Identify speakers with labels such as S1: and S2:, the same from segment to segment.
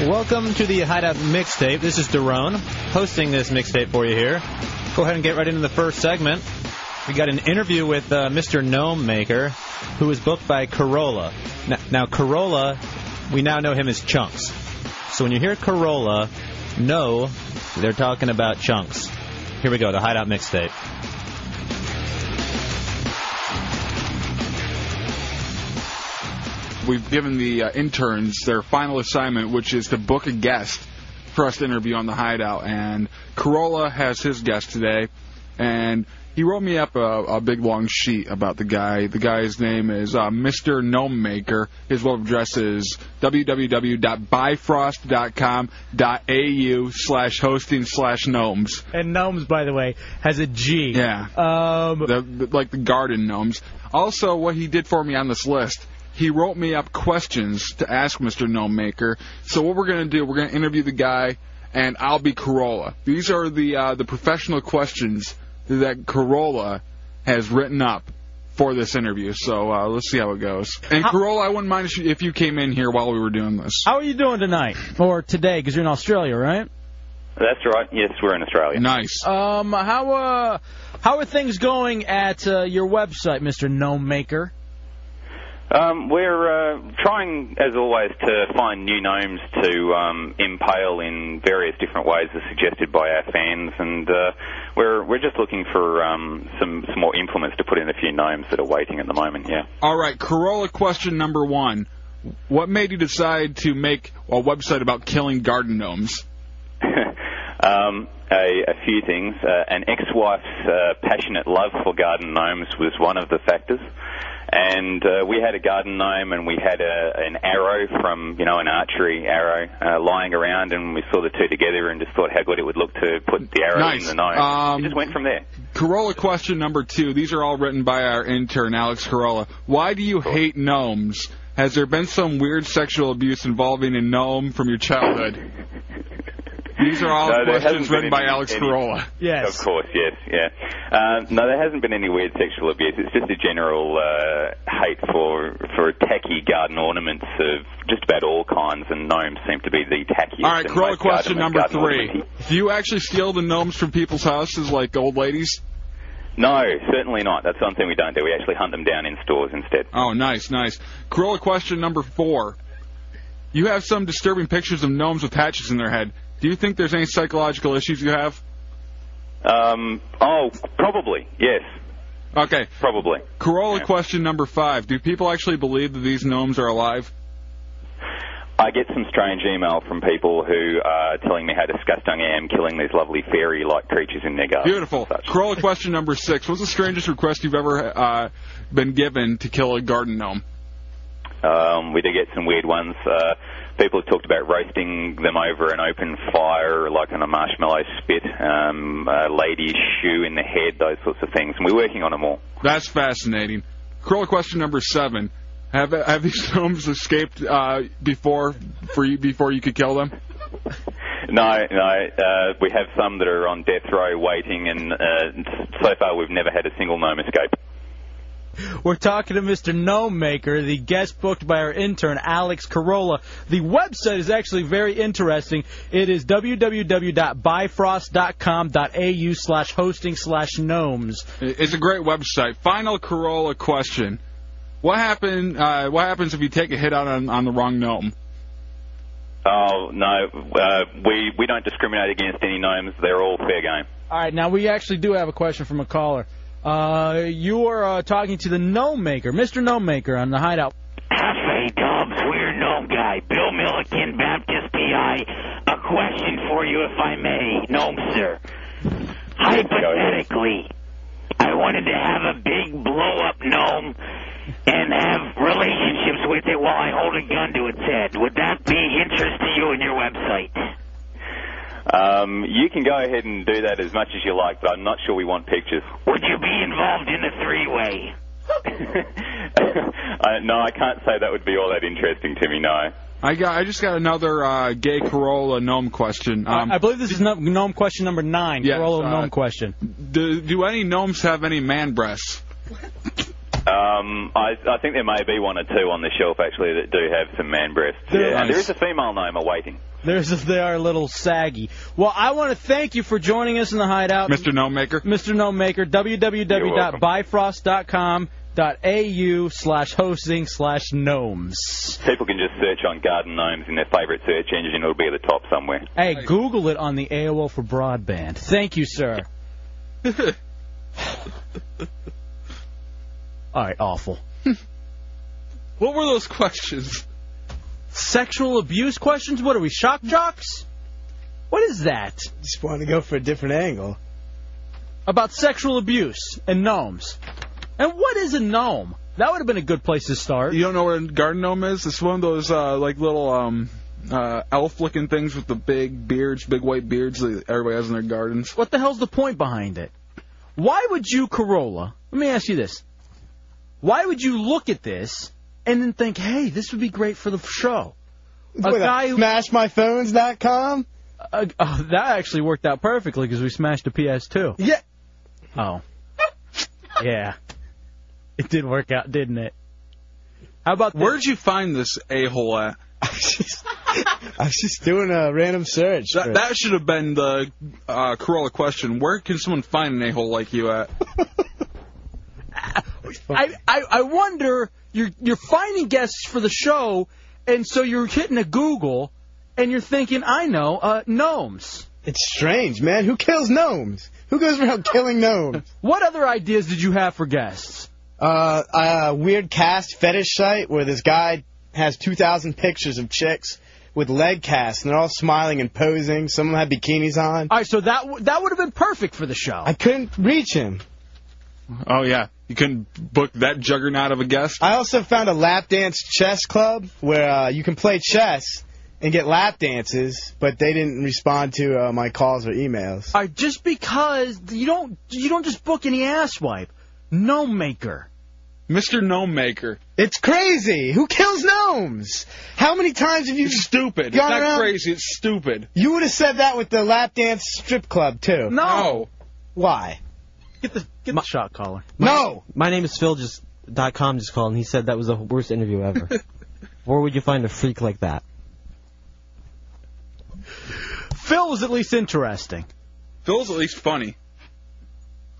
S1: Welcome to the Hideout Mixtape. This is Daron hosting this mixtape for you here. Go ahead and get right into the first segment. We got an interview with uh, Mr. Gnome Maker, who was booked by Corolla. Now, now, Corolla, we now know him as Chunks. So when you hear Corolla, know they're talking about Chunks. Here we go, the Hideout Mixtape.
S2: we've given the uh, interns their final assignment, which is to book a guest for us to interview on the Hideout. And Corolla has his guest today, and he wrote me up a, a big long sheet about the guy. The guy's name is uh, Mr. Gnome Maker. His web address is www.bifrost.com.au slash hosting slash gnomes.
S3: And gnomes, by the way, has a G.
S2: Yeah.
S3: Um,
S2: the, the, like the garden gnomes. Also, what he did for me on this list, he wrote me up questions to ask Mr. Gnome Maker. So what we're gonna do, we're gonna interview the guy, and I'll be Corolla. These are the uh, the professional questions that Corolla has written up for this interview. So uh, let's see how it goes. And Corolla, I wouldn't mind if you- if you came in here while we were doing this.
S3: how are you doing tonight or today? Because you're in Australia, right?
S4: That's right. Yes, we're in Australia.
S2: Nice.
S3: Um, how uh, how are things going at uh, your website, Mr. Gnome Maker?
S4: Um, we're uh, trying, as always, to find new gnomes to um, impale in various different ways as suggested by our fans, and uh, we're we're just looking for um, some some more implements to put in a few gnomes that are waiting at the moment. Yeah.
S2: All right, Corolla question number one. What made you decide to make a website about killing garden gnomes?
S4: um, a, a few things. Uh, an ex-wife's uh, passionate love for garden gnomes was one of the factors. And uh, we had a garden gnome, and we had a, an arrow from, you know, an archery arrow uh, lying around, and we saw the two together, and just thought how good it would look to put the arrow
S2: Nice.
S4: in the gnome.
S2: Um,
S4: it just went from there.
S2: Corolla question number two. These are all written by our intern, Alex Corolla. Why do you hate gnomes? Has there been some weird sexual abuse involving a gnome from your childhood? These are all
S4: No, there hasn't
S2: questions
S4: been
S2: written by
S4: any-
S2: Alex
S4: any-
S2: Corolla.
S3: Yes.
S4: Of course, yes, yeah. Um, no, there hasn't been any weird sexual abuse. It's just a general uh, hate for for tacky garden ornaments of just about all kinds, and gnomes seem to be the tackiest.
S2: All right,
S4: and
S2: Corolla
S4: most
S2: question
S4: garden-
S2: number
S4: garden
S2: three.
S4: ornamenty.
S2: Do you actually steal the gnomes from people's houses like old ladies?
S4: No, certainly not. That's something we don't do. We actually hunt them down in stores instead.
S2: Oh, nice, nice. Corolla question number four. You have some disturbing pictures of gnomes with hatchets in their head. Do you think there's any psychological issues you have?
S4: Um, oh, probably yes,
S2: Okay.
S4: probably.
S2: Corolla
S4: Yeah.
S2: question number five. Do people actually believe that these gnomes are alive?
S4: I get some strange email from people who are telling me how disgusting I am killing these lovely fairy-like creatures in their garden.
S2: Beautiful.
S4: Such.
S2: Corolla question number six. What's the strangest request you've ever uh, been given to kill a garden gnome?
S4: Um, we do get some weird ones. Uh, people have talked about roasting them over an open fire, like on a marshmallow spit, um, a lady's shoe in the head, those sorts of things. And we're working on them all.
S2: That's fascinating. Corolla question number seven. Have have these gnomes escaped uh, before for you before you could kill them?
S4: No, no, uh, we have some that are on death row waiting, and uh, so far we've never had a single gnome escape.
S3: We're talking to Mr. Gnome Maker, the guest booked by our intern, Alex Carolla. The website is actually very interesting. It is www.bifrost.com.au slash hosting slash gnomes.
S2: It's a great website. Final Corolla question. What happen? Uh, what happens if you take a hit out on, on the wrong gnome?
S4: Oh no, uh, we we don't discriminate against any gnomes. They're all fair game.
S3: All right, now we actually do have a question from a caller. Uh, you are uh, talking to the Gnome Maker, Mr. Gnome Maker on the Hideout.
S5: Cafe Dubs, weird gnome guy, Bill Milliken, Baptist PI. A question for you, if I may, gnome sir. Hypothetically, I wanted to have a big blow up gnome and have relationships with it while I hold a gun to its head. Would that be interest to you and your website?
S4: Um, you can go ahead and do that as much as you like, but I'm not sure we want pictures.
S5: Would you be involved in the three way?
S4: I, Uh, no, I can't say that would be all that interesting to me. No.
S2: I got. I just got another uh, gay Corolla gnome question. Um,
S3: I believe this is no- Gnome question number nine,
S2: Yes,
S3: Corolla
S2: uh,
S3: Gnome question.
S2: do, do any gnomes have any man breasts?
S4: Um, I, I think there may be one or two on the shelf actually that do have some man breasts.
S3: They're
S4: yeah, and there
S3: nice.
S4: is a female name awaiting.
S3: There's they are a little saggy. Well, I want to thank you for joining us in the hideout,
S2: Mr. No Maker.
S3: Mr. Gnome Maker. www.bifrost.com.au slash hosting slash gnomes.
S4: People can just search on garden gnomes in their favourite search engine. It'll be at the top somewhere.
S3: Hey, Google it on the AOL for broadband. Thank you, sir. All right, awful.
S2: What were those questions?
S3: Sexual abuse questions? What are we, shock jocks? What is that?
S6: Just want to go for a different angle.
S3: About sexual abuse and gnomes. And what is a gnome? That would have been a good place to start.
S2: You don't know what a garden gnome is? It's one of those uh, like little um, uh, elf-looking things with the big beards, big white beards that everybody has in their gardens.
S3: What the hell's the point behind it? Why would you, Corolla? Let me ask you this. Why would you look at this and then think, hey, this would be great for the show? A
S6: With
S3: guy who-
S6: smashmyphones.com?
S3: Uh, oh, that actually worked out perfectly because we smashed a PS2.
S6: Yeah.
S3: Oh. yeah. It did work out, didn't it? How about this?
S2: Where'd you find this a-hole at?
S6: I was just doing a random search. for-
S2: That, that should have been the uh, Corolla question. Where can someone find an a-hole like you at?
S3: I, I I wonder you're you're finding guests for the show, and so you're hitting a Google, and you're thinking, I know, uh, gnomes.
S6: It's strange, man. Who kills gnomes? Who goes around killing gnomes?
S3: What other ideas did you have for guests?
S6: Uh, a weird cast fetish site where this guy has 2,000 pictures of chicks with leg casts, and they're all smiling and posing. Some of them have bikinis on.
S3: All right, so that w- that would have been perfect for the show.
S6: I couldn't reach him.
S2: Oh yeah, you couldn't book that juggernaut of a guest.
S6: I also found a lap dance chess club where uh, you can play chess and get lap dances, but they didn't respond to uh, my calls or emails.
S3: All right, just because you don't you don't just book any asswipe, gnome maker.
S2: Mr. Gnome Maker.
S6: It's crazy. Who kills gnomes? How many times have you?
S2: It's stupid. It's
S6: Gone
S2: not
S6: around-
S2: crazy. It's stupid.
S6: You would have said that with the lap dance strip club too.
S3: No,
S2: No.
S6: Why?
S3: get the get the shot caller.
S6: No.
S7: My name is Phil. Just dot com just called, and he said that was the worst interview ever. Where would you find a freak like that?
S3: Phil was at least interesting.
S2: Phil's at least funny.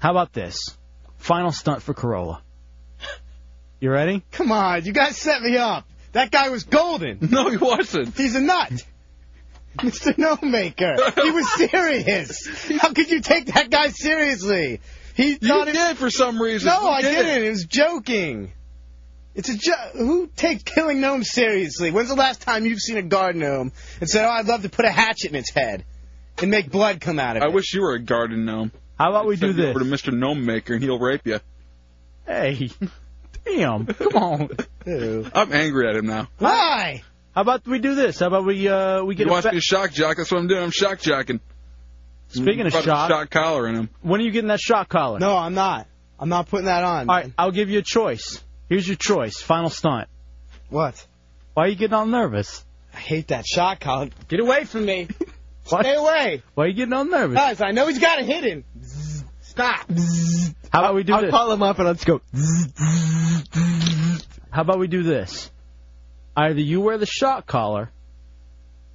S3: How about this? Final stunt for Corolla. You ready?
S6: Come on, you guys set me up. That guy was golden.
S2: No, he wasn't.
S6: He's a nut. Mr. No Maker. He was serious. How could you take that guy seriously? He
S2: You
S6: thought it-
S2: did for some reason.
S6: No,
S2: You
S6: I
S2: did.
S6: didn't. It was joking. It's a jo- who takes killing gnomes seriously? When's the last time you've seen a guard gnome and said, "Oh, I'd love to put a hatchet in its head and make blood come out of
S2: I
S6: it"?
S2: wish you were a garden gnome.
S3: How about we do
S2: Send you
S3: this?
S2: Over to Mr. Gnome Maker, and he'll rape you.
S3: Hey, damn! Come on.
S6: Ew.
S2: I'm angry at him now.
S6: Why?
S3: How about we do this? How about we uh we
S2: He
S3: get a
S2: wants
S3: fa-
S2: me to shock jock. That's what I'm doing. I'm shock jocking.
S3: speaking of
S2: About to
S3: shock.
S2: shock collar in him.
S3: When are you getting that shot collar?
S6: No, I'm not. I'm not putting that on.
S3: All
S6: man.
S3: right, I'll give you a choice. Here's your choice. Final stunt.
S6: What?
S3: Why are you getting all nervous?
S6: I hate that shot collar. Get away from me.
S3: What?
S6: Stay away.
S3: Why are you getting all nervous?
S6: Guys, I know he's got it hidden. Zzz. Stop.
S3: How about we do this?
S7: him up and let's go.
S3: How about we do this? Either you wear the shot collar,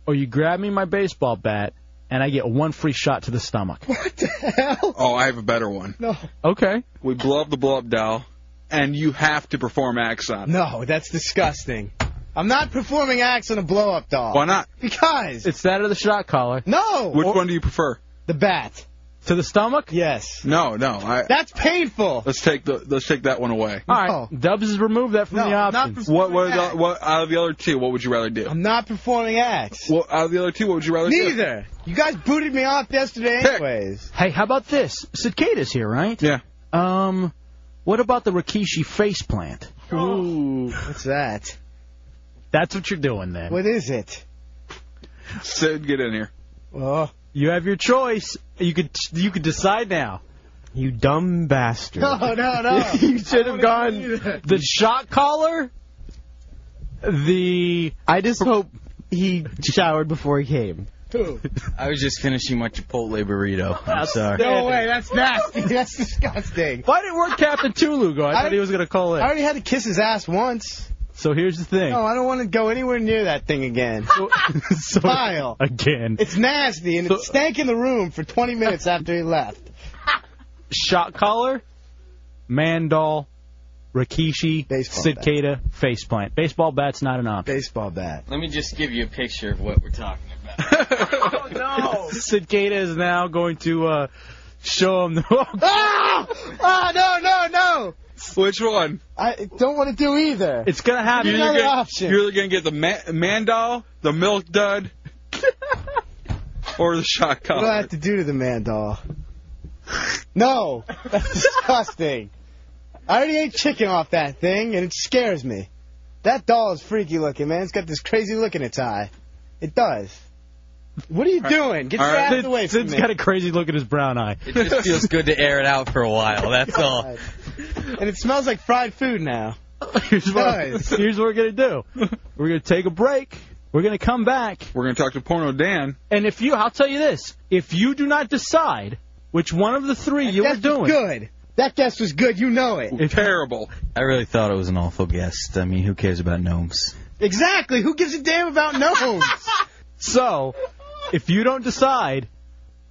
S3: or you grab me my baseball bat, and I get one free shot to the stomach.
S6: What the hell?
S2: Oh, I have a better one.
S6: No.
S3: Okay.
S2: We blow up the blow up doll, and you have to perform acts on. it.
S6: No, that's disgusting. I'm not performing acts on a blow up doll.
S2: Why not?
S6: Because.
S3: It's that or the shot collar
S6: no.
S2: Which one do you prefer?
S6: The bat.
S3: to the stomach.
S6: Yes.
S2: No, no. I,
S6: That's painful.
S2: let's take the let's take that one away.
S3: All right,
S6: No.
S3: Dubs has removed that from
S6: No,
S3: the
S6: not
S3: options.
S6: for-
S2: What what,
S6: Yeah.
S2: the, what out of the other two? What would you rather do?
S6: I'm not performing acts.
S2: Well, out of the other two, what would you rather do?
S6: Neither. You guys booted me off yesterday,
S2: Pick.
S6: anyways.
S3: hey, how about this? Cicada's here, right?
S2: Yeah.
S3: Um, what about the Rikishi face plant?
S6: Ooh. What's that?
S3: That's what you're doing then.
S6: What is it?
S2: Sid, get in here.
S6: Oh.
S3: You have your choice. You could you could decide now.
S7: You dumb bastard.
S6: No, no, no.
S3: you should have gone
S6: do that.
S3: the shot collar. The
S7: I just hope he showered before he came.
S6: Who?
S8: I was just finishing my Chipotle burrito.
S3: Uh,
S8: I'm sorry.
S6: No way, that's nasty. That's disgusting.
S3: Why didn't work Captain Tulu go? I,
S6: I-
S3: thought he was gonna call
S6: I
S3: in.
S6: already had to kiss his ass once.
S3: so here's the thing.
S6: No, I don't want to go anywhere near that thing again.
S3: so,
S6: Vile.
S3: again,
S6: It's nasty and it stank in the room for 20 minutes after he left.
S3: shot collar, Mandal, Rikishi,
S6: Baseball
S3: Sid
S6: bat.
S3: Cada, faceplant. Baseball bat's not an option.
S6: Baseball bat.
S8: Let me just give you a picture of what we're talking about.
S3: Sid Cada is now going to uh, show him the.
S6: Ah! Ah, no, no, no!
S2: Which one?
S6: I don't want to do either.
S3: it's gonna happen.
S6: You're Another option.
S2: You're either gonna get the ma- mandal, the milk dud, or the shot
S6: what do I
S2: collar.
S6: have to do to the man doll? No, that's disgusting. I already ate chicken off that thing, and it scares me. That doll is freaky looking, man. It's got this crazy look in its eye. It does. What are you doing? Get
S2: All
S6: your
S2: right.
S6: ass away from
S3: Sid's
S6: me.
S3: got a crazy look in his brown eye.
S8: It just feels good to air it out for a while. That's all.
S6: And it smells like fried food now.
S3: here's, what,
S6: Nice.
S3: here's what we're gonna do. We're gonna take a break. We're gonna come back.
S2: We're gonna talk to Porno Dan.
S3: And if you, I'll tell you this: if you do not decide which one of the three you
S6: That
S3: are
S6: was
S3: doing,
S6: good. That guess was good. You know it.
S2: Terrible.
S8: I really thought it was an awful guest. I mean, who cares about gnomes?
S6: Exactly. Who gives a damn about gnomes?
S3: so if you don't decide,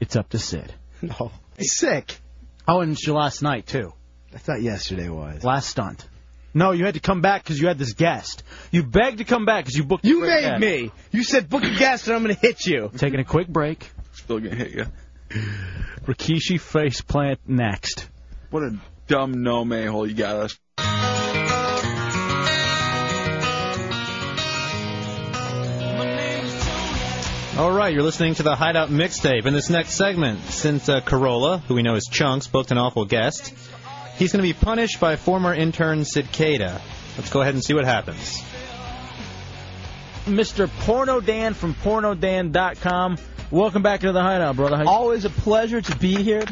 S3: it's up to Sid.
S6: no. He's sick.
S3: Oh, and it's your last night too.
S6: I thought yesterday was.
S3: Last stunt. No, you had to come back because you had this guest. You begged to come back because you booked. a
S6: You
S3: quick
S6: made
S3: guest.
S6: me. You said book a guest and I'm gonna hit you.
S3: Taking a quick break.
S2: Still gonna hit you.
S3: Rikishi face plant next.
S2: What a dumb gnome a hole you got us.
S1: All right, you're listening to the Hideout Mixtape. In this next segment, since uh, Corolla, who we know as Chunks, booked an awful guest, he's going to be punished by former intern Cicada. Let's go ahead and see what happens.
S3: Mr. Porno Dan from PornoDan.com. Welcome back to the hideout, brother. How you-
S9: Always a pleasure to be here.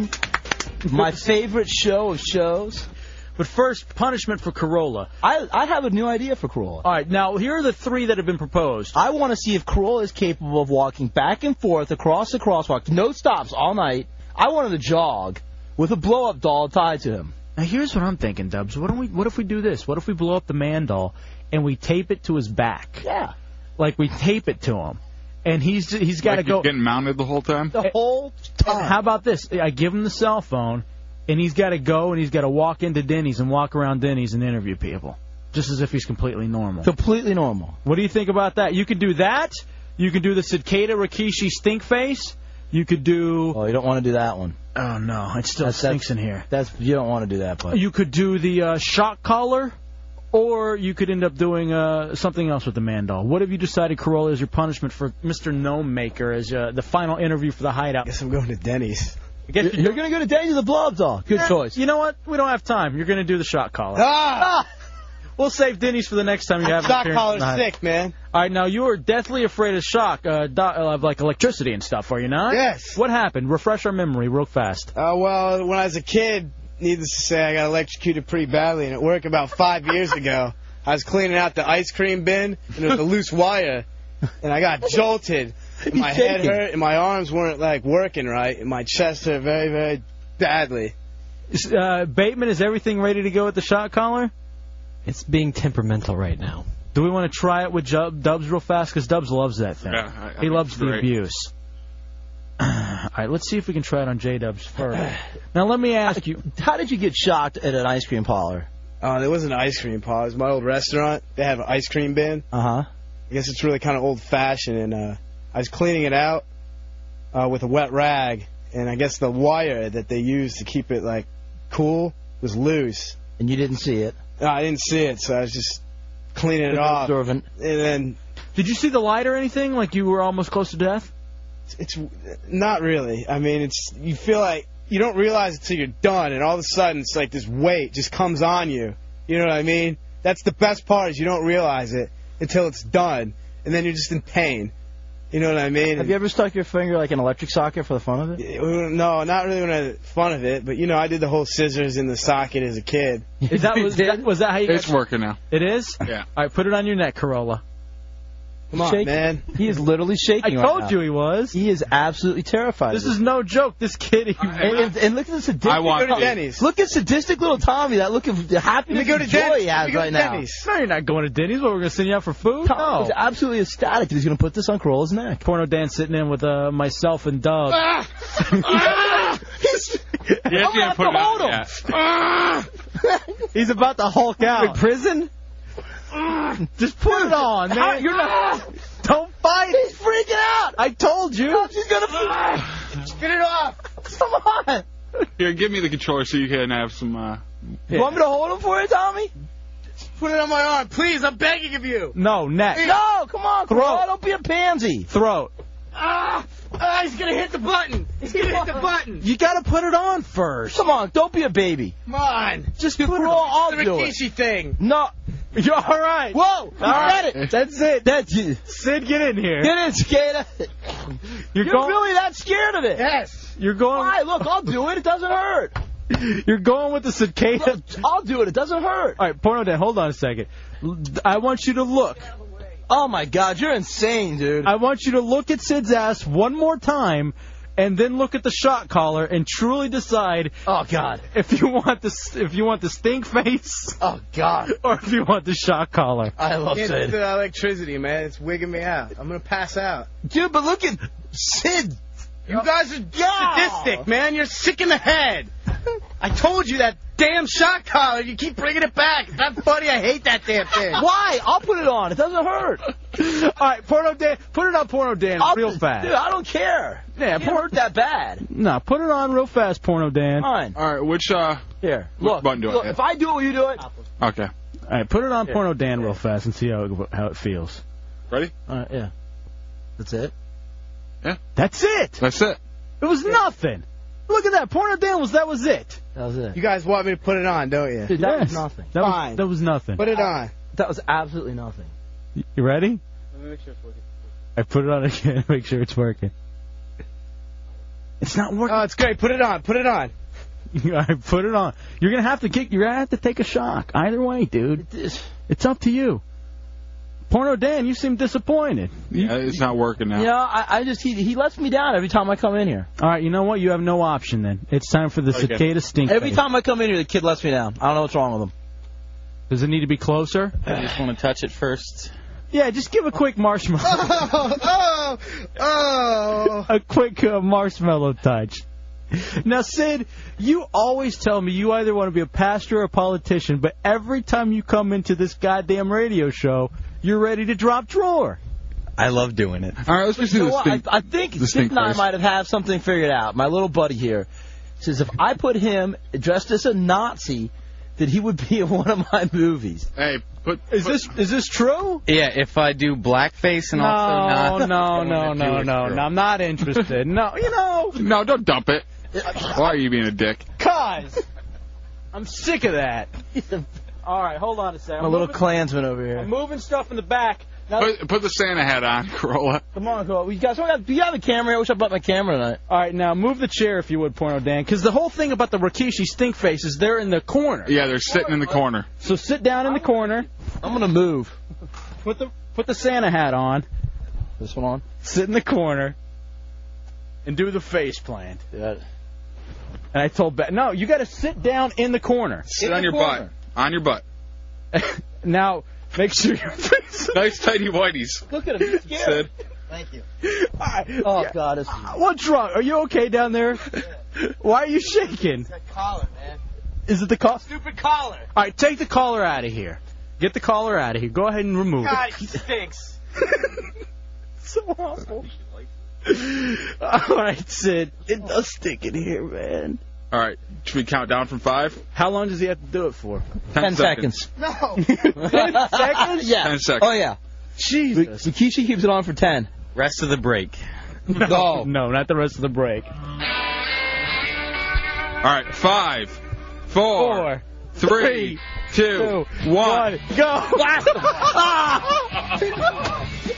S9: My favorite show of shows.
S3: But first, punishment for Corolla.
S9: I, I have a new idea for Corolla.
S3: All right, now here are the three that have been proposed.
S9: I want to see if Corolla is capable of walking back and forth across the crosswalk, no stops all night. I want him to jog with a blow up doll tied to him.
S3: Now here's what I'm thinking, Dubs. What don't we? What if we do this? What if we blow up the man doll and we tape it to his back?
S9: Yeah.
S3: Like we tape it to him, and he's he's got to
S2: Like
S3: go.
S2: you're getting mounted the whole time.
S9: The whole time.
S3: How about this? I give him the cell phone, and he's got to go and he's got to walk into Denny's and walk around Denny's and interview people, just as if he's completely normal.
S9: Completely normal.
S3: What do you think about that? You could do that. You could do the cicada Rikishi stink face. You could do.
S9: Oh, you don't want to do that one.
S3: Oh no, it still
S9: That's-
S3: stinks in here.
S9: That's you don't want to do that, but
S3: You could do the uh, shock collar, or you could end up doing uh, something else with the man doll. What have you decided, Corolla, is your punishment for Mr. Gnome Maker as uh, the final interview for the hideout?
S6: Guess I'm going to Denny's.
S9: you're, you're gonna go to Danny's the blow up doll. Good choice.
S3: You know what? We don't have time. You're going to do the shock collar.
S6: Ah!
S3: We'll save Denny's for the next time you have an
S6: Stock
S3: appearance
S6: collar's
S3: tonight.
S6: sick, man.
S3: All right, now you are deathly afraid of shock, uh, do- of like electricity and stuff, are you not?
S6: Yes.
S3: What happened? Refresh our memory real fast.
S6: Uh, well, when I was a kid, needless to say, I got electrocuted pretty badly, and at work about five years ago, I was cleaning out the ice cream bin, and there was a loose wire, and I got jolted. And my head hurt, and my arms weren't like working right, and my chest hurt very, very badly.
S3: Uh, Bateman, is everything ready to go with the shock collar?
S7: It's being temperamental right now.
S3: Do we want to try it with Jub, Dubs real fast? Because Dubs loves that thing.
S2: Yeah, I- I
S3: he
S2: think
S3: loves
S2: it's
S3: the
S2: great.
S3: abuse. All right, let's see if we can try it on J Dubs first. now let me ask you.
S9: How did you get shocked at an ice cream parlor?
S6: Uh, there was an ice cream parlor. It was my old restaurant. They have an ice cream bin.
S9: Uh huh.
S6: I guess it's really kind of old fashioned. And uh, I was cleaning it out uh, with a wet rag, and I guess the wire that they used to keep it like cool was loose.
S9: And you didn't see it.
S6: Uh, I didn't see it, so I was just cleaning it off. And
S9: Observant.
S6: then
S3: Did you see the light or anything? Like you were almost close to death?
S6: it's, it's not really. I mean, it's you feel like you don't realize until you're done, and all of a sudden it's like this weight just comes on you. You know what I mean? That's the best part is you don't realize it until it's done, and then you're just in pain. You know what I mean?
S9: Have you ever stuck your finger like an electric socket for the fun of it?
S6: No, not really when I had fun of it, but you know, I did the whole scissors in the socket as a kid.
S3: Is that was that, was that how you?
S2: It's
S3: got,
S2: working now.
S3: it is.
S2: Yeah.
S3: All right, put it on your neck, Corolla.
S6: Come on,
S9: shaking.
S6: man.
S9: He is literally
S3: I
S9: shaking. right
S3: told
S9: now.
S3: you he was.
S9: He is absolutely terrified.
S3: This
S9: of
S3: is no joke. This kid. He,
S9: it. and, and, and look at the sadistic.
S2: I want
S6: Go to
S2: to.
S6: Denny's.
S9: Look at sadistic little Tommy. That look of happiness
S6: Let me go
S9: and
S6: to
S9: joy
S6: Denny's.
S9: he
S6: Let
S9: has
S6: me go to
S9: right now.
S6: Denny's.
S3: no, you're not going to Denny's. What, we're going to send you out for food?
S9: Tom
S3: No.
S9: is absolutely ecstatic that he's going to put this on Corolla's neck.
S3: Porno Dan sitting in with uh, myself and Doug.
S2: Ah! You have to
S9: gonna
S2: put it
S9: have to
S2: on.
S9: hold him.
S2: Yeah.
S3: He's about to Hulk out.
S10: Prison?
S3: Just put it on, man. You're not. Don't fight it.
S9: He's freaking out.
S3: I told you.
S9: He's going to.
S6: Get it off.
S9: Come on.
S2: Here, give me the controller so you can have some. Uh,
S9: You want me to hold him for you, Tommy?
S6: Put it on my arm, please. I'm begging of you.
S3: No, neck.
S9: No, come on, Corolla. Don't be a pansy.
S3: Throat.
S6: Ah, ah, he's gonna hit the button. He's gonna hit the button.
S3: You got to put it on first.
S9: Come on, don't be a baby.
S6: Come on.
S9: Just put it on.
S6: the
S9: I'll do it.
S6: Rikishi thing.
S9: No.
S3: You're all right.
S9: Whoa. You
S3: right.
S9: said it. That's it. That's you.
S3: Sid, get in here.
S9: Get it, Skater.
S3: You're,
S9: You're
S3: going.
S9: really that scared of it.
S6: Yes.
S3: You're going.
S9: Why? Look, I'll do it. It doesn't hurt.
S3: You're going with the cicada.
S9: Look, I'll do it. It doesn't hurt.
S3: All right, Porno Dan, hold on a second. L- I want you to look.
S9: Oh my God, you're insane, dude.
S3: I want you to look at Sid's ass one more time, and then look at the shot collar and truly decide
S9: Oh God.
S3: if you want the s- if you want the stink face
S9: Oh God.
S3: or if you want the shot collar.
S9: I love
S6: Get
S9: Sid.
S6: the electricity, man. It's wigging me out. I'm gonna pass out.
S9: Dude, but look at Sid.
S6: You guys are
S9: Yeah.
S6: sadistic, man. You're sick in the head. I told you that damn shot collar. You keep bringing it back. It's not funny. I hate that damn thing.
S9: Why? I'll put it on. It doesn't hurt.
S3: All right, Porno Dan, put it on Porno Dan
S9: I'll-
S3: real fast.
S9: Dude, I don't care.
S3: Yeah,
S9: It hurt that bad.
S3: No, put it on real fast, Porno Dan.
S9: Come
S3: All
S9: on.
S2: all right, which. uh
S9: Here.
S2: Which
S9: Look.
S2: button do I
S9: look,
S2: hit?
S9: If I do it, will you do it?
S2: Okay.
S3: right, put it on Porno Dan real fast and see how it, how it feels.
S2: Ready?
S3: Uh, yeah,
S9: That's it.
S3: that's it.
S2: That's it.
S3: It was nothing. Look at that, Porno Dan was that was it.
S9: That was it.
S6: You guys want me to put it on, don't you?
S9: Dude, that
S3: Yes.
S9: was nothing.
S3: That
S9: Fine.
S3: was that was nothing.
S6: Put it on.
S9: That was absolutely nothing.
S3: You ready? I put it on again. Make sure it's working. It's not working.
S6: Oh, it's great. Put it on. Put it on.
S3: I put it on. You're gonna have to kick. You're gonna have to take a shock. Either way, dude.
S9: This-
S3: It's up to you. Porno Dan, you seem disappointed.
S2: Yeah, it's not working now.
S9: You know, I, I just he, he lets me down every time I come in here.
S3: All right, you know what? You have no option then. It's time for the
S2: Okay.
S3: cicada stink.
S9: Every
S3: face.
S9: time I come in here, the kid lets me down. I don't know what's wrong with him.
S3: Does it need to be closer?
S10: I just want to touch it first.
S3: Yeah, just give a quick marshmallow,
S6: Oh, oh, oh.
S3: a quick uh, marshmallow touch. Now, Sid, you always tell me you either want to be a pastor or a politician, but every time you come into this goddamn radio show, you're ready to drop drawer.
S11: I love doing it.
S2: All right, let's just
S9: You
S2: do
S9: know
S2: this
S9: what? I,
S2: thing.
S9: I think
S2: the
S9: Sid
S2: stink
S9: and I
S2: face.
S9: might have had something figured out. My little buddy here says if I put him dressed as a Nazi, that he would be in one of my movies.
S2: Hey, put.
S3: Is
S2: put-
S3: this is this true?
S11: Yeah, if I do blackface and also
S3: No,
S11: not.
S3: no,
S11: I'm
S3: no,
S11: a
S3: no,
S11: Jewish
S3: no,
S11: girl.
S3: no. I'm not interested. No, you know,
S2: No, don't dump it. Why are you being a dick?
S3: cause I'm sick of that. All right, hold on a second.
S9: I'm a little
S3: moving,
S9: Klansman over
S3: I'm
S9: here.
S3: moving stuff in the back. Now,
S2: Put, put the Santa hat on, Corolla.
S9: Come on, go. You guys, someone got- do you have a camera? I wish I brought my camera tonight.
S3: all right, now move the chair if you would, Porno Dan, because the whole thing about the Rikishi stink face is they're in the corner.
S2: Yeah, they're sitting in the corner.
S3: So sit down in the corner,
S9: I'm gonna move
S3: put the put the Santa hat on,
S9: this one on.
S3: sit in the corner, and do the face plant.
S9: Yeah.
S3: And I told Beth, no, you got to sit down in the corner.
S2: Sit
S9: the
S2: on your
S9: corner.
S2: butt. On your butt.
S3: Now make sure your face.
S2: Nice tidy whiteys.
S9: Look at him. He's scared.
S2: Sid.
S9: Oh
S3: oh,
S9: God,
S6: Uh,
S9: it's
S3: What's wrong? Are you okay down there? Why are you shaking?
S6: Collar, man.
S3: Is it the collar?
S6: Stupid collar.
S3: All right, take the collar out of here. Get the collar out of here. Go ahead and remove
S6: God, it stinks.
S3: it. So awful. All right, Sid. It does stick in here, man.
S2: All right, should we count down from five?
S3: How long does he have to do it for?
S2: Ten,
S9: ten seconds.
S6: No.
S3: seconds?
S9: yeah.
S2: Ten seconds.
S9: Oh yeah.
S3: Jesus.
S9: Rikishi keeps it on for ten.
S11: Rest of the break.
S9: No.
S3: No, not the rest of the break.
S2: All right, five, four,
S3: Four,
S2: three, two, one.
S3: two, one, go.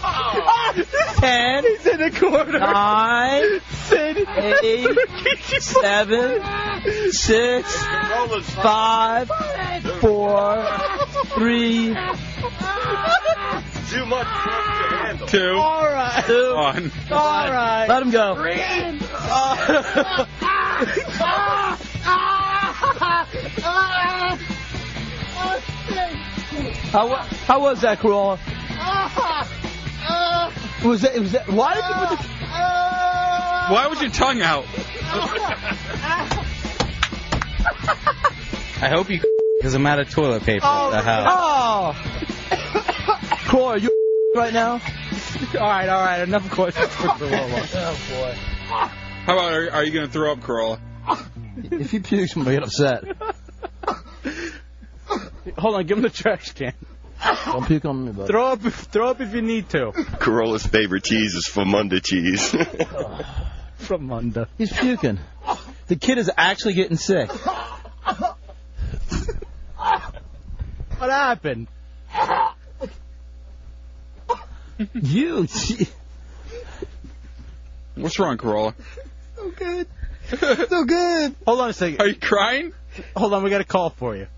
S2: Oh.
S9: Ten.
S3: He's in the corner.
S9: Nine.
S3: Sid.
S9: eight, seven, six, five, four, three,
S2: Two.
S9: All right.
S2: One.
S9: All right. Let him go. How, wa- how was that, Corolla? Was that, was that, why did you put the...
S2: Why was your tongue out?
S5: I hope you because I'm out of toilet paper at the house.
S9: Oh! Corolla, are you right now? All right, all right, enough questions for
S3: Oh,
S9: Corolla.
S2: How about are, are you gonna throw up, Corolla?
S9: if he pukes, I'm going to get upset.
S3: Hold on, give him the trash can.
S9: Don't puke on me, buddy.
S3: Throw up, throw up if you need to.
S12: Corolla's favorite cheese is Famunda cheese.
S3: From Munda.
S9: He's puking. The kid is actually getting sick.
S3: What happened?
S9: You.
S2: What's wrong, Corolla?
S3: Hold on a second.
S2: Are you crying?
S3: Hold on, we got a call for you.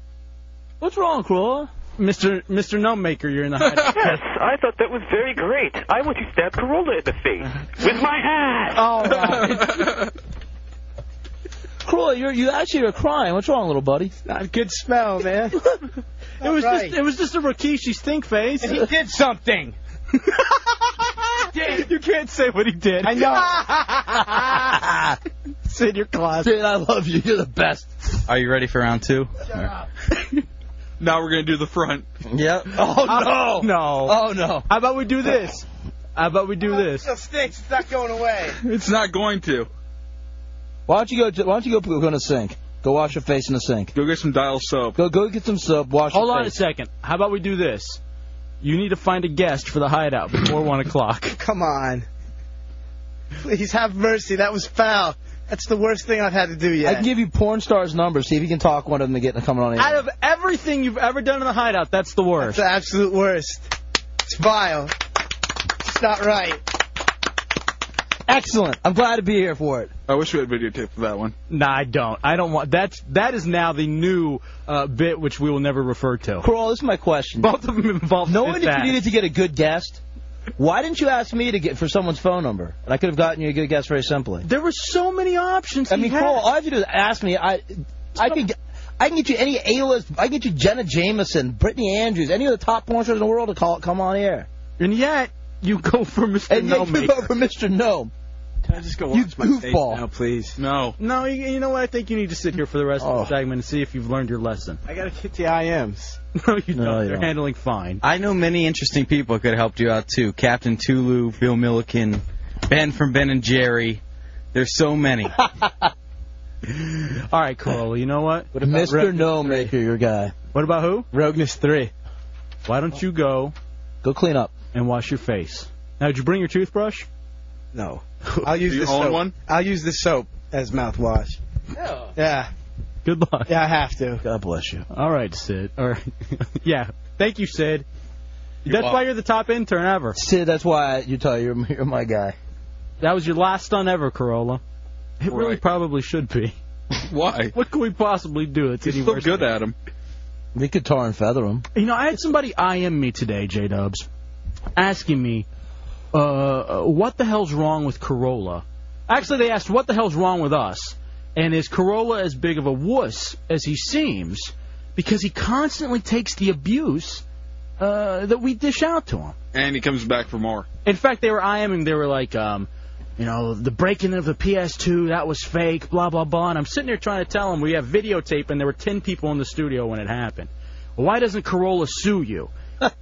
S9: What's wrong, Corolla?
S3: Mr. Mr. Gnome Maker, you're in the hot
S13: Yes, I thought that was very great. I want to stab Corolla in the face with my hat.
S9: All
S2: Oh,
S9: right. Corolla, you're, you actually are crying. What's wrong, little buddy?
S6: Not good smell, man.
S3: It was
S6: Alright.
S3: just it was just a Rikishi stink face.
S6: he did something.
S3: you can't say what he did.
S6: I know.
S3: It's in your closet.
S9: Dude, I love you. You're the best.
S5: Are you ready for round two?
S2: Now we're gonna do the front.
S5: Yep.
S9: Oh, no.
S3: No.
S9: Oh, no.
S3: How about we do this? How about Uh, we do this?
S6: It stinks. It's not going away.
S2: It's not going to.
S9: Why don't you go, to, why don't you go, go in the sink? Go wash your face in the sink.
S2: Go get some dial soap.
S9: Go go get some soap, wash
S3: Hold
S9: your
S3: on a
S9: face.
S3: second. How about we do this? You need to find a guest for the hideout before one o'clock.
S6: Come on. Please have mercy. That was foul. That's the worst thing I've had to do
S9: I
S6: yet.
S9: can give you porn stars' numbers. See if you can talk one of them to get coming on
S3: Out
S9: here.
S3: of everything you've ever done in the hideout, that's the
S6: it's
S3: worst.
S6: the absolute worst. It's vile. It's not right.
S9: Excellent. I'm glad to be here for it.
S2: I wish we had videotape for that one.
S3: Nah, I don't. I don't want that's that is now the new uh, bit which we will never refer to.
S9: Coral, this is my question.
S3: Both of them involved.
S9: Knowing that
S3: that
S9: you needed to get a good guest, why didn't you ask me to get for someone's phone number? And I could have gotten you a good guest very simply.
S3: there were so many options.
S9: I
S3: he
S9: mean,
S3: had.
S9: Coral, all I have to do is ask me. I, I could, I can get you any A-list. I can get you Jenna Jameson, Brittany Andrews, any of the top porn stars in the world to call come on air.
S3: and yet you go for Mr.
S9: And
S3: No
S9: yet you
S3: Maker.
S9: go for Mr. Gnome.
S5: Can I just go
S9: You goofball.
S5: please?
S2: No.
S3: No, you, you know what? I think you need to sit here for the rest of the
S9: Oh.
S3: segment and see if you've learned your lesson.
S6: I gotta get the IMs.
S3: No, you
S9: No,
S3: don't.
S9: you
S3: They're
S9: don't.
S3: handling fine.
S5: I know many interesting people could have helped you out too. Captain Tulu, Bill Milliken, Ben from Ben and Jerry. There's so many.
S3: All right, Corolla. You know what?
S9: Mr. Gnome Maker, your guy.
S3: What about who?
S6: Rogness 3.
S3: Why don't you go
S9: Go clean up.
S3: and wash your face? Now, did you bring your toothbrush?
S6: No. I'll use
S2: Do you
S6: this
S2: own
S6: soap.
S2: one?
S6: I'll use this soap as mouthwash. Yeah.
S3: Good luck.
S6: Yeah, I have to.
S9: God bless you.
S3: All right, Sid. All right. yeah. Thank you, Sid. That's why you're the top intern ever.
S9: Sid, that's why you tell you you're my guy.
S3: That was your last stunt ever, Corolla. It really
S2: Right.
S3: probably should be.
S2: Why?
S3: What could we possibly do? It's
S2: You're
S3: any
S2: still
S3: worse
S2: good
S3: than-
S2: at him.
S9: We could tar and feather him.
S3: You know, I had somebody IM me today, J Dubs, asking me, uh, what the hell's wrong with Corolla? Actually, they asked, what the hell's wrong with us? And is Corolla as big of a wuss as he seems? Because he constantly takes the abuse uh, that we dish out to him.
S2: And he comes back for more.
S3: In fact, they were IMing. They were like, um, you know, the breaking of the PS2 that was fake, blah blah blah. And I'm sitting there trying to tell them we have videotape, and there were ten people in the studio when it happened. Why doesn't Corolla sue you?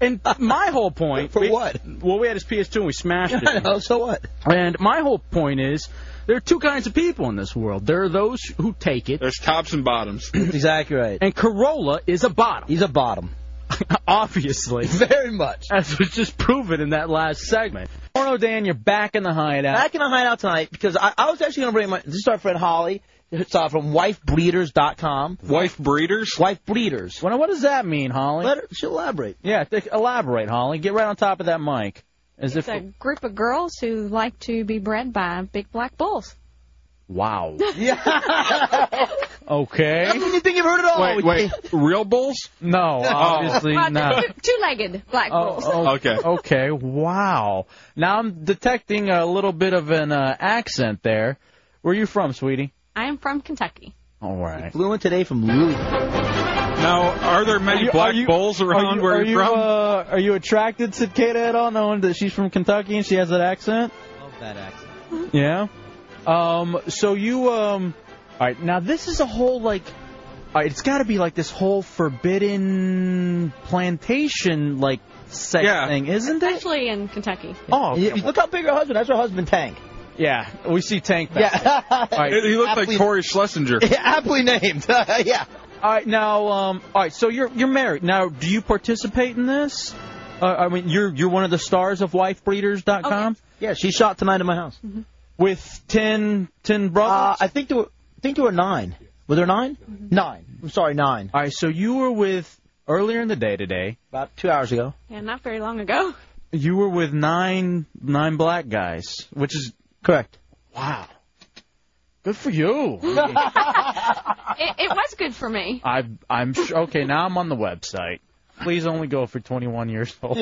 S3: And my whole point
S9: For
S3: we-
S9: what?
S3: Well, we had his PS2 and we smashed
S9: I
S3: it.
S9: know, so what?
S3: and my whole point is, there are two kinds of people in this world. There are those who take it,
S2: There's tops and bottoms.
S9: That's exactly right.
S3: and Corolla is a bottom,
S9: He's a bottom.
S3: obviously.
S9: Very much.
S3: As was just proven in that last uh, segment. Porno Dan, you're back in the hideout.
S9: Back in the hideout tonight because I, I was actually going to bring my. This is our friend Holly. It's uh, from wifebreeders.com.
S2: Wife breeders?
S9: Wife Breeders.
S3: Well, now, what does that mean, Holly?
S9: Let her, she'll elaborate.
S3: yeah, th- elaborate, Holly. Get right on top of that mic. As
S14: It's
S3: if.
S14: a group of girls who like to be bred by big black bulls.
S3: Wow. Okay.
S9: I mean, you think you've heard it all.
S2: Wait, wait. Real bulls? Oh.
S3: No, obviously
S14: Uh,
S3: not. Oh,
S14: two- Two-legged black bulls.
S2: okay.
S3: Okay. Wow. Now I'm detecting a little bit of an uh, accent there. Where you from, sweetie?
S14: I am from Kentucky.
S3: All right.
S9: Flew in today from Louis.
S2: Now, are there many
S3: Are you-
S2: black
S3: are you-
S2: bulls around
S3: are you,
S2: where
S3: are
S2: you're from?
S3: Uh, are you attracted to Kata at all, knowing that she's from Kentucky and she has that accent?
S7: That accent.
S3: Yeah. Um. So you um. All right. Now this is a whole like. All right. It's got to be like this whole forbidden plantation like sex thing, isn't it?
S14: Especially in Kentucky.
S3: Oh.
S9: Yeah, Look how big her husband. That's her husband Tank.
S3: Yeah. We see Tank. Back
S9: Yeah.
S3: there. All right.
S2: He looked like Corey Schlesinger.
S9: Yeah, aptly named. yeah.
S3: All right. Now. Um. All right. So you're you're married. Now, do you participate in this? Uh, I mean, you're you're one of the stars of WifeBreeders.com.
S9: Yeah. She shot tonight at my house.
S3: With ten ten brothers.
S9: Uh, I think there were I think there were nine. Were there 9 Nine. I'm sorry, nine.
S3: All right. So you were with earlier in the day today.
S9: About two hours ago.
S14: Yeah, not very long ago.
S3: You were with nine nine black guys, which is
S9: correct.
S3: Wow. Good for you.
S14: It, it was good for me.
S3: I I'm sure, okay. Now I'm on the website. Please only go for 21 years old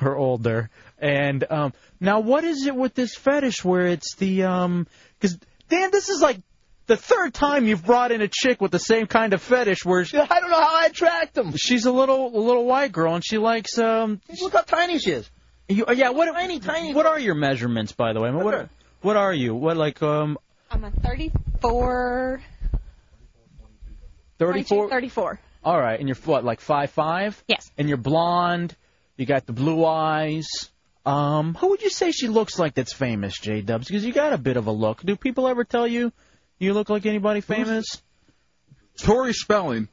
S3: or older. And um, now what is it with this fetish where it's the um? Because Dan, this is like the third time you've brought in a chick with the same kind of fetish where she,
S9: I don't know how I attract them.
S3: she's a little a little white girl and she likes um.
S9: Look how tiny she is.
S3: You, yeah. What
S9: Tiny, tiny.
S3: What are your measurements by the way? I mean, what what are you? What like um
S14: I'm a 34,
S3: 34?
S14: 34.
S3: All right, and you're what, like five five?
S14: Yes.
S3: And you're blonde. You got the blue eyes. Um, who would you say she looks like that's famous, J Dubs? Because you got a bit of a look. Do people ever tell you you look like anybody famous?
S2: Tori Spelling.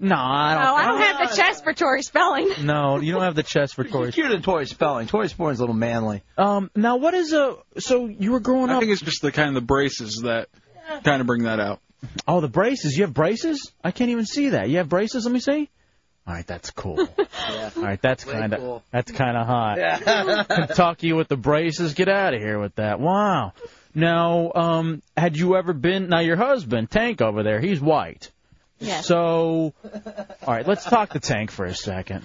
S3: No, I
S14: Oh,
S3: don't.
S14: I don't have the chest for Tori Spelling.
S3: No, you don't have the chest for Tori.
S9: Cuter than Tori Spelling. Tori Spelling's a little manly.
S3: Um, now what is a? So you were growing
S2: I
S3: up.
S2: think it's just the kind of the braces that kind of bring that out.
S3: Oh, the braces. You have braces? I can't even see that. You have braces? Let me see. All right, that's cool. All right, that's
S9: Way
S3: kind of
S9: cool.
S3: that's kind of hot.
S9: Yeah.
S3: Kentucky with the braces. Get out of here with that. Wow. Now, um, had you ever been? Now your husband Tank over there, he's white.
S14: Yes.
S3: So, all right, let's talk to Tank for a second.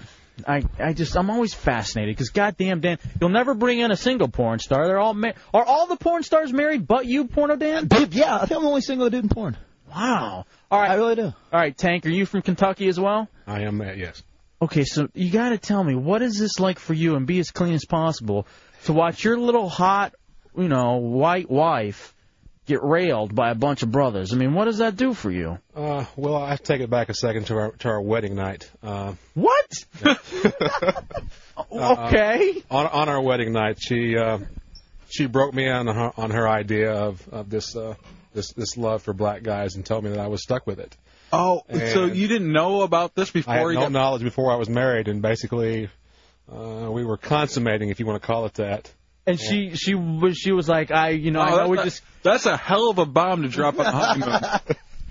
S3: I I just I'm always fascinated because goddamn Dan, you'll never bring in a single porn star. They're all ma- are all the porn stars married but you, Porno Dan?
S9: yeah, I think I'm the only single dude in porn.
S3: Wow. All right. I
S9: really do.
S3: All right, Tank, are you from Kentucky as well?
S15: I am
S2: uh,
S15: that, yes.
S3: Okay, so you got to tell me what is this like for you, and be as clean as possible to watch your little hot, you know, white wife get railed by a bunch of brothers. I mean, what does that do for you?
S15: Uh, well, I have to take it back a second to our to our wedding night. Uh,
S3: What?
S15: uh,
S3: okay.
S15: on on our wedding night, she uh, she broke me on her, on her idea of of this uh, this this love for black guys and told me that I was stuck with it.
S2: Oh, so
S15: And-
S2: you didn't know about this before
S15: I had
S2: you
S15: no
S2: got
S15: knowledge before I was married, and basically uh, we were consummating, if you want to call it that.
S3: And she she was she was like, I you know,
S2: Oh,
S3: I know
S2: that's
S3: we
S2: not-
S3: just
S2: That's a hell of a bomb to drop on the honeymoon.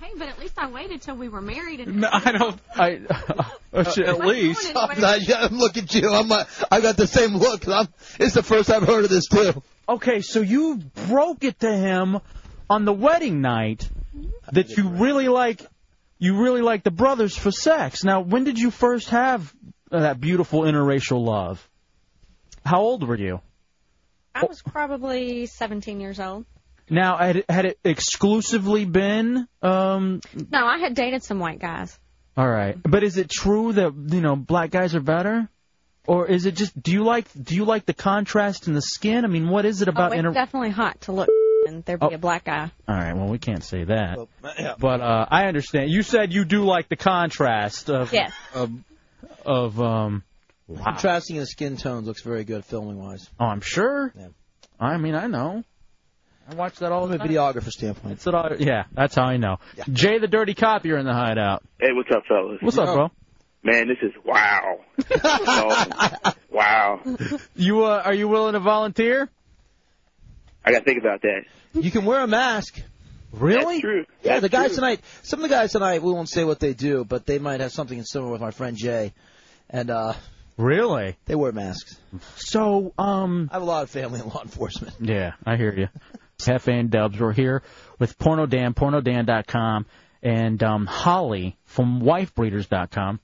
S14: Hey, but at least I waited till we were married. And
S2: No, I don't.
S3: Uh-huh. I,
S2: at least.
S14: I'm
S9: look at you. I'm. Uh, I got the same look. I'm, it's the first I've heard of this too.
S3: okay, so you broke it to him on the wedding night that you really like you really like the brothers for sex. Now, when did you first have uh, that beautiful interracial love? How old were you?
S14: I was probably 17 years old.
S3: Now, had it, had it exclusively been? Um,
S14: No, I had dated some white guys.
S3: all right, but is it true that you know black guys are better, or is it just do you like do you like the contrast in the skin? I mean, what is it
S14: Oh,
S3: about
S14: it's
S3: inter- Oh.
S14: definitely hot to look and there be a black guy.
S3: All right. Well, we can't say that. But uh, I understand. You said you do like the contrast of
S14: Yes.
S3: of, of um. Wow.
S9: Contrasting the skin tones looks very good filming wise.
S3: Oh, I'm sure.
S9: Yeah.
S3: I mean, I know. I watch that all
S9: From
S3: the
S9: a
S3: time.
S9: videographer standpoint.
S3: It's an audio- yeah, that's how I know. Jay the Dirty Cop, you're in the hideout.
S16: Hey, what's up, fellas?
S3: What's up, bro?
S16: Man, this is wow. Oh, wow.
S3: You uh, are you willing to volunteer?
S16: I gotta think about that.
S9: You can wear a mask.
S3: Really?
S9: Yeah, the
S16: That's
S9: guys
S16: true.
S9: tonight. Some of the guys tonight. We won't say what they do, but they might have something in similar with my friend Jay, and uh,
S3: Really?
S9: they wear masks.
S3: So um.
S9: I have a lot of family in law enforcement.
S3: Yeah, I hear you. Hefe and Dubs. We're here with Porno Dan, pornodan.com, and um, Holly from wifebreeders.com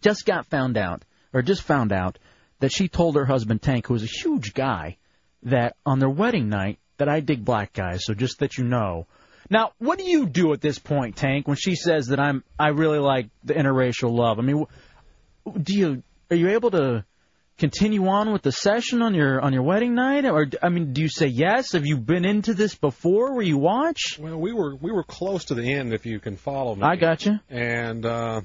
S3: just got found out, or just found out, that she told her husband Tank, who is a huge guy, that on their wedding night that I dig black guys. So just that you know. Now, what do you do at this point, Tank, when she says that I'm I really like the interracial love? I mean, wh- do you are you able to continue on with the session on your on your wedding night, or I mean, do you say yes? Have you been into this before? Where you watch?
S15: Well, we were we were close to the end, if you can follow me.
S3: I got you.
S15: And uh,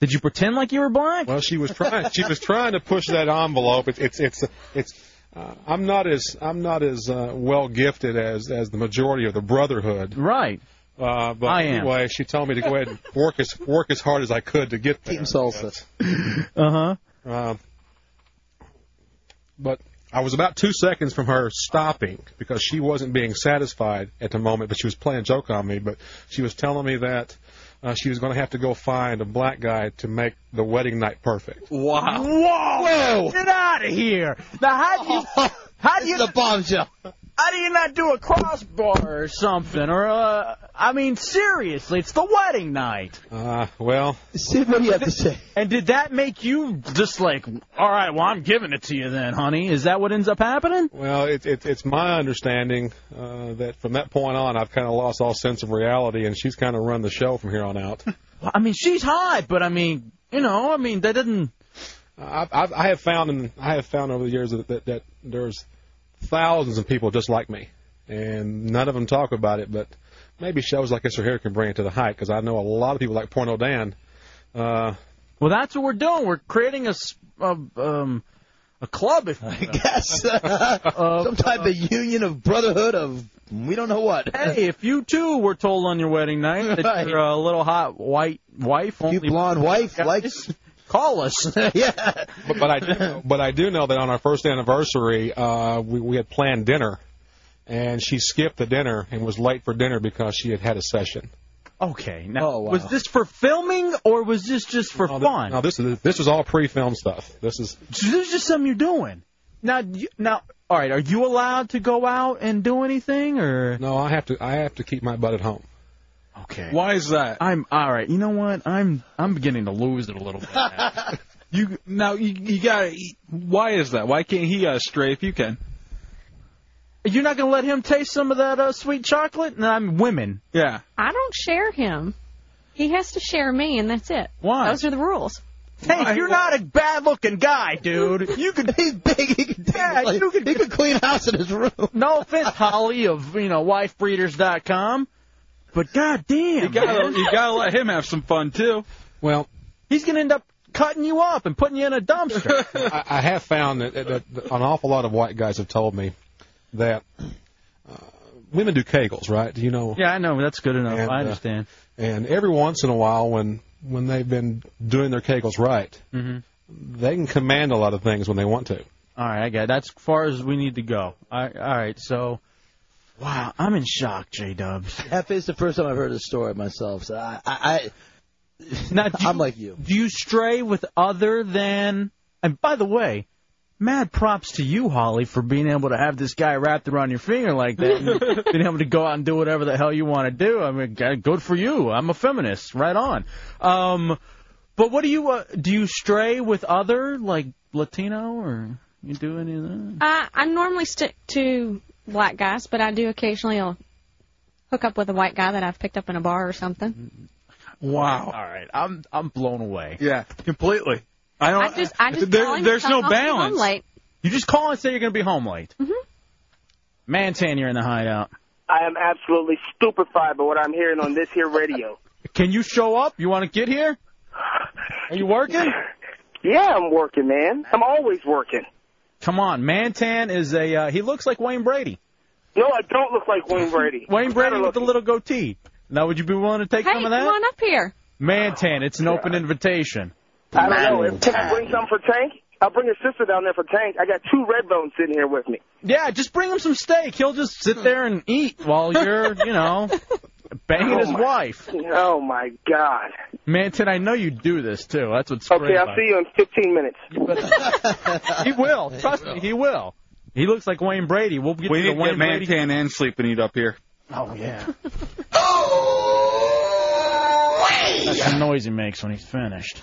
S3: did you pretend like you were blind?
S15: Well, she was trying. she was trying to push that envelope. It's it's it's it's. Uh, I'm not as I'm not as uh, well gifted as as the majority of the brotherhood.
S3: Right.
S15: Uh, but
S3: I am.
S15: anyway, she told me to go ahead and work as work as hard as I could to get there. Team salsa.
S3: Uh huh.
S15: Um, but I was about two seconds from her stopping because she wasn't being satisfied at the moment, but she was playing a joke on me. But she was telling me that uh, she was going to have to go find a black guy to make the wedding night perfect.
S3: Wow. Whoa! Get out of here! Now, how do you. How do you. the bombshell. How do you not do a crossbar or something? Or, uh, I mean, seriously, it's the wedding night.
S15: Uh, well.
S3: See what you have to say. And did that make you just like, all right, well, I'm giving it to you then, honey? Is that what ends up happening?
S15: Well, it, it, it's my understanding uh, that from that point on, I've kind of lost all sense of reality, and she's kind of run the show from here on out.
S3: I mean, she's hot, but I mean, you know, I mean, that didn't.
S15: I've, I've, I have found, in, I have found over the years that, that, that there's thousands of people just like me, and none of them talk about it. But maybe shows like this or here can bring it to the height, because I know a lot of people like Porno Dan. Uh,
S3: Well, that's what we're doing. We're creating a, s- a, um, a club, if Uh, I guess.
S1: Some type of union of brotherhood of we don't know what.
S3: hey, if you too were told on your wedding night that
S1: Right.
S3: your uh, little hot white wife, only blonde
S1: wife
S3: likes, call us. yeah.
S15: but, but I do, but I do know that on our first anniversary, uh, we, we had planned dinner, and she skipped the dinner and was late for dinner because she had had a session.
S3: Okay. Now,
S1: Oh,
S3: was this for filming or was this just for fun?
S15: Now this is this is all pre-film stuff. This is
S3: So this is just something you're doing. Now, you, now, all right. Are you allowed to go out and do anything, or
S15: no? I have to. I have to keep my butt at home.
S3: Okay.
S15: Why is that?
S3: I'm all right. You know what? I'm I'm beginning to lose it a little bit.
S17: You now you, you got. Why is that? Why can't he uh, stray if you can?
S3: You're not gonna let him taste some of that uh, sweet chocolate? No, I'm women.
S17: Yeah.
S14: I don't share him. He has to share me, and that's it.
S3: Why?
S14: Those are the rules.
S3: Hey, you're not a bad-looking guy, dude. You could he's big. He could yeah, you could, he could clean house in his room. No offense, Holly of you know wifebreeders.com, but goddamn,
S17: You gotta
S3: man.
S17: you gotta let him have some fun too.
S15: Well,
S3: he's gonna end up cutting you up and putting you in a dumpster.
S15: I, I have found that, that, that an awful lot of white guys have told me that uh, women do kegels, right? Do you know?
S3: yeah, I know. That's good enough.
S15: And,
S3: I
S15: uh,
S3: understand.
S15: And every once in a while, when when they've been doing their kegels right,
S3: hmm
S15: they can command a lot of things when they want to.
S3: All right, I got that's as far as we need to go. I, all right, so wow, I'm in shock, J Dubs.
S1: F is the first time I've heard the story myself. So I, I, I
S3: now, do
S1: I'm like you.
S3: Do you stray with other than? And by the way, mad props to you, Holly, for being able to have this guy wrapped around your finger like that, and being able to go out and do whatever the hell you want to do. I mean, g- good for you. I'm a feminist, right on. Um, but what do you uh, do? You stray with other like Latino or you do any of that?
S14: I, I normally stick to black guys, but I do occasionally uh, hook up with a white guy that I've picked up in a bar or something.
S17: Wow.
S3: All right, I'm I'm blown away.
S17: Yeah, completely. I don't.
S14: I just, I just
S17: there-
S14: call him
S17: there's no
S14: because I'll be home
S17: balance.
S14: late.
S3: You just call and say you're going to be home late. Mm-hmm.
S14: Mm-hmm.
S3: Mantan, you're in the hideout.
S18: I am absolutely stupefied by what I'm hearing on this here radio.
S3: Can you show up? You want to get here? Are you working?
S18: Yeah, I'm working, man. I'm always working.
S3: Come on, Mantan is a. Uh, he looks like Wayne Brady.
S18: No, I don't look like Wayne Brady.
S3: Wayne Brady
S18: better
S3: with the little goatee. Now, would you be willing to take
S18: Hey,
S3: some of
S18: come
S3: that?
S18: on
S14: up here.
S3: Mantan, it's an open invitation.
S18: I don't know. If, can I bring something for Tank? I'll bring your sister down there for Tank. I got two red bones sitting here with me.
S3: Yeah, just bring him some steak. He'll just
S2: Hmm.
S3: sit there and eat while you're, you know, banging
S18: Oh,
S3: his
S18: my-
S3: wife.
S18: Oh my God.
S3: Mantan, I know you do this too. That's what's
S18: Okay,
S3: great
S18: I'll
S3: about
S18: see you in 15 minutes.
S3: it. He will. Trust me, he will. He looks like Wayne Brady. We'll get
S2: we
S3: to
S2: need
S3: the
S2: to
S3: Wayne
S2: get man
S3: Brady.
S2: tan and sleeping eat up here.
S3: Oh yeah. That's the noise he makes when he's finished.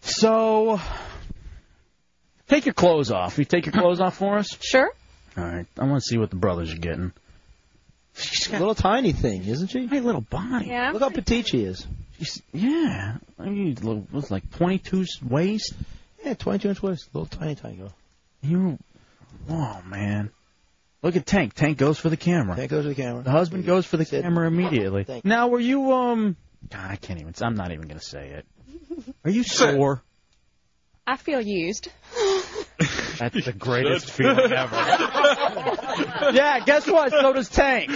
S3: so, take your clothes off. You take your clothes off for us.
S14: Sure.
S3: All right. I want to see what the brothers are getting. She's
S9: a little tiny thing, isn't she?
S3: Hey, little body.
S14: Yeah.
S9: Look how petite she is.
S3: She's, yeah. I mean, little, was like 22 waist.
S9: Yeah, 22 inch waist. Little tiny, tiny girl.
S3: You, oh man. Look at Tank. Tank goes for the camera.
S9: Tank goes for the camera.
S3: The husband goes for the camera immediately.
S9: Thank
S3: Now, were you um? God, I can't even. I'm not even gonna say it. Are you sore?
S14: I feel used.
S3: That's the greatest feeling ever. yeah, guess what? So does Tank.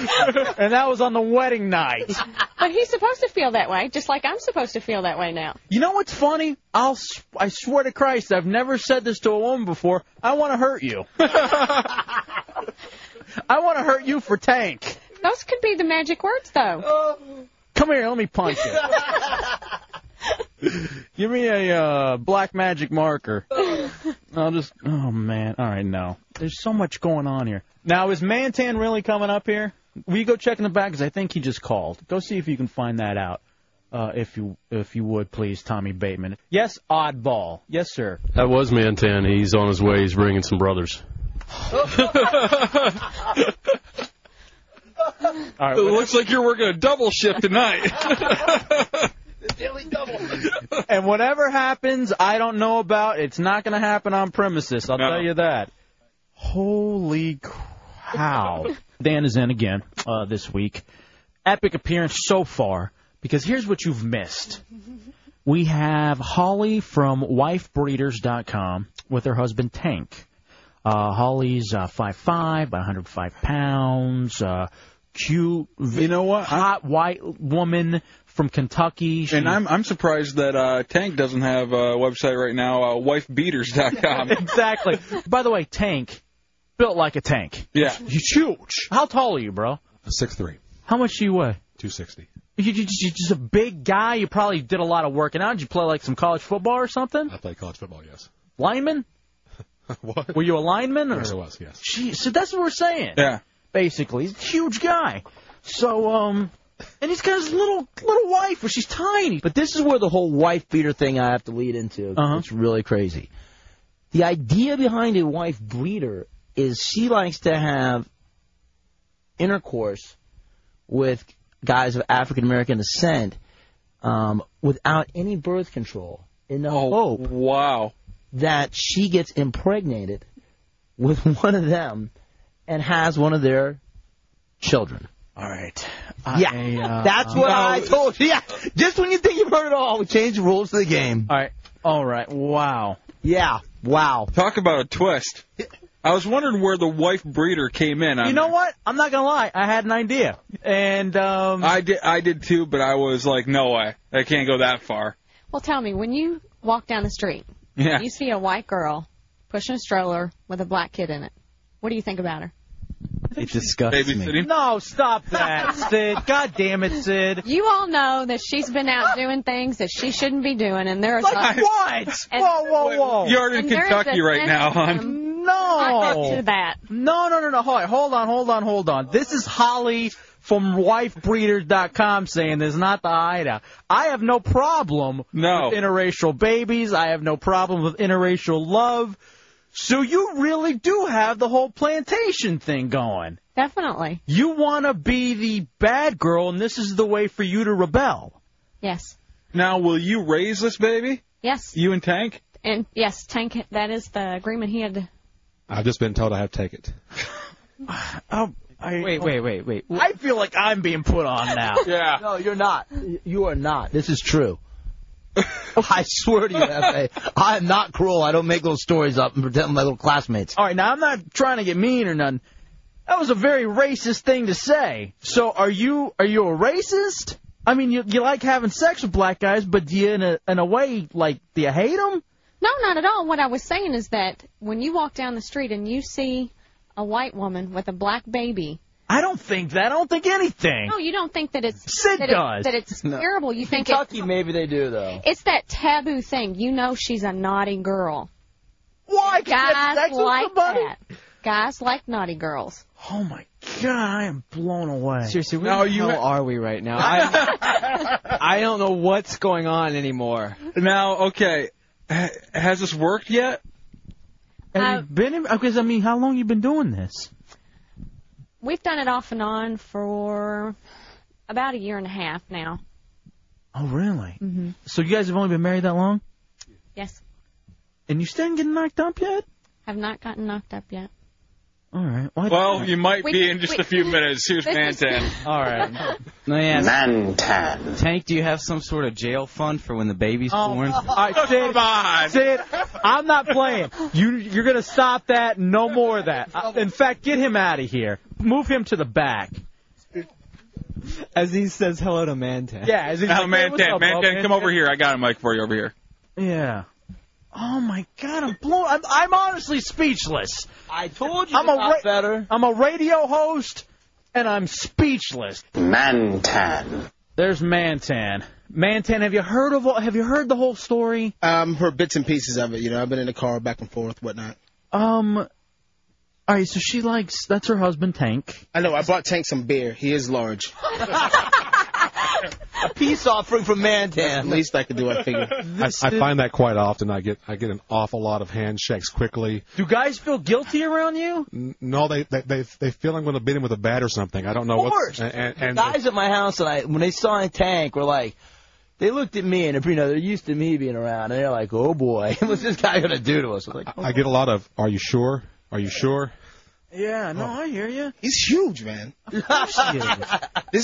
S3: And that was on the wedding night.
S14: But he's supposed to feel that way, just like I'm supposed to feel that way now.
S3: You know what's funny? I'll s- I swear to Christ, I've never said this to a woman before. I want to hurt you. I want to hurt you for Tank.
S14: Those could be the magic words,
S17: Oh,
S14: though.
S3: Come here, let me punch you. Give me a uh, black magic marker. I'll just. Oh man. All right, no. There's so much going on here. Now is Mantan really coming up here? Will you go check in the back? Cause I think he just called. Go see if you can find that out. Uh, if you if you would please, Tommy Bateman. Yes, oddball. Yes, sir.
S19: That was Mantan. He's on his way. He's bringing some brothers.
S3: All right,
S2: it looks like you're working a double shift tonight.
S3: and whatever happens, I don't know about. It's not going to happen on premises. I'll tell you that. Holy cow! Dan is in again uh, this week. Epic appearance so far. Because here's what you've missed. We have Holly from WifeBreeders.com with her husband Tank. Uh, Holly's uh, 5'5", about 105 pounds. Uh, cute, you know what? Hot white woman from Kentucky. She-
S2: and I'm I'm surprised that uh, Tank doesn't have a website right now, uh, wifebeaters.com.
S3: exactly. By the way, Tank built like a tank.
S2: Yeah.
S3: He's huge. How tall are you, bro?
S15: Six three.
S3: How much do you weigh?
S15: Two sixty.
S3: You, you, you're just a big guy. You probably did a lot of working out. Did you play like some college football or something?
S15: I played college football. Uh, Yes.
S3: Lineman?
S15: what?
S3: Were you a lineman? Or?
S15: Yes, I was. Yes.
S3: Jeez, so that's what we're saying.
S2: Yeah.
S3: Basically, he's a huge guy. So um, and he's got his little little wife, where she's tiny.
S9: But this is where the whole wife beater thing I have to lead into.
S3: Uh-huh.
S9: It's really crazy. The idea behind a wife breeder is she likes to have intercourse with guys of African American descent um, without any birth control in the
S3: Oh,
S9: hope
S2: wow.
S9: that she gets impregnated with one of them and has one of their children.
S3: All right.
S9: yeah,
S3: uh,
S9: that's what
S3: no.
S9: I told you. Yeah, just when you think you've heard it all, we change the rules of the game.
S3: All right. All right. Wow.
S9: Yeah. Wow.
S2: Talk about a twist. I was wondering where the wife breeder came in.
S3: You
S2: on
S3: know what? I'm not gonna lie. I had an idea, and um,
S2: I did, I did too, but I was like, no way, I can't go that far.
S14: Well, tell me, when you walk down the street,
S2: Yeah.
S14: you see a white girl pushing a stroller with a black kid in it. What do you think about her?
S8: It disgusts me.
S3: No, stop that, Sid. God damn it, Sid.
S14: You all know that she's been out doing things that she shouldn't be doing, and there's
S3: Like
S14: a,
S3: what? Whoa, whoa, whoa.
S2: You're in
S14: And there is a
S2: Kentucky right now, hon.
S14: feminism
S3: No.
S14: to that.
S3: No, no, no, no. Hold on, hold on, hold on, hold on. This is Holly from wifebreeders.com saying there's not the IDA. I have no problem
S2: no.
S3: with interracial babies. I have no problem with interracial love. So you really do have the whole plantation thing going.
S14: Definitely.
S3: You want to be the bad girl, and this is the way for you to rebel.
S14: Yes.
S2: Now, will you raise this baby?
S14: Yes.
S2: You and Tank?
S14: And yes, Tank, that is the agreement he had.
S15: I've just been told I have to take it.
S3: Oh, I,
S7: wait, wait, wait, wait.
S3: I feel like I'm being put on now.
S2: yeah.
S9: No, you're not. You are not. This is true. I swear to you, FA, I am not cruel. I don't make those stories up and pretend my little classmates.
S3: All right, now I'm not trying to get mean or nothing. That was a very racist thing to say. So are you are you a racist? I mean, you you like having sex with black guys, but do you in a in a way like do you hate them?
S14: No, not at all. What I was saying is that when you walk down the street and you see a white woman with a black baby,
S3: I don't think that. I don't think anything.
S14: no, you don't think that it's
S3: Sid
S14: that,
S3: does.
S14: it, that it's
S3: No.
S14: terrible. You think it,
S9: maybe they do though.
S14: it's that taboo thing. You know she's a naughty girl.
S9: Why?
S14: Guys
S9: sex with
S14: like
S9: somebody?
S14: that. Guys like naughty girls.
S3: Oh my God, I am blown away.
S5: Seriously, where the hell are we right now? I, I don't know what's going on anymore.
S17: Now, okay, ha- has this worked yet?
S3: Have you been in? Because I mean, how long you been doing this?
S14: We've done it off and on for about a year and a half now.
S3: Oh, really? Mm-hmm. So you guys have only been married that long,
S14: Yes.
S3: and you still ain't getting knocked up yet?
S14: Have not gotten knocked up yet.
S3: All right.
S17: Well, you might
S14: Wait,
S17: be in just a few minutes. Here's Mantan.
S5: All right.
S8: Let me ask-
S5: Mantan.
S8: Tank, do you have some sort of jail fund for when the baby's born?
S20: Oh. All right, Sid, Sid, I'm not playing. You, you're gonna stop that. No more of that. Uh, In fact, get him out of here. Move him to the back.
S5: As he says hello to Mantan.
S20: Yeah, as
S17: Now, Mantan, Mantan, come over here. I got a mic for you over here.
S3: Yeah. Oh my God, I'm blown. I'm, I'm honestly speechless.
S9: I told
S5: you
S3: I'm
S5: it
S3: a
S5: got
S3: better. I'm a radio host, and I'm speechless.
S5: Mantan.
S3: There's Mantan. Mantan, have you heard of? Have you heard the whole story?
S21: Um, heard bits and pieces of it. You know, I've been in the car back and forth, whatnot.
S3: Um. All right, so she likes. That's her husband, Tank.
S21: I know. I bought Tank some beer. He is large.
S9: A peace offering from Mantan.
S21: least I could do, I
S9: figure.
S15: I, I find that quite often. I get I get an awful lot of handshakes quickly.
S3: Do guys feel guilty around you?
S15: N- No, they they they, they feel I'm going to beat him with a bat or something. I don't know
S9: Of
S15: what.
S9: course.
S15: And, and, and
S9: the guys at my house and I, when they saw a tank, were like, they looked at me and you know they're used to me being around, and they're like, oh boy, what's this guy gonna do to us? I'm like,
S15: I get a lot of. Are you sure? Are you sure?
S3: Yeah, no, I hear you.
S21: Oh. He's huge, man. this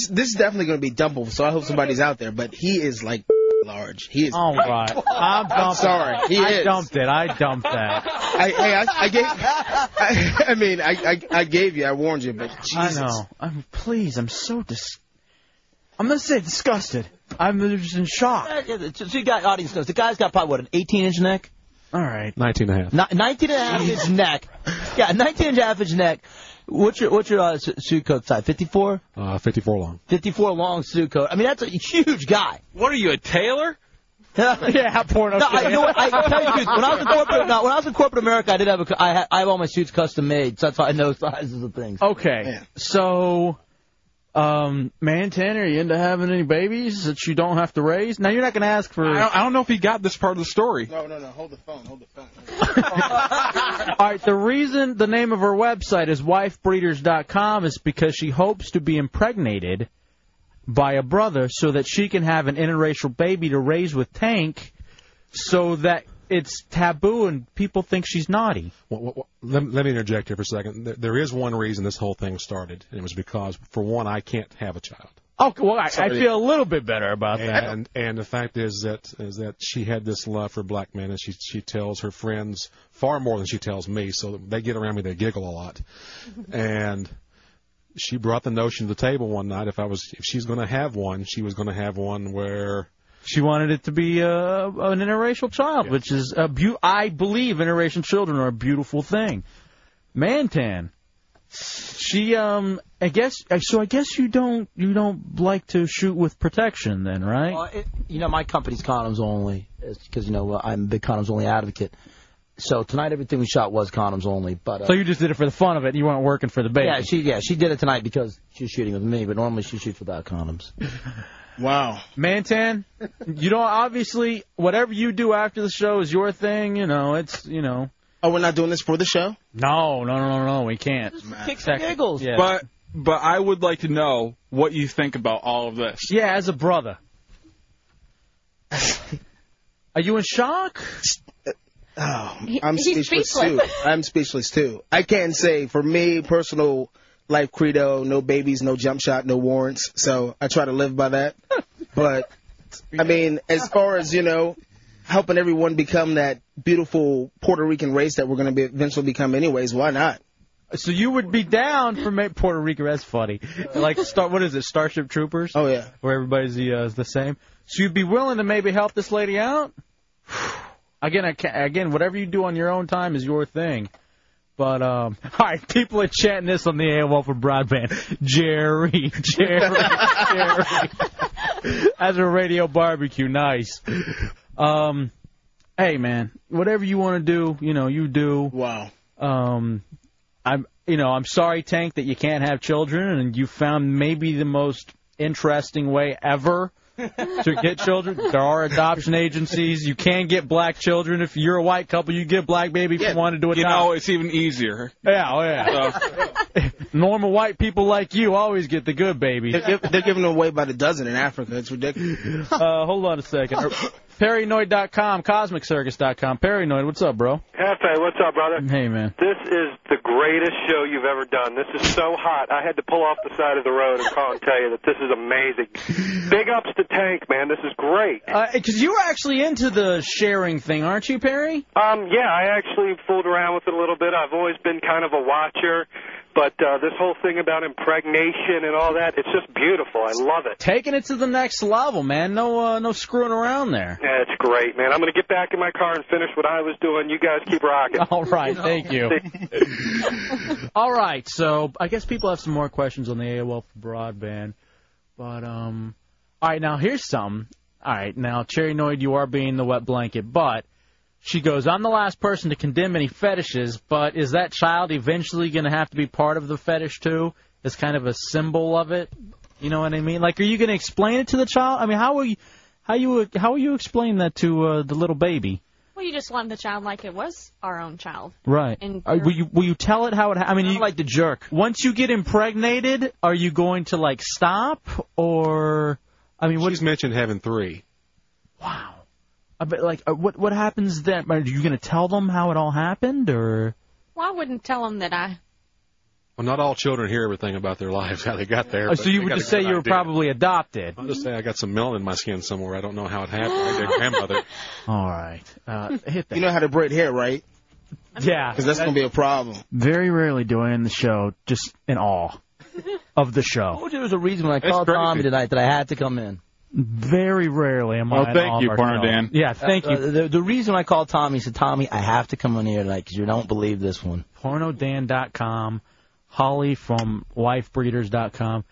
S21: this is definitely going to be dumble. So I hope somebody's out there. But he is like large. He is.
S3: All right. I'm, dumping-
S21: sorry. He
S3: I
S21: is.
S3: dumped it. I dumped that.
S21: I, hey, I, I gave. I, I mean, I, I I gave you. I warned you, but Jesus.
S3: I know. I'm please. I'm so dis. I'm gonna say disgusted. I'm just in shock.
S9: Yeah, yeah, So so you got audience knows. The guy's got probably what an 18 inch neck.
S3: All right.
S15: 19 and a half.
S9: Ni- 19 and a half inch neck. Yeah, 19 and a half inch neck. What's your what's your uh, su- suit coat size? 54.
S15: Uh, 54 long.
S9: 54 long suit coat. I mean that's a huge guy.
S17: What are you, a tailor?
S3: yeah, porno.
S9: No, I, you know what? I tell you, the truth, when I was in corporate, no, when I was in corporate America, I did have a, cu- I had, I have all my suits custom made, so that's why I know sizes of things.
S3: Okay. So, Oh, um, man, Tanner, are you into having any babies that you don't have to raise? Now you're not gonna ask for.
S17: I don't, I don't know if he got this part of the story.
S21: No, no, no. Hold the phone. Hold the phone.
S3: All right, the reason the name of her website is wifebreeders.com is because she hopes to be impregnated by a brother so that she can have an interracial baby to raise with Tank so that it's taboo and people think she's naughty.
S15: Well, well, well, let, let me interject here for a second. There, there is one reason this whole thing started, and it was because, for one, I can't have a child.
S3: Okay, well, I, I
S15: Sorry.
S3: feel a little bit better about that.
S15: And and the fact is that is that she had this love for black men, and she she tells her friends far more than she tells me. So they get around me, they giggle a lot, and she brought the notion to the table one night. If I was if she's going to have one, she was going to have one where
S3: She wanted it to be uh, an interracial child, which is a beau- I believe interracial children are a beautiful thing. Mantan, she um, I guess so. I guess you don't you don't like to shoot with protection, then, right?
S9: Well, it, you know, my company's condoms only, because you know uh, I'm a big condoms only advocate. So tonight, everything we shot was condoms only. But uh,
S3: so you just did it for the fun of it. You weren't working for the baby.
S9: yeah, she yeah she did it tonight because she's shooting with me, but normally she shoots without condoms.
S3: Wow. Mantan, you know, obviously, whatever you do after the show is your thing. You know, it's you know.
S21: Oh, we're not doing this for the show.
S3: No, no, no, no, no. We can't.
S9: Kicks and giggles.
S3: Yeah.
S17: But but I would like to know what you think about all of this.
S3: Yeah, as a brother. Are you in shock?
S21: Oh,
S14: He-
S21: I'm
S14: he's
S21: speechless,
S14: speechless.
S21: too. I'm speechless too. I can't say for me personal life credo: no babies, no jump shot, no warrants. So I try to live by that. But I mean, as far as you know, helping everyone become that beautiful Puerto Rican race that we're going to be eventually become, anyways. Why not?
S3: So you would be down for ma- Puerto Rico? That's funny. Like Star, what is it? Starship Troopers?
S21: Oh yeah.
S3: Where everybody's the uh, the same. So you'd be willing to maybe help this lady out? Again, I can again, whatever you do on your own time is your thing. But um, all right, people are chanting this on the AOL for broadband. Jerry, Jerry, Jerry. As a radio barbecue, nice. Um, hey man, whatever you want to do, you know, you do.
S21: Wow.
S3: Um, I'm, you know, I'm sorry, Tank, that you can't have children, and you found maybe the most interesting way ever to get children. There are adoption agencies. You can get black children if you're a white couple. You get black baby if you want to do it.
S2: You know, it's even easier.
S3: Yeah, oh, yeah. Normal white people like you always get the good baby.
S21: They're, giv- they're giving them away by the dozen in Africa. It's ridiculous.
S3: Uh, hold on a second. Er, Paranoid.com, CosmicCircus.com. Paranoid, what's up, bro?
S12: Hefe, what's up, brother?
S3: Hey, man.
S12: This is the greatest show you've ever done. This is so hot. I had to pull off the side of the road and call and tell you that this is amazing. Big ups to Tank, man. This is great.
S3: Because you were Uh, actually into the sharing thing, aren't you, Perry?
S12: Um, yeah, I actually fooled around with it a little bit. I've always been kind of a watcher, but uh, this whole thing about impregnation and all that—it's just beautiful. I love it.
S3: Taking it to the next level, man. No, uh, no screwing around there.
S12: Yeah, it's great, man. I'm gonna get back in my car and finish what I was doing. You guys keep rocking.
S3: All right, thank you. All right, so I guess people have some more questions on the AOL for broadband, but um, all right, now here's some. All right, now Cherry Noid, you are being the wet blanket, but she goes, I'm the last person to condemn any fetishes, but is that child eventually going to have to be part of the fetish too? As kind of a symbol of it, you know what I mean? Like, are you going to explain it to the child? I mean, how will you, how you, how will you explain that to uh, the little baby?
S14: Well, you just wanted the child like it was our own child.
S3: Right.
S14: And
S3: Are- will you will you tell it how it? Ha- I mean, you, like the jerk. Once you get impregnated, are you going to like stop or? I mean, what?
S15: She's mentioned having three.
S3: I bet, like, uh, what what happens then? Are you going to tell them how it all happened or?
S14: Well, I wouldn't tell them that I.
S15: Well, not all children hear everything about their lives, how they got there.
S3: Oh,
S15: but
S3: so you
S15: they
S3: would
S15: got a
S3: just say
S15: good
S3: you were
S15: idea.
S3: probably adopted.
S15: I'll just say I got some melanin in my skin somewhere. I don't know how it happened. Like their grandmother.
S3: All right. Uh, hit that.
S21: You know how to braid hair, right?
S3: Yeah.
S21: Because that's gonna be a problem.
S3: Very rarely do I end the show just in awe of the
S9: I
S3: show.
S9: told you there was a reason when I
S3: That's
S9: called
S3: crazy.
S9: Tom tonight that I had to come in.
S3: Very rarely am
S9: Oh,
S3: I. in awe of our show. Yeah, thank
S9: Uh,
S3: you.
S9: uh, the, the reason I called Tommy, he said, Tommy, I have to come on here tonight because you don't believe this one.
S3: pornodan.com, Holly from lifebreeders.com.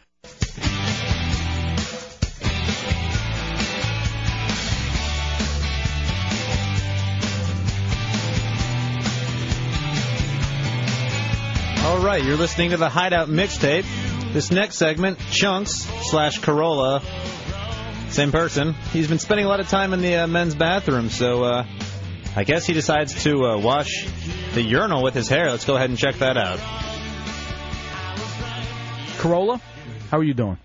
S22: All right, you're listening to the Hideout mixtape. This next segment, Chunks slash Corolla, same person. He's been spending a lot of time in the uh, men's bathroom, so uh, I guess he decides to uh, wash the urinal with his hair. Let's go ahead and check that out.
S3: Corolla, how are you doing?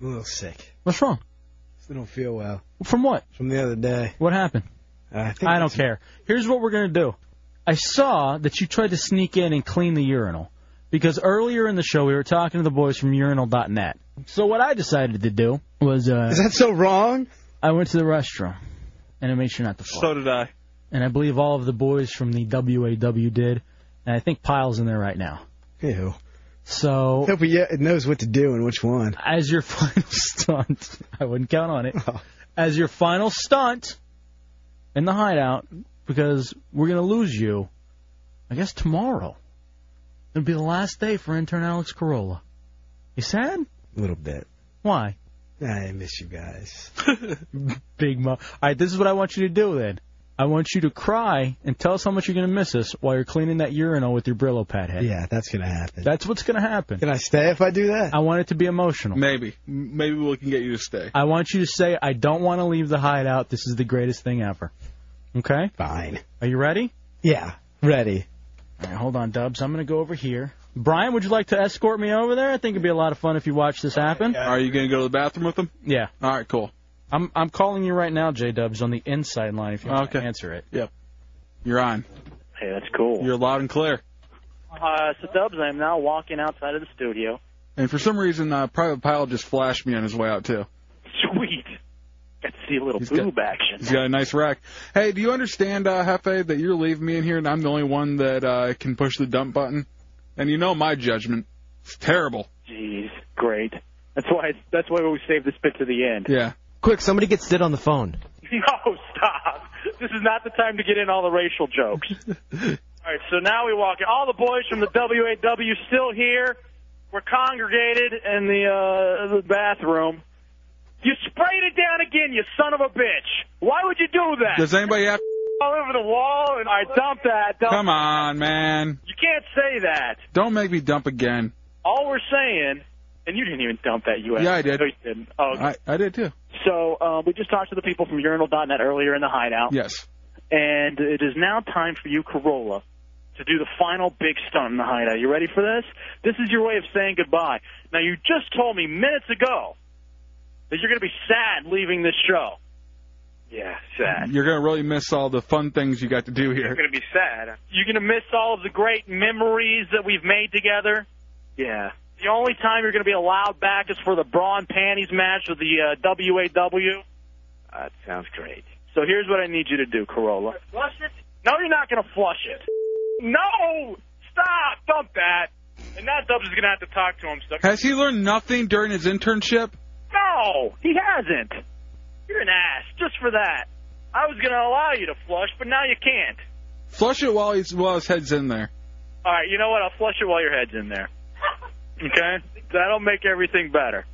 S1: A little sick.
S3: What's wrong?
S1: Still don't feel well.
S3: From what?
S1: From the other day.
S3: What happened?
S1: I, think
S3: I don't
S1: it's-
S3: care. Here's what we're going to do. I saw that you tried to sneak in and clean the urinal because earlier in the show we were talking to the boys from urinal.net. So what I decided to do was uh Is
S1: that so wrong?
S3: I went to the restroom and I made sure not to fart.
S2: So did I.
S3: And I believe all of the boys from the WAW did and I think Pyle's in there right now.
S1: Ew.
S3: So
S1: Hope he uh, knows what to do and which one.
S3: as your final stunt, I wouldn't count on it.
S1: Oh.
S3: As your final stunt in the hideout, because we're gonna lose you. I guess tomorrow. It'll be the last day for intern Alex Corolla. You sad?
S1: A little bit.
S3: Why?
S1: I miss you guys.
S3: Big mo. All right, this is what I want you to do then. I want you to cry and tell us how much you're gonna miss us while you're cleaning that urinal with your Brillo pad head.
S1: Yeah, that's gonna happen.
S3: That's what's gonna happen.
S1: Can I stay if I do that?
S3: I want it to be emotional.
S2: Maybe. M- Maybe we can get you to stay.
S3: I want you to say, I don't want to leave the hideout. This is the greatest thing ever. Okay?
S1: Fine.
S3: Are you ready?
S1: Yeah, ready.
S3: All right, hold on, Dubs. I'm going to go over here. Brian, would you like to escort me over there? I think it'd be a lot of fun if you watch this happen.
S2: Are you going to go to the bathroom with them?
S3: Yeah.
S2: All right, cool.
S3: I'm I'm calling you right now, J Dubs, on the inside line if you want to answer it.
S2: Yep. You're on.
S13: Hey, that's cool.
S2: You're loud and clear.
S13: Uh, so Dubs, I am now walking outside of the studio.
S2: And for some reason, uh, Private Pile just flashed me on his way out, too.
S13: Sweet. Got to see a little
S2: He's got-
S13: boob action.
S2: He's got a nice rack. Hey, do you understand, uh, Hefe, that you're leaving me in here and I'm the only one that uh, can push the dump button? And you know my judgment. It's terrible.
S13: Jeez, great. That's why it's, that's why we saved this bit to the end.
S2: Yeah.
S7: Quick, somebody gets did on the phone.
S13: No, stop. This is not the time to get in all the racial jokes. all right, so now we walk. in. All the boys from the WAW still here. We're congregated in the uh, the bathroom. You sprayed it down again, you son of a bitch. Why would you do that?
S2: Does anybody have
S13: all over over the wall and I dump that. Dump
S2: Come on, man.
S13: You can't say that.
S2: Don't make me dump again.
S13: All we're saying, and you didn't even dump that U.S.
S2: Yeah, I did.
S13: No, you didn't. Oh, okay.
S2: I, I did too.
S13: So uh, we just talked to the people from Urinal.net earlier in the hideout.
S2: Yes.
S13: And it is now time for you, Corolla, to do the final big stunt in the hideout. You ready for this? This is your way of saying goodbye. Now, you just told me minutes ago that you're going to be sad leaving this show. Yeah, sad.
S2: You're gonna really miss all the fun things you got to do
S13: You're
S2: here.
S13: going to be sad. You're going to miss all of the great memories that we've made together.
S2: Yeah.
S13: The only time you're going to be allowed back is for the brawn panties match with the uh, WAW. That sounds great. So here's what I need you to do, Corolla. Flush it? No, you're not going to flush it. No! Stop! Dump that! And that Dubs is going to have to talk to him. So...
S2: Has he learned nothing during his internship?
S13: No! He hasn't! You're an ass, just for that. I was going to allow you to flush, but now you can't.
S2: Flush it while he's while his head's in there.
S13: All right, you know what? I'll flush it while your head's in there. Okay? That'll make everything better.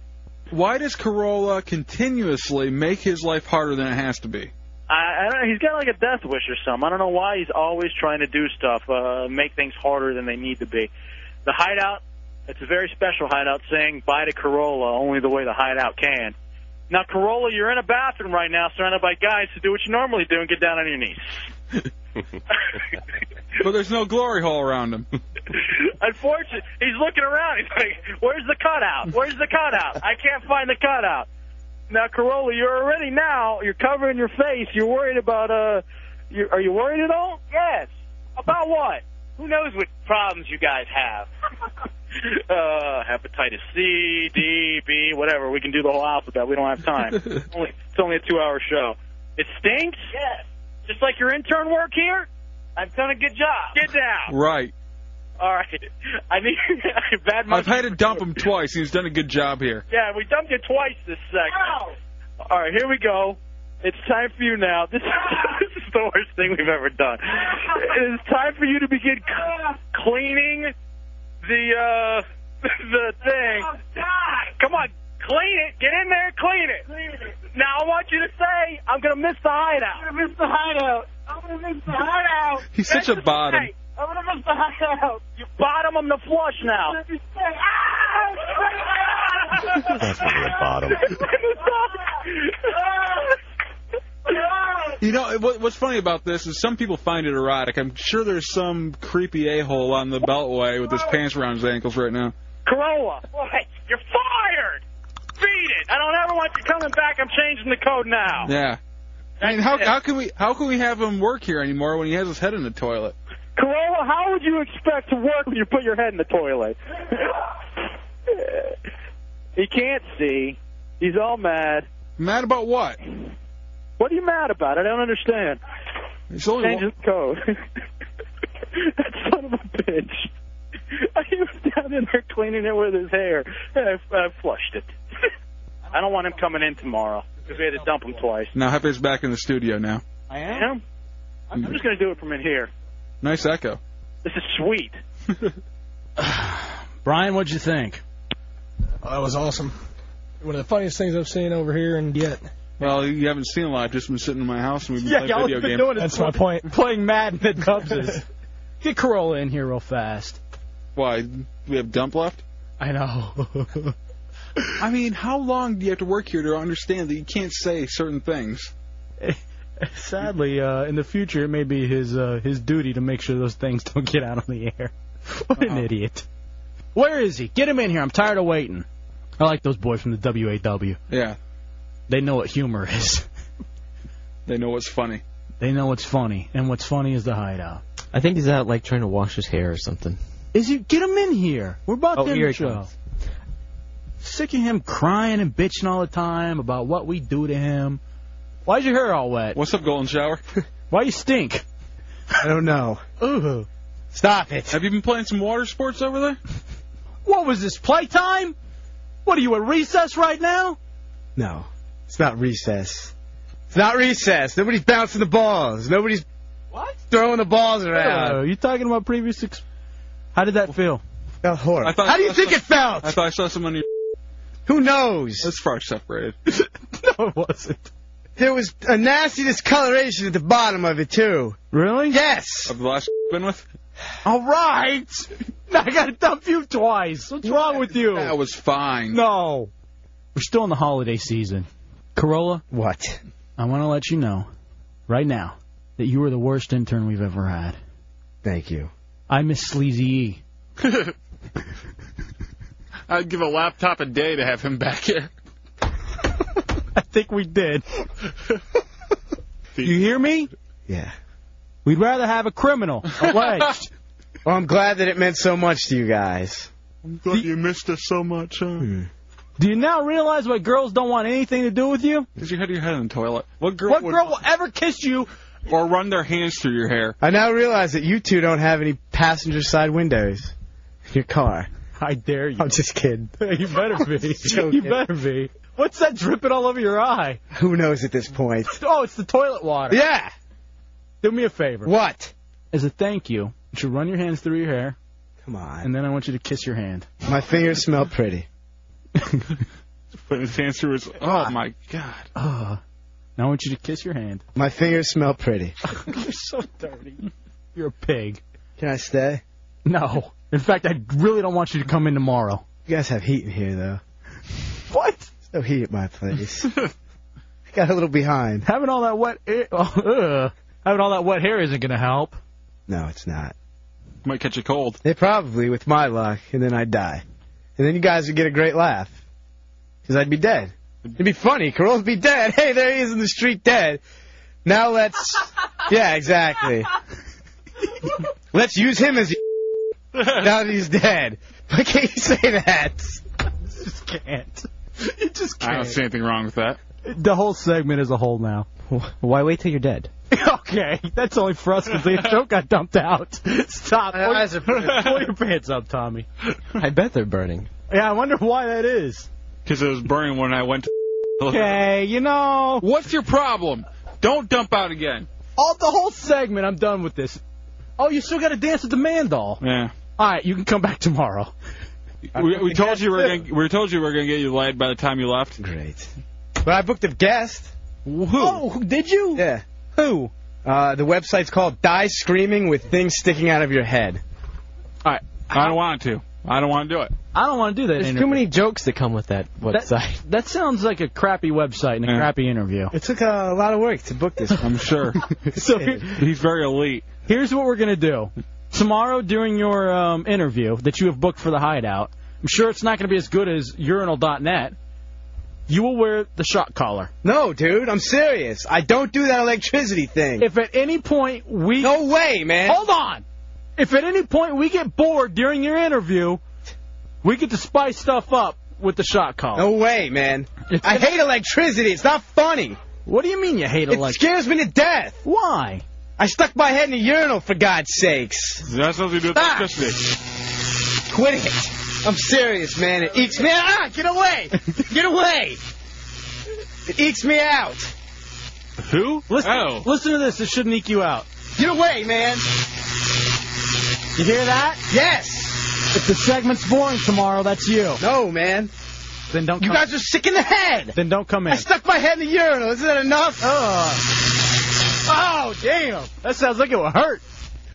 S2: Why does Corolla continuously make his life harder than it has to be?
S13: I, I don't know. He's got like a death wish or something. I don't know why he's always trying to do stuff, uh, make things harder than they need to be. The hideout, it's a very special hideout saying bye to Corolla only the way the hideout can. Now, Corolla, you're in a bathroom right now surrounded by guys, so do what you normally do and get down on your knees.
S2: But there's no glory hole around him.
S13: Unfortunately, he's looking around. He's like, "Where's the cutout? Where's the cutout? I can't find the cutout." Now, Corolla, you're already now. You're covering your face. You're worried about uh, you, are you worried at all? Yes. About what? Who knows what problems you guys have? uh, hepatitis C, D, B, whatever. We can do the whole alphabet. We don't have time. only, it's only a two-hour show. It stinks. Yes. Just like your intern work here. I've done a good job. Get down.
S2: Right.
S13: All right. I mean, bad
S2: I've had to dump him twice. He's done a good job here.
S13: Yeah, we dumped you twice this segment. All right, here we go. It's time for you now. This, this is the worst thing we've ever done. It is time for you to begin c- cleaning the uh, the thing. Come on, clean it. Get in there, and clean it. Clean it. Now I want you to say, "I'm gonna miss the hideout." I'm gonna miss the hideout. I'm gonna miss the hideout.
S2: He's such a bottom.
S13: I'm gonna miss the hideout. You bottom him the flush now.
S4: That's not a bottom.
S2: You know what, what's funny about this is some people find it erotic. I'm sure there's some creepy a-hole on the beltway with his pants around his ankles right now.
S13: Corolla. What? You're fired. Beat it. I don't ever want you coming back. I'm changing the code now.
S2: Yeah. I mean, how how can we how can we have him work here anymore when he has his head in the toilet?
S13: Corolla, how would you expect to work when you put your head in the toilet? he can't see. He's all mad.
S2: Mad about what?
S13: What are you mad about? I don't understand.
S2: It's only
S13: Change his code. that son of a bitch. He was down in there cleaning it with his hair. I, I flushed it. I don't want him coming in tomorrow because we had to dump him twice.
S2: Now Hepe's back in the studio now.
S13: I am. I'm I'm just going to do it from in here.
S2: Nice echo.
S13: This is sweet.
S23: Brian, what'd you think?
S24: that was awesome. One of the funniest things I've seen over here and yet.
S2: Well, you haven't seen a lot. I've just been sitting in my house and we've been
S23: Yeah,
S2: playing
S23: y'all
S2: video
S23: have been
S2: games.
S23: doing it.
S24: That's my point.
S23: Playing Madden at Dubs's. Get Corolla in here real fast.
S2: Why? We have dump left?
S23: I know.
S2: I mean, how long do you have to work here to understand that you can't say certain things?
S23: Sadly, uh, in the future, it may be his uh, his duty to make sure those things don't get out on the air. What
S2: Uh-huh.
S23: an idiot! Where is he? Get him in here. I'm tired of waiting. I like those boys from the WAW.
S2: Yeah.
S23: They know what humor is.
S2: They know what's funny.
S23: They know what's funny, and what's funny is the hideout.
S7: I think he's out like trying to wash his hair or something.
S23: Is he? Get him in here. We're about
S7: Oh,
S23: to end
S7: here
S23: the
S7: he
S23: show.
S7: comes.
S23: Sick of him crying and bitching all the time about what we do to him. Why's your hair all wet?
S2: What's up, Golden Shower?
S23: Why you stink?
S24: I don't know.
S23: Ooh.
S24: Stop it.
S2: Have you been playing some water sports over there?
S23: What was this, playtime? What are you at recess right now?
S24: No.
S6: It's not recess. It's not recess. Nobody's bouncing the balls. Nobody's what? throwing the balls around.
S23: Are you talking about previous? Ex- How did that feel?
S6: Felt horrible.
S2: I thought
S6: How do
S2: I
S6: you
S2: saw
S6: think
S2: some-
S6: it felt?
S2: I thought I saw someone.
S6: Who knows?
S2: That's far separated.
S23: no, it wasn't.
S6: There was a nasty discoloration at the bottom of it too.
S25: Really?
S6: Yes.
S2: Of the last been with?
S25: All right. I gotta dump you twice. What's wrong with you? That
S2: was fine.
S25: No.
S3: We're still in the holiday season. Corolla.
S6: What?
S3: I want to let you know, right now, that you were the worst intern we've ever had.
S6: Thank you.
S3: I miss Sleazy E.
S2: I'd give a laptop a day to have him back here.
S3: I think we did. you hear me?
S6: Yeah.
S3: We'd rather have a criminal alleged.
S6: Well, I'm glad that it meant so much to you guys.
S2: I'm glad you missed us so much, huh?
S3: Do you now realize why girls don't want anything to do with you?
S2: Did you have your head in the toilet? What girl
S3: What
S2: would
S3: girl will ever kiss you?
S2: or run their hands through your hair?
S6: I now realize that you two don't have any passenger side windows in your car.
S3: I dare you.
S6: I'm just kidding.
S3: you better be.
S6: joking.
S3: you better be. What's that dripping all over your eye?
S6: Who knows at this point?
S3: Oh, it's the toilet water.
S6: Yeah.
S3: Do me a favor.
S6: What?
S3: As a thank you, you should run your hands through your hair,
S6: Come on.
S3: and then I want you to kiss your hand.
S6: My fingers smell pretty.
S2: Put his hands through his.
S3: Ah.
S2: Oh my god.
S3: Ugh. Now I want you to kiss your hand.
S6: My fingers smell pretty.
S3: You're so dirty. You're a pig.
S6: Can I stay?
S3: No. In fact, I really don't want you to come in tomorrow.
S6: You guys have heat in here, though.
S3: What?
S6: There's no heat at my place. I got a little behind.
S3: Having all that wet air, oh, ugh. having all that wet hair isn't going to help.
S6: No, it's not.
S2: Might catch a cold.
S6: They probably, with my luck, and then I'd die. And then you guys would get a great laugh. Because I'd be dead. It'd be funny. Carol'd be dead. Hey, there he is in the street dead. Now let's... Yeah, exactly. let's use him as... now that he's dead. Why can't you say that?
S3: just can't. You just
S2: I don't see anything wrong with that.
S3: The whole segment is a whole now.
S26: Why wait till you're dead?
S3: okay, that's only for us because the joke got dumped out. Stop.
S26: My
S3: Pull
S26: eyes
S3: your-
S26: are burning.
S3: pull your pants up, Tommy.
S26: I bet they're burning.
S3: Yeah, I wonder why that is.
S2: Because it was burning when I went to.
S3: Okay, you know.
S2: What's your problem? Don't dump out again.
S3: All the whole segment, I'm done with this. Oh, you still got to dance with the man doll.
S2: Yeah.
S3: All right, you can come back tomorrow.
S2: We, we told you we we're gonna, we told you we we're gonna get you laid by the time you left.
S6: Great. But I booked a guest.
S2: Who?
S3: Oh, did you?
S6: Yeah.
S3: Who?
S6: Uh, the website's called Die Screaming with Things Sticking Out of Your Head.
S2: All right. I don't want to. I don't want to do it.
S3: I don't want to do that.
S26: There's
S3: interview.
S26: too many jokes that come with that website.
S3: That, that sounds like a crappy website and a crappy interview.
S6: It took a lot of work to book this.
S2: I'm sure.
S3: so
S2: He's very elite.
S3: Here's what we're gonna do. Tomorrow during your um, interview that you have booked for the hideout, I'm sure it's not gonna be as good as urinal.net. You will wear the shock collar.
S6: No, dude, I'm serious. I don't do that electricity thing.
S3: If at any point we
S6: no way, man.
S3: Hold on. If at any point we get bored during your interview, we get to spice stuff up with the shock collar.
S6: No way, man. I hate electricity. It's not funny.
S3: What do you mean you hate
S6: It
S3: electricity?
S6: scares me to death.
S3: Why?
S6: I stuck my head in a urinal for God's sakes.
S2: That's nothing to do with
S6: Ah.
S2: electricity.
S6: Quit it. I'm serious, man. It ekes me out. Ah, get away. Get away. It ekes me out.
S2: Who?
S3: Listen,
S2: Oh.
S3: listen to this. It shouldn't eke you out.
S6: Get away, man.
S3: You hear that?
S6: Yes.
S3: If the segment's boring tomorrow, that's you.
S6: No, man.
S3: Then don't.
S6: You
S3: come.
S6: guys are sick in the head.
S3: Then don't come in.
S6: I stuck my head in the urinal. Isn't that enough? Oh, damn.
S3: That sounds like it will hurt.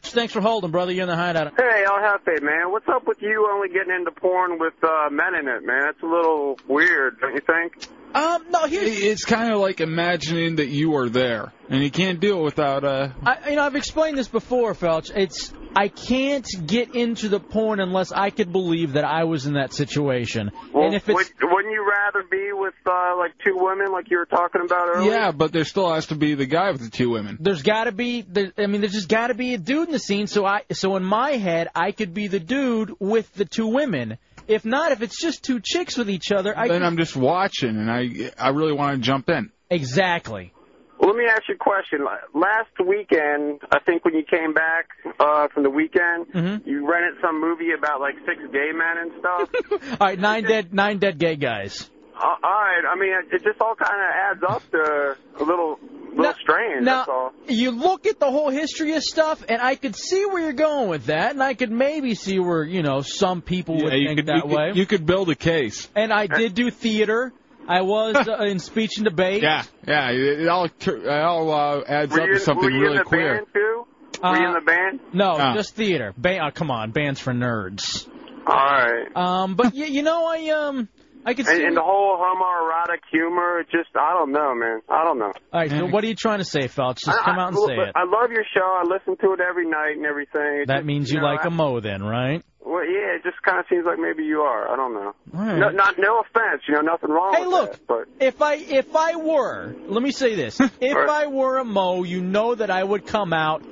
S3: Thanks for holding, brother. You're in the hideout.
S27: Hey, El Jefe, man, what's up with you only getting into porn with uh, men in it, man? It's a little weird, don't you think?
S2: Um, no, It's kind of like imagining that you are there, and you can't do it without uh.
S28: I, you know, I've explained this before, Felch. It's
S3: I can't get into the porn unless I could believe that I was in that situation. and if it's
S27: Would, wouldn't you rather be with uh, like two women, like you were talking about earlier?
S2: Yeah, but there still has to be the guy with the two women.
S28: there's got to be there, I mean there's just got to be a dude in the scene so I so in my head I could be the dude with the two women. If not if it's just two chicks with each other I
S2: Then
S28: could-
S2: I'm just watching, and I I really want to jump in.
S28: exactly.
S27: Let me ask you a question. Last weekend, I think when you came back uh, from the weekend, you rented some movie about like six gay men and stuff.
S3: All right, nine dead nine dead gay guys.
S27: uh, all right, I mean, it, it just all kind of adds up to a little, little strange.
S28: Now
S27: that's all.
S28: you look at the whole history of stuff and I could see where you're going with that and I could maybe see where you know some people would
S2: you
S28: think
S2: could,
S28: that
S2: you
S28: way.
S2: Could, you could build a case.
S28: and I did do theater.
S3: I was uh, in speech and debate.
S2: Yeah, yeah. It, it all tur- it all uh, adds
S3: Were
S2: up
S3: you-
S2: to something
S3: were you in
S2: really
S3: the
S2: queer.
S3: band?
S29: Two? Were you in the band?
S3: Uh, No,
S2: Oh.
S3: just theater. Ba- oh, come on, bands for nerds.
S29: All right.
S3: Um, but you, you know, I um, I could
S29: And,
S3: see.
S29: and the whole homoerotic humor, just I don't know, man. I don't know.
S3: All right, so what are you trying to say, Felch? Just come out and
S29: I,
S3: say
S29: but
S3: it.
S29: I love your show. I listen to it every night and everything. It's
S3: That
S29: just,
S3: means you
S29: know,
S3: like
S29: I-
S3: a mo, then, right?
S29: Well, yeah, it just kind of seems like maybe you are. I don't know.
S3: right.
S29: No, not no offense, you know, nothing wrong.
S3: Hey,
S29: with
S3: look,
S29: that, but
S3: If I if I were, let me say this: if I were a mo, you know that I would come out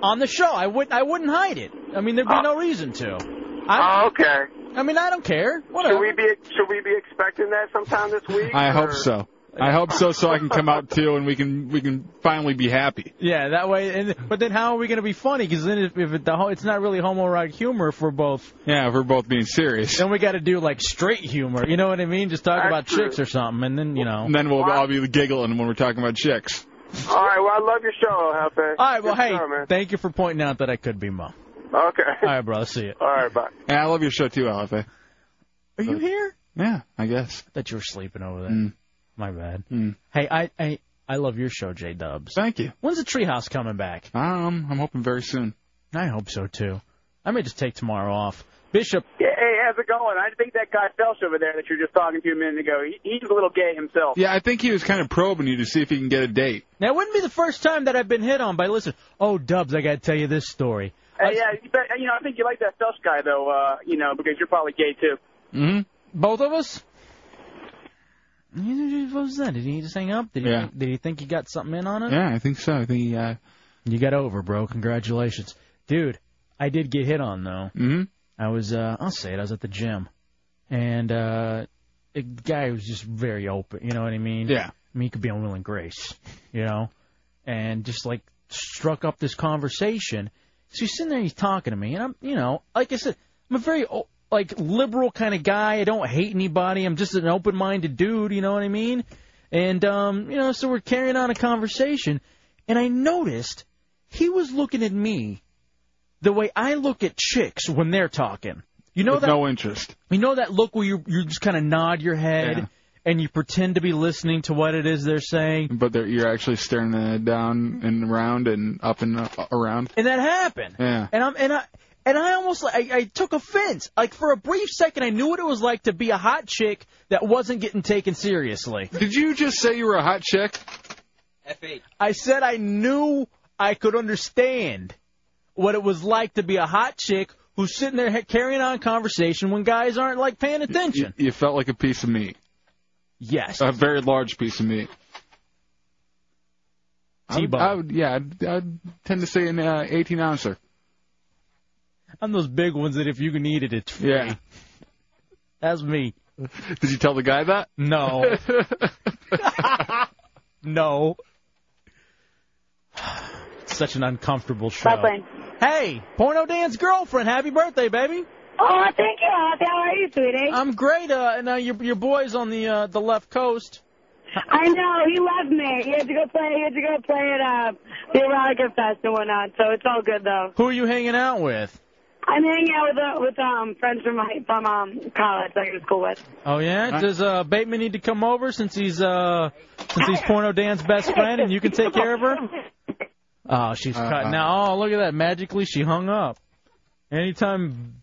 S3: on the show. I would I wouldn't hide it. I mean, there'd be no reason to. I,
S29: oh, okay.
S3: I mean, I don't care.
S29: should
S3: Whatever.
S29: we be should we be expecting that sometime this week?
S2: I
S29: or-
S2: hope so. I hope so, so I can come out too, and we can we can finally be happy.
S3: Yeah, that way. And but then how are we going to be funny? Because then if, if it, the ho- it's not really homoerotic humor for both,
S2: Yeah, if we're both being serious.
S3: then we got to do like straight humor. You know what I mean? Just talk about
S2: That's true.
S3: chicks or something, and then you know.
S2: And then we'll all be giggling when we're talking about chicks.
S29: All right. Well, I love your show, Hefe.
S3: All right. Well,
S29: Good
S3: hey,
S29: show, man.
S3: thank you for pointing out that I could be mo.
S29: Okay.
S3: All right, brother. See you.
S29: All right. Bye.
S2: And I love your show too, LFA.
S3: Are you here?
S2: Yeah, I guess. Mm.
S3: That you were sleeping over there. My bad. Hey, I, I I love your show, J Dubs.
S2: Thank you.
S3: When's the Treehouse coming back?
S2: Um, I'm hoping very soon.
S3: I hope so too. I may just take tomorrow off. Bishop,
S16: Yeah, hey, how's it going? I think that guy Felsh over there that you were just talking to a minute ago, he, he's a little gay himself.
S2: Yeah, I think he was kind of probing you to see if he can get a date.
S3: now it wouldn't be the first time that I've been hit on by listen. Oh, Dubs, I gotta tell you this story.
S16: Uh, yeah, you, bet, you know, I think you like that Felsh guy, though, uh, you know, because you're probably gay, too.
S3: Mm-hmm.
S2: hmm
S3: Both of us. What was that? Did he just hang up? Did he,
S2: Yeah.
S3: Did he think he got something in on it?
S2: Yeah, I think so. I think he, uh,
S3: You got over, bro. Congratulations, dude. I did get hit on though.
S2: Mm-hmm.
S3: I was, uh, I'll say it. I was at the gym, and uh, the guy was just very open. You know what I mean?
S2: Yeah.
S3: I mean, he could be on Will and Grace, you know, and just like struck up this conversation. So he's sitting there, he's talking to me, and I'm, you know, like I said, I'm a very o- like liberal kind of guy. I don't hate anybody. I'm just an open-minded dude. You know what I mean? And um, you know, so we're carrying on a conversation, and I noticed he was looking at me the way I look at chicks when they're talking. You know
S2: With
S3: that
S2: no interest.
S3: You know that look where you you just kind of nod your head and you pretend to be listening to what it is they're saying.
S2: But they're, you're actually staring uh, down and around and up and uh, around.
S3: And that happened.
S2: Yeah.
S3: And I'm and I and I almost like I, I took offense. Like for a brief second, I knew what it was like to be a hot chick that wasn't getting taken seriously.
S2: Did you just say you were a hot chick?
S3: I said I knew I could understand what it was like to be a hot chick who's sitting there carrying on conversation when guys aren't like paying attention.
S2: You felt like a piece of meat.
S3: Yes.
S2: A very large piece of meat. I would,
S3: T-bone.
S2: I would, yeah, I'd, I'd tend to say an uh, 18 ouncer.
S3: I'm those big ones that if you can eat it, it's free.
S2: Yeah.
S3: That's me.
S2: Did you tell the guy that?
S3: No. no. Such an uncomfortable show.
S18: Brooklyn.
S3: Hey, Porno Dan's girlfriend. Happy birthday, baby.
S18: Oh, thank you, Happy. How are you, sweetie?
S3: I'm great. Uh, and uh, your your boy's on the uh, the left coast.
S18: I know he loved me. He had to go play. He had to go play at uh, the erotica fest and whatnot. So it's all good though.
S3: Who are you hanging out with?
S18: I'm hanging out with uh, with um friends from my from um college that I go to school with.
S3: Oh yeah. Does uh, Bateman need to come over since he's uh since he's Porno Dan's best friend and you can take care of her? Oh, she's
S5: Uh,
S3: cutting
S5: uh.
S3: out. Oh, look at that. Magically, she hung up. Anytime,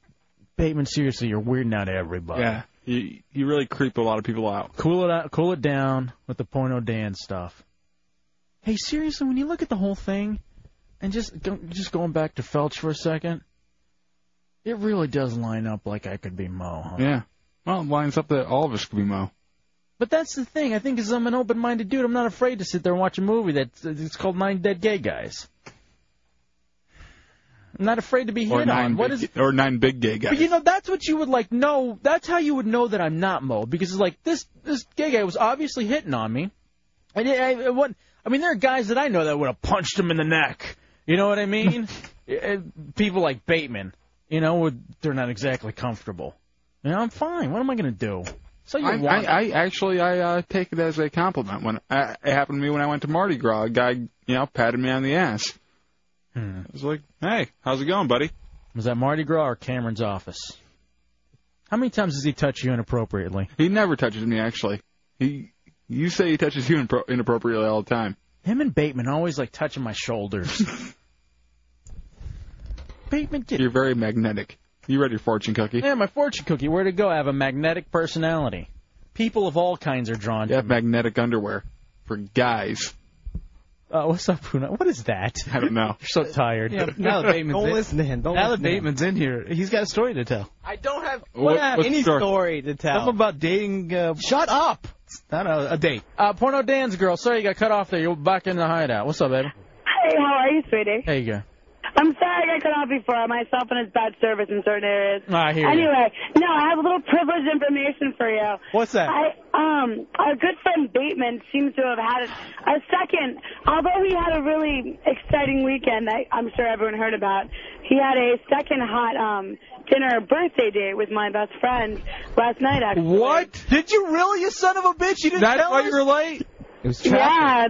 S3: Bateman, seriously, you're weirding out everybody.
S2: Yeah. You, you really creep a lot of people out.
S3: Cool it out, cool it down with the Porno Dan stuff. Hey, seriously, when you look at the whole thing, and just go- just going back to Felch for a second, it really does line up like I could be Mo. Huh?
S2: Yeah. Well, it lines up that all of us could be Mo.
S3: But that's the thing. I think is I'm an open-minded dude. I'm not afraid to sit there and watch a movie that's it's called Nine Dead Gay Guys. I'm not afraid to be hit
S2: Or
S3: on.
S2: nine,
S3: What
S2: big,
S3: is
S2: or nine big gay guys.
S3: But you know, that's what you would like know. That's how you would know that I'm not Mo because it's like this this gay guy was obviously hitting on me, and it, I, it wasn't- I mean, there are guys that I know that would have punched him in the neck. You know what I mean? Eh, People like Bateman, you know, would, they're not exactly comfortable. You know, I'm fine. What am I gonna do? So you
S2: I,
S3: want
S2: I, I actually I uh, take it as a compliment. When I, it happened to me when I went to Mardi Gras, a guy you know patted me on the ass.
S3: Hmm.
S2: I was like, "Hey, how's it going, buddy?"
S3: Was that Mardi Gras or Cameron's office? How many times does he touch you inappropriately?
S2: He never touches me actually. He, you say he touches you inpro- inappropriately all the time.
S6: Him and Bateman always like touching my shoulders. Bateman did.
S2: You're very magnetic. You read your fortune cookie.
S6: Yeah, my fortune cookie. Where'd it go? I have a magnetic personality. People of all kinds are drawn
S2: You
S6: to
S2: have magnetic underwear for guys.
S6: me. Uh, what's up, Puna? What is that?
S2: I don't know.
S6: You're so tired.
S3: Yeah, now that Bateman's
S6: Don't
S3: in,
S6: listen to him. Don't
S3: now
S6: listen
S3: that
S6: to him.
S3: Bateman's in here, he's got a story to tell.
S6: I don't have
S3: Well, I have any story?
S6: to
S3: Something about dating. Uh, Shut up. I don't know, a date.
S6: Uh, Porno Dan's girl. Sorry you got cut off there. You're back in the hideout. What's up, baby?
S18: Hey, how are you, sweetie?
S6: There you go.
S18: I'm sorry I got cut off before. Myself and it's bad service in certain areas.
S3: Ah,
S6: I hear you.
S18: Anyway, no, I have a little privileged information for you.
S3: What's that?
S18: I um, our good friend Bateman seems to have had a second, although he had a really exciting weekend that I'm sure everyone heard about. He had a second hot um dinner birthday date with my best friend last night. Actually,
S3: What? Did you really, you son of a bitch? You didn't That's why you were late? It was
S18: Yeah, they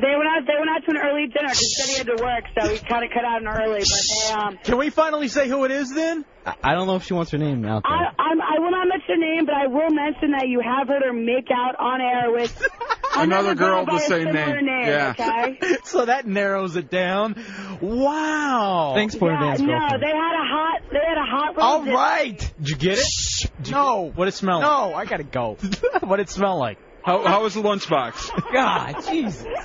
S18: went out. They went out to an early dinner. He said he had to work, so he kind of cut out an early. But they, um,
S3: Can we finally say who it is then?
S7: I, I don't know if she wants her name out there.
S18: I, I'm, I will not mention your name, but I will mention that you have heard her make out on air with
S2: Another girl
S18: by
S2: with the
S18: a
S2: same
S18: similar
S2: name. Yeah.
S18: Okay?
S3: so that narrows it down. Wow.
S7: Thanks,
S18: yeah, no, they had a hot, they had a hot. little
S3: All
S18: dinner.
S3: right. Did you get it? no. What it smell like? No, I gotta go. what it smell like?
S2: How, how was the lunchbox?
S3: God, Jesus.
S18: All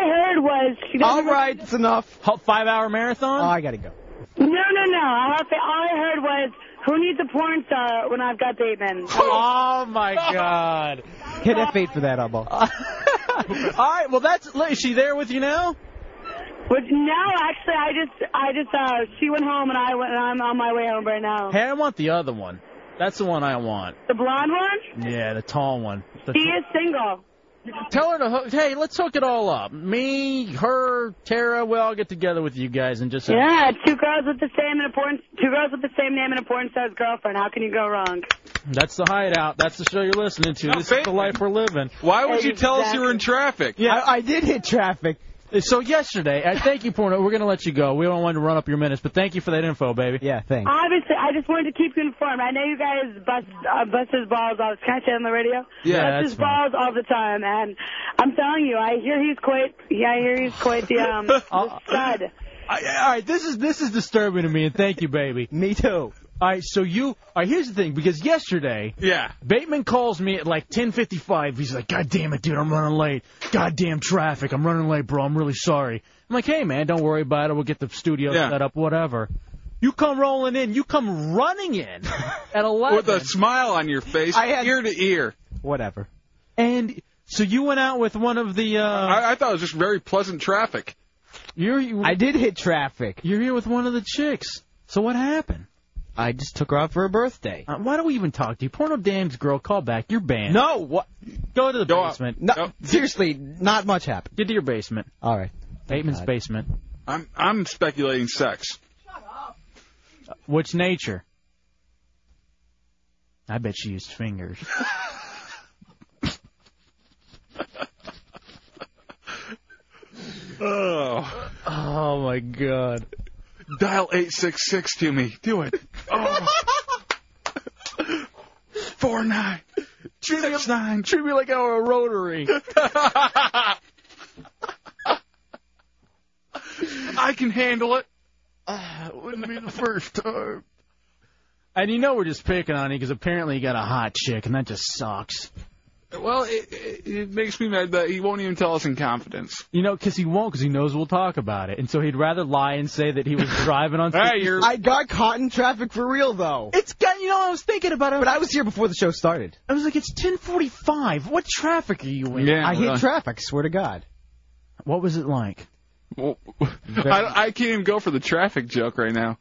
S18: I heard was she
S3: All
S18: doesn't-
S3: right, it's enough. Five hour marathon? Oh, I gotta go.
S18: No, no, no. All I, all I heard was who needs a porn star when I've got Bateman.
S3: Oh my God.
S7: Hit F8 for that, eyeball.
S6: Uh,
S3: All right, well that's. Is she there with you now?
S18: Which no, actually, I just, I just, uh, she went home and I went, and I'm on my way home right now.
S6: Hey, I want the other one. That's the one I want.
S18: The blonde one,
S6: Yeah, the tall one. The
S18: she is single.
S6: Tell her to hook. Hey, let's hook it all up. Me, her, Tara. We'll all get together with you guys and just.
S18: Yeah, two girls with the same and a porn, two girls with the same name and a porn star's girlfriend. How can you go wrong?
S6: That's the hideout. That's the show you're listening to. This is the life we're living.
S2: Why would you tell us you were in traffic?
S6: Yeah, I, I did hit traffic. So yesterday, I thank you, Porno. We're gonna let you go. We don't want to run up your minutes, but thank you for that info, baby.
S7: Yeah, thanks.
S18: Obviously, I just wanted to keep you informed. I know you guys bust uh, bust his balls all. Can I say it on the radio?
S6: Yeah,
S18: bust
S6: that's
S18: his balls all the time, and I'm telling you, I hear he's quite. Yeah, I hear he's quite the um the stud.
S3: all right, this is this is disturbing to me, and thank you, baby. me too. All right, so you. All right, here's the thing, because yesterday.
S2: Yeah.
S3: Bateman calls me at like 10:55. He's like, "God damn it, dude, I'm running late. Goddamn traffic. I'm running late, bro. I'm really sorry." I'm like, "Hey, man, don't worry about it. We'll get the studio
S2: Yeah.
S3: set up, whatever." You come rolling in. You come running in at 11.
S2: With a smile on your face,
S3: I had-
S2: ear to ear.
S3: whatever. And so you went out with one of the. Uh,
S2: I, I thought it was just very pleasant traffic.
S3: You're. I did hit traffic. You're here with one of the chicks. So what happened? I just took her out for her birthday. Uh, why do we even talk to you? Porno Dan's girl, call back. You're banned.
S7: No, what?
S3: Go to the basement.
S7: No, seriously, not much happened.
S6: Get to your basement.
S7: All right.
S6: Bateman's basement.
S2: I'm I'm speculating sex.
S3: Uh,
S6: Which nature? I bet she used fingers.
S2: Oh.
S6: Oh my God.
S2: Dial eight six six to me. Do it. Oh. Four nine.
S3: Treat me, treat me like I were a rotary.
S2: I can handle it.
S3: Ah, wouldn't be the first time. And you know we're just picking on you because apparently you got a hot chick, and that just sucks.
S2: Well, it, it, it makes me mad that he won't even tell us in confidence.
S3: You know, 'cause he won't, 'cause he knows we'll talk about it, and so he'd rather lie and say that he was driving on.
S2: Hey, you're-
S3: I got caught in traffic for real though. It's got. You know, I was thinking about it.
S7: But I was here before the show started.
S3: I was like, it's 10:45. What traffic are you in?
S7: I
S2: Uh,
S7: hit traffic. Swear to God.
S3: What was it like?
S2: Well, I, I can't even go for the traffic joke right now.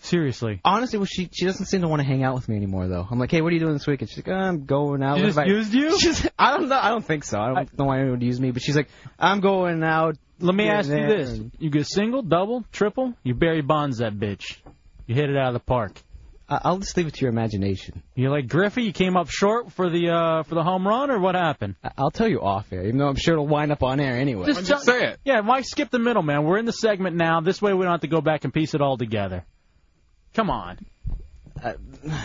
S6: Seriously.
S7: Honestly, well, she she doesn't seem to want to hang out with me anymore though. I'm like, hey, what are you doing this weekend? She's like, "Uh, I'm going out.
S3: She
S7: What
S3: just
S7: about-"
S3: used you?
S7: She's, I don't know. I don't think so. I don't know why anyone would use me, but she's like, I'm going out.
S3: Let me ask you
S7: Yeah,
S3: this: You get single, double, triple? You Barry Bonds that bitch. You hit it out of the park.
S7: I- I'll just leave it to your imagination.
S3: You like Griffey? You came up short for the uh for the home run, or what happened?
S7: I- I'll tell you off air, even though I'm sure it'll wind up on air anyway.
S3: tell- Yeah, why skip the middle, man? We're in the segment now. This way, we don't have to go back and piece it all together. Come on. Oh,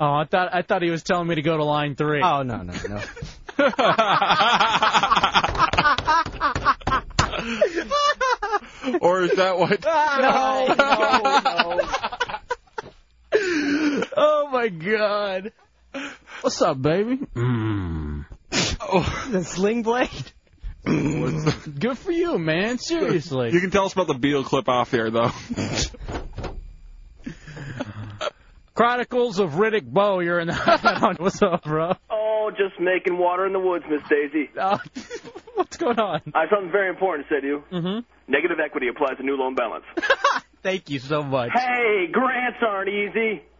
S3: I thought I thought he was telling me to go to line three. Oh
S7: no no no.
S2: or is that what?
S3: oh my god. What's up, baby? Mm. Oh.
S7: The sling blade.
S3: Mm. Good for you, man. Seriously.
S2: You can tell us about the Beatle clip off there, though.
S3: Chronicles of Riddick Bowe, you're in the. What's up, bro?
S8: Oh, just making water in the woods, Miss Daisy.
S3: Oh, what's going on? Mm.
S8: I have something very important to say to you. Mm-hmm. Negative equity applies to new loan balance.
S3: Thank you so much.
S8: hey, grants aren't easy.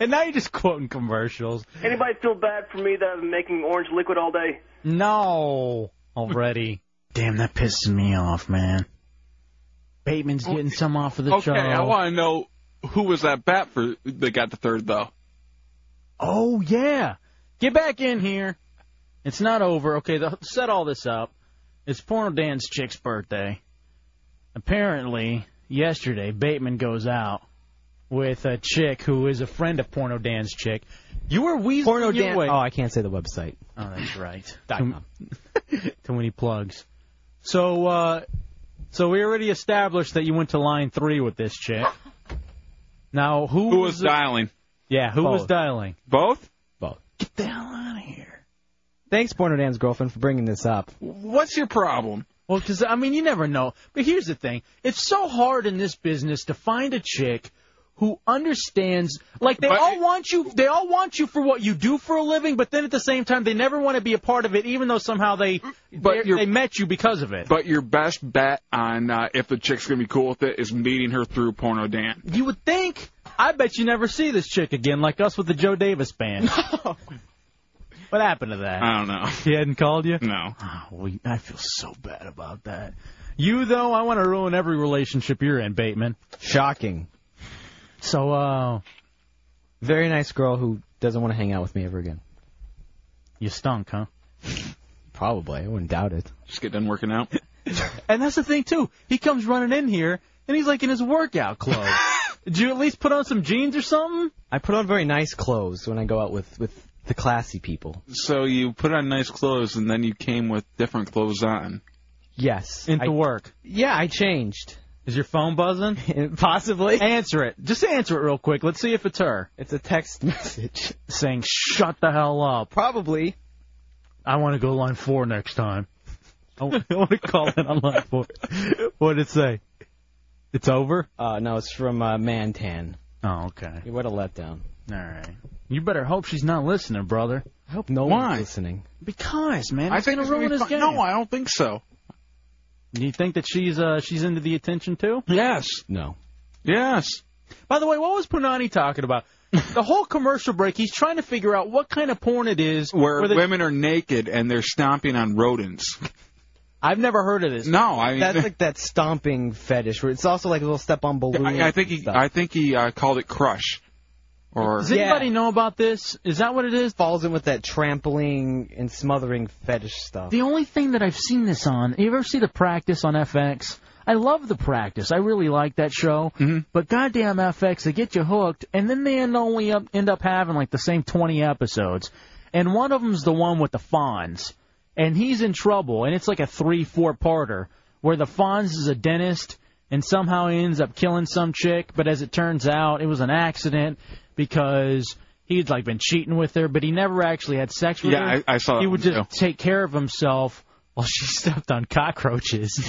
S3: And now you're just quoting commercials.
S8: Anybody feel bad for me that I've been making orange liquid all day?
S3: No. Already. Damn, that pisses me off, man. Bateman's getting some off of the
S2: okay,
S3: show.
S2: I want to know who was that bat for that got the third, though.
S3: Oh yeah, get back in here. It's not over. Okay, the, set all this up. It's Porno Dan's chick's birthday. Apparently, yesterday Bateman goes out with a chick who is a friend of Porno Dan's chick. You were weaseling
S7: Porno
S3: your
S7: Dan.
S3: way.
S7: Oh, I can't say the website.
S3: Oh, that's right. Too, too many plugs. So, uh, so we already established that you went to line three with this chick. Now, who,
S2: Who was
S3: the-
S2: dialing?
S3: Yeah, who was
S7: Both.
S3: dialing?
S2: Both?
S7: Both.
S3: Get the hell out of here.
S7: Thanks, Porno Dan's girlfriend, for bringing this up.
S2: What's your problem?
S3: Well, because I mean, you never know. But here's the thing: it's so hard in this business to find a chick who understands. Like they all want you, they all want you for what you do for a living, but then at the same time, they never want to be a part of it, even though somehow they
S2: But
S3: they
S2: you're-
S3: they met you because of it.
S2: But your best bet on uh, if the chick's gonna be cool with it is meeting her through Porno Dan.
S3: You would think. I bet you never see this chick again, like us with the Joe Davis band. What happened to that?
S2: I don't know.
S3: He hadn't called you?
S2: No.
S3: Oh, well, I feel so bad about that. You though, I want to ruin every relationship you're in, Bateman.
S7: Shocking.
S3: So, uh,
S7: very nice girl who doesn't want to hang out with me ever again.
S3: You stunk, huh?
S7: Probably. I wouldn't doubt it.
S2: Just get done working out.
S3: And that's the thing too. He comes running in here and he's like in his workout clothes. Did you at least put on some jeans or something?
S7: I put on very nice clothes when I go out with with the classy people.
S2: So you put on nice clothes and then you came with different clothes on.
S7: Yes.
S3: Into
S7: I-
S3: work.
S7: Yeah, I changed.
S3: Is your phone buzzing?
S7: Possibly.
S3: Answer it. Just answer it real quick. Let's see if it's her.
S7: It's a text message.
S3: Saying, shut the hell up.
S7: Probably.
S3: I want to go line four next time. I want to call in on line four. What did it say? It's over?
S7: Uh, no, it's from uh, Mantan.
S3: Oh, okay.
S7: What a letdown.
S3: All right. You better hope she's not listening, brother.
S7: I hope no
S3: Why?
S7: one's listening.
S3: Because, man,
S2: I
S3: it's
S2: think
S3: gonna
S2: it's
S3: ruin
S2: gonna be
S3: his
S2: fun-
S3: game.
S2: No, I don't think so.
S3: Do you think that she's uh she's into the attention too?
S2: Yes.
S7: No.
S2: Yes.
S3: By the way, what was Punani talking about? the whole commercial break, he's trying to figure out what kind of porn it is.
S2: Where
S3: the-
S2: women are naked and they're stomping on rodents.
S3: I've never heard of this.
S2: No, I mean
S7: That's like that stomping fetish where it's also like a little step on balloon.
S2: I, I think he I think he uh, called it crush. Or
S3: Does anybody know about this? Is that what it is?
S7: Falls in with that trampling and smothering fetish stuff.
S3: The only thing that I've seen this on, you ever see the practice on FX? I love the practice. I really like that show.
S2: Mm-hmm.
S3: But goddamn FX, they get you hooked, and then they end only up, end up having like the same 20 episodes. And one of them's the one with the Fonz, and he's in trouble, and it's like a three four parter where the Fonz is a dentist and somehow he ends up killing some chick, but as it turns out, it was an accident because. He'd like been cheating with her, but he never actually had sex with
S2: Yeah,
S3: her.
S2: I- I saw that
S3: He would
S2: one,
S3: just
S2: too.
S3: take care of himself while she stepped on cockroaches.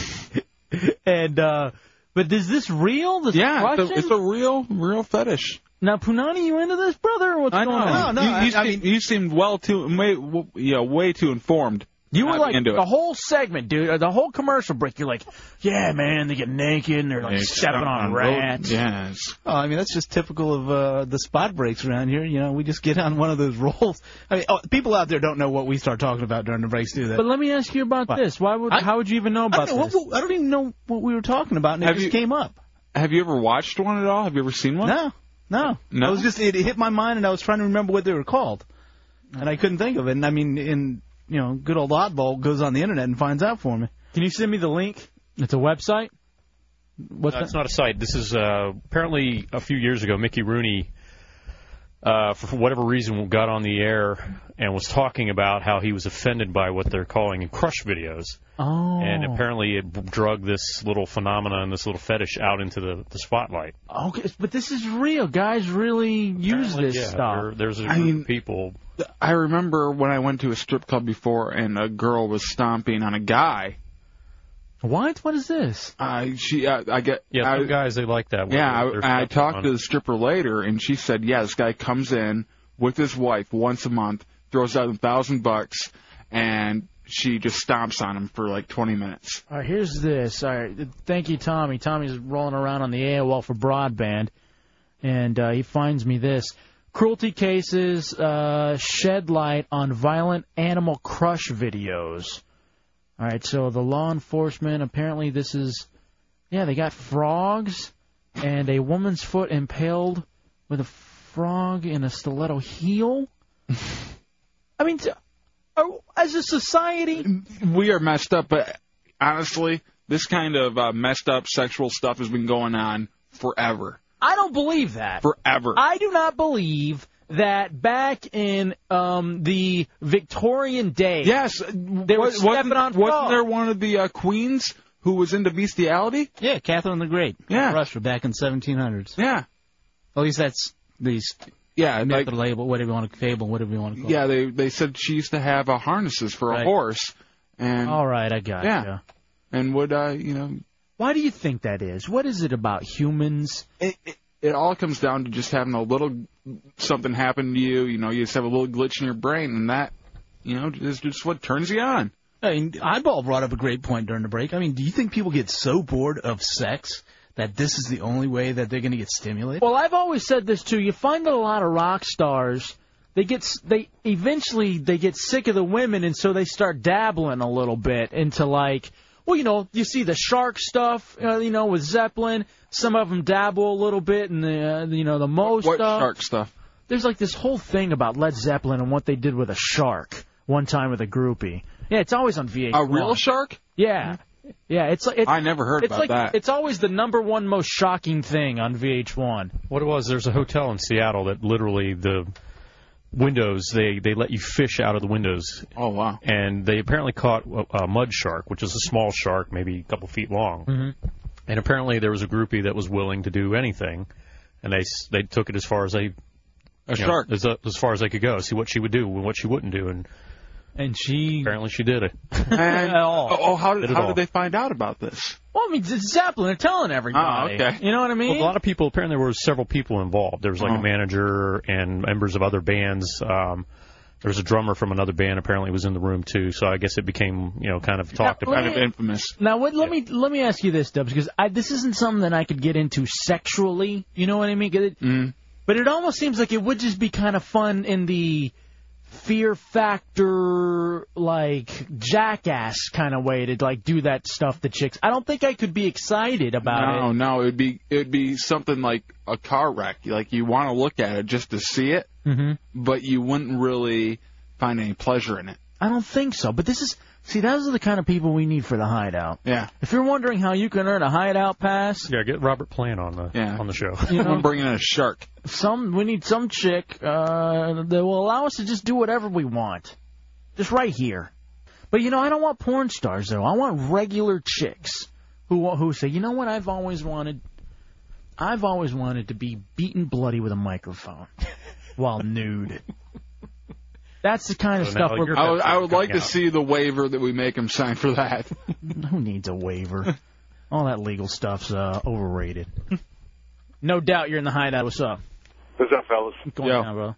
S3: and uh but is this real? This
S2: yeah, it's
S3: Russian?
S2: a, it's a real real fetish.
S3: Now Punani, you into this, brother? or What's
S2: I
S3: going
S2: know.
S3: on?
S2: you, you, seem, you seemed well too, way, w- yeah, way too informed.
S3: You were
S2: Not
S3: like
S2: into
S3: the
S2: it.
S3: whole segment, dude, or the whole commercial break. You're like, yeah, man, they get naked and they're like
S2: It's
S3: stepping on
S2: on
S3: rats.
S2: Yes.
S1: Oh, I mean that's just typical of uh, the spot breaks around here. You know, we just get on one of those rolls. I mean, oh, people out there don't know what we start talking about during the breaks, do they?
S3: But let me ask you about
S1: What?
S3: this. Why would?
S1: I-
S3: how would you even know about
S1: I don't, know,
S3: this?
S1: what- what- I don't even know what we were talking about, and it
S2: Have
S1: just
S2: you-
S1: came up.
S2: Have you ever watched one at all? Have you ever seen one?
S1: No, no,
S2: No?
S1: It was just it hit my mind, and I was trying to remember what they were called, and I couldn't think of it. And I mean, in you know, good old oddball goes on the internet and finds out for me.
S3: Can you send me the link? It's a website. What's
S4: Uh,
S3: that?
S4: it's not a site. This is uh, apparently a few years ago. Mickey Rooney
S17: uh, for whatever reason, got on the air and was talking about how he was offended by what they're calling crush videos.
S3: Oh.
S17: And apparently, it drug this little phenomenon, this little fetish, out into the, the spotlight.
S3: Okay, but this is real. Guys really use this
S17: yeah,
S3: stuff.
S17: there- there's a group
S2: I mean-
S17: of people.
S2: I remember when I went to a strip club before and a girl was stomping on a guy.
S3: What? What is this?
S2: I she I, I get
S17: Yeah,
S2: I,
S17: some guys they like that. where
S2: yeah,
S17: they're- they're
S2: I, I
S17: stepping
S2: talked
S17: on
S2: to the stripper later, and she said, yeah, this guy comes in with his wife once a month, throws out a thousand bucks, and she just stomps on him for like 20 minutes.
S3: All right, here's this. All right, thank you, Tommy. Tommy's rolling around on the AOL for broadband, and uh, he finds me this. Cruelty cases uh, shed light on violent animal crush videos. All right, so the law enforcement apparently this is, yeah, they got frogs and a woman's foot impaled with a frog in a stiletto heel. I mean, t- are, as a society,
S2: We are messed up, but honestly, this kind of uh, messed up sexual stuff has been going on forever.
S3: I don't believe that.
S2: Forever.
S3: I do not believe that back in um, the Victorian days.
S2: Yes,
S3: they were
S2: Wa-
S3: stepping
S2: wasn't,
S3: on
S2: wasn't
S3: frogs.
S2: there one of the uh, queens who was into bestiality?
S1: Yeah, Catherine the Great.
S2: Yeah.
S1: Russia back in 1700s.
S2: Yeah.
S1: At least that's these.
S2: Yeah,
S1: myth or label, whatever you want to fable, whatever you want to call.
S2: Yeah, they they said she used to have uh, harnesses for a
S1: Right.
S2: horse, and
S3: All right, I got
S2: yeah, and would uh, you know,
S3: Why do you think that is? What is it about humans?
S2: it, it it all comes down to just having a little something happen to you. You know, you just have a little glitch in your brain, and that you know is just what turns you on.
S1: I mean, Eyeball brought up a great point during the break. I mean, do you think people get so bored of sex that this is the only way that they're going to get stimulated?
S3: Well, I've always said this too. You find that a lot of rock stars, they get s- they eventually they get sick of the women, and so they start dabbling a little bit into like, well, you know, you see the shark stuff, uh, you know, with Zeppelin. Some of them dabble a little bit in the uh, you know the Mo
S2: What
S3: stuff.
S2: shark stuff?
S3: There's like this whole thing about Led Zeppelin and what they did with a shark one time with a groupie. Yeah, it's always on VH1.
S2: A real shark?
S3: Yeah. Yeah, it's like it's,
S2: I never heard
S3: it's
S2: about
S3: like,
S2: that.
S3: It's always the number one most shocking thing on VH1.
S17: What it was, there's a hotel in Seattle that literally the windows they they let you fish out of the windows.
S2: Oh wow!
S17: And they apparently caught a, a mud shark, which is a small shark, maybe a couple feet long.
S2: Mm-hmm.
S17: And apparently there was a groupie that was willing to do anything, and they s- they took it as far as they
S2: a
S17: shark as uh, as far as they could go, see what she would do and what she wouldn't do, and
S3: and she
S17: apparently she did it.
S2: And,
S3: all.
S2: Oh, oh, how did,
S17: Did it
S2: how
S17: all.
S2: did they find out about this? Ah,
S3: Well, I mean, it's Zeppelin. They're telling everybody.
S17: Oh, okay.
S3: You know what I mean? Oh.
S17: Well, a lot of people. Apparently, there were several people involved. There was like a manager and members of other bands. Um, there was a drummer from another band. Apparently, was in the room too. So I guess it became you know kind of talked
S3: Yeah,
S17: about.
S3: kind of
S2: infamous.
S3: Now, what, let me let me ask you this, Dubs, because I, this isn't something that I could get into sexually. You know what I mean? 'Cause It,
S2: Mm.
S3: But it almost seems like it would just be kind of fun in the fear factor, like jackass kind of way to like do that stuff to chicks. I don't think I could be excited about
S2: no, no, it'd be it'd be something like a car wreck. Like you want to look at it just to see it,
S3: it. Mm-hmm.
S2: but you wouldn't really find any pleasure in it.
S3: I don't think so. But this is see, those are the kind of people we need for the hideout.
S2: Yeah.
S3: If you're wondering how you can earn a hideout pass,
S17: yeah, get Robert Plant on the on the show.
S3: You know?
S2: I'm bringing in a shark.
S3: some we need some chick uh, that will allow us to just do whatever we want, just right here. But you know, I don't want porn stars though. I want regular chicks who wa- who say, you know what, I've always wanted, I've always wanted to be beaten bloody with a microphone while nude. That's the kind of stuff we're.
S2: I would, I would like to see the waiver that we make him sign for that.
S3: Who needs a waiver? All that legal stuff's uh, overrated. no doubt you're in the hideout. What's up?
S19: What's up, fellas?
S3: Going down, bro.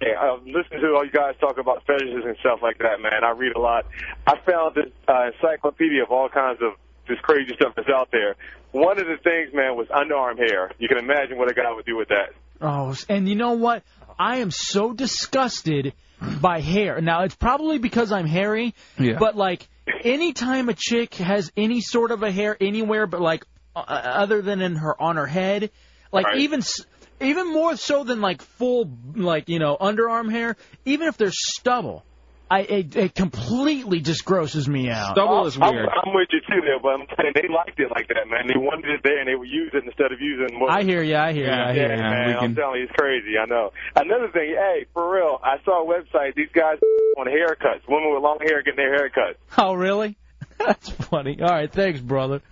S19: Hey, I've listened to all you guys talk about fetishes and stuff like that, man. I read a lot. I found this uh, encyclopedia of all kinds of this crazy stuff that's out there. One of the things, man, was underarm hair. You can imagine what a guy would do with that.
S3: Oh, and you know what? I am so disgusted by hair. Now it's probably because I'm hairy,
S2: Yeah.
S3: but like anytime a chick has any sort of a hair anywhere, but like uh, other than in her on her head, like
S19: Right.
S3: even s even more so than like full like you know underarm hair, even if there's stubble, I it, it completely just grosses me out.
S19: I'm- I'm, with you too there, but I'm saying they liked it like that, man. They wanted it there and they were using it instead of using what
S3: I hear you. I hear you. I hear you.
S19: man, I'm telling you, it's crazy. I know. Another thing, hey, for real, I saw a website. These guys on haircuts, women with long hair getting their haircuts.
S3: Oh, really? That's funny. All right, thanks, brother.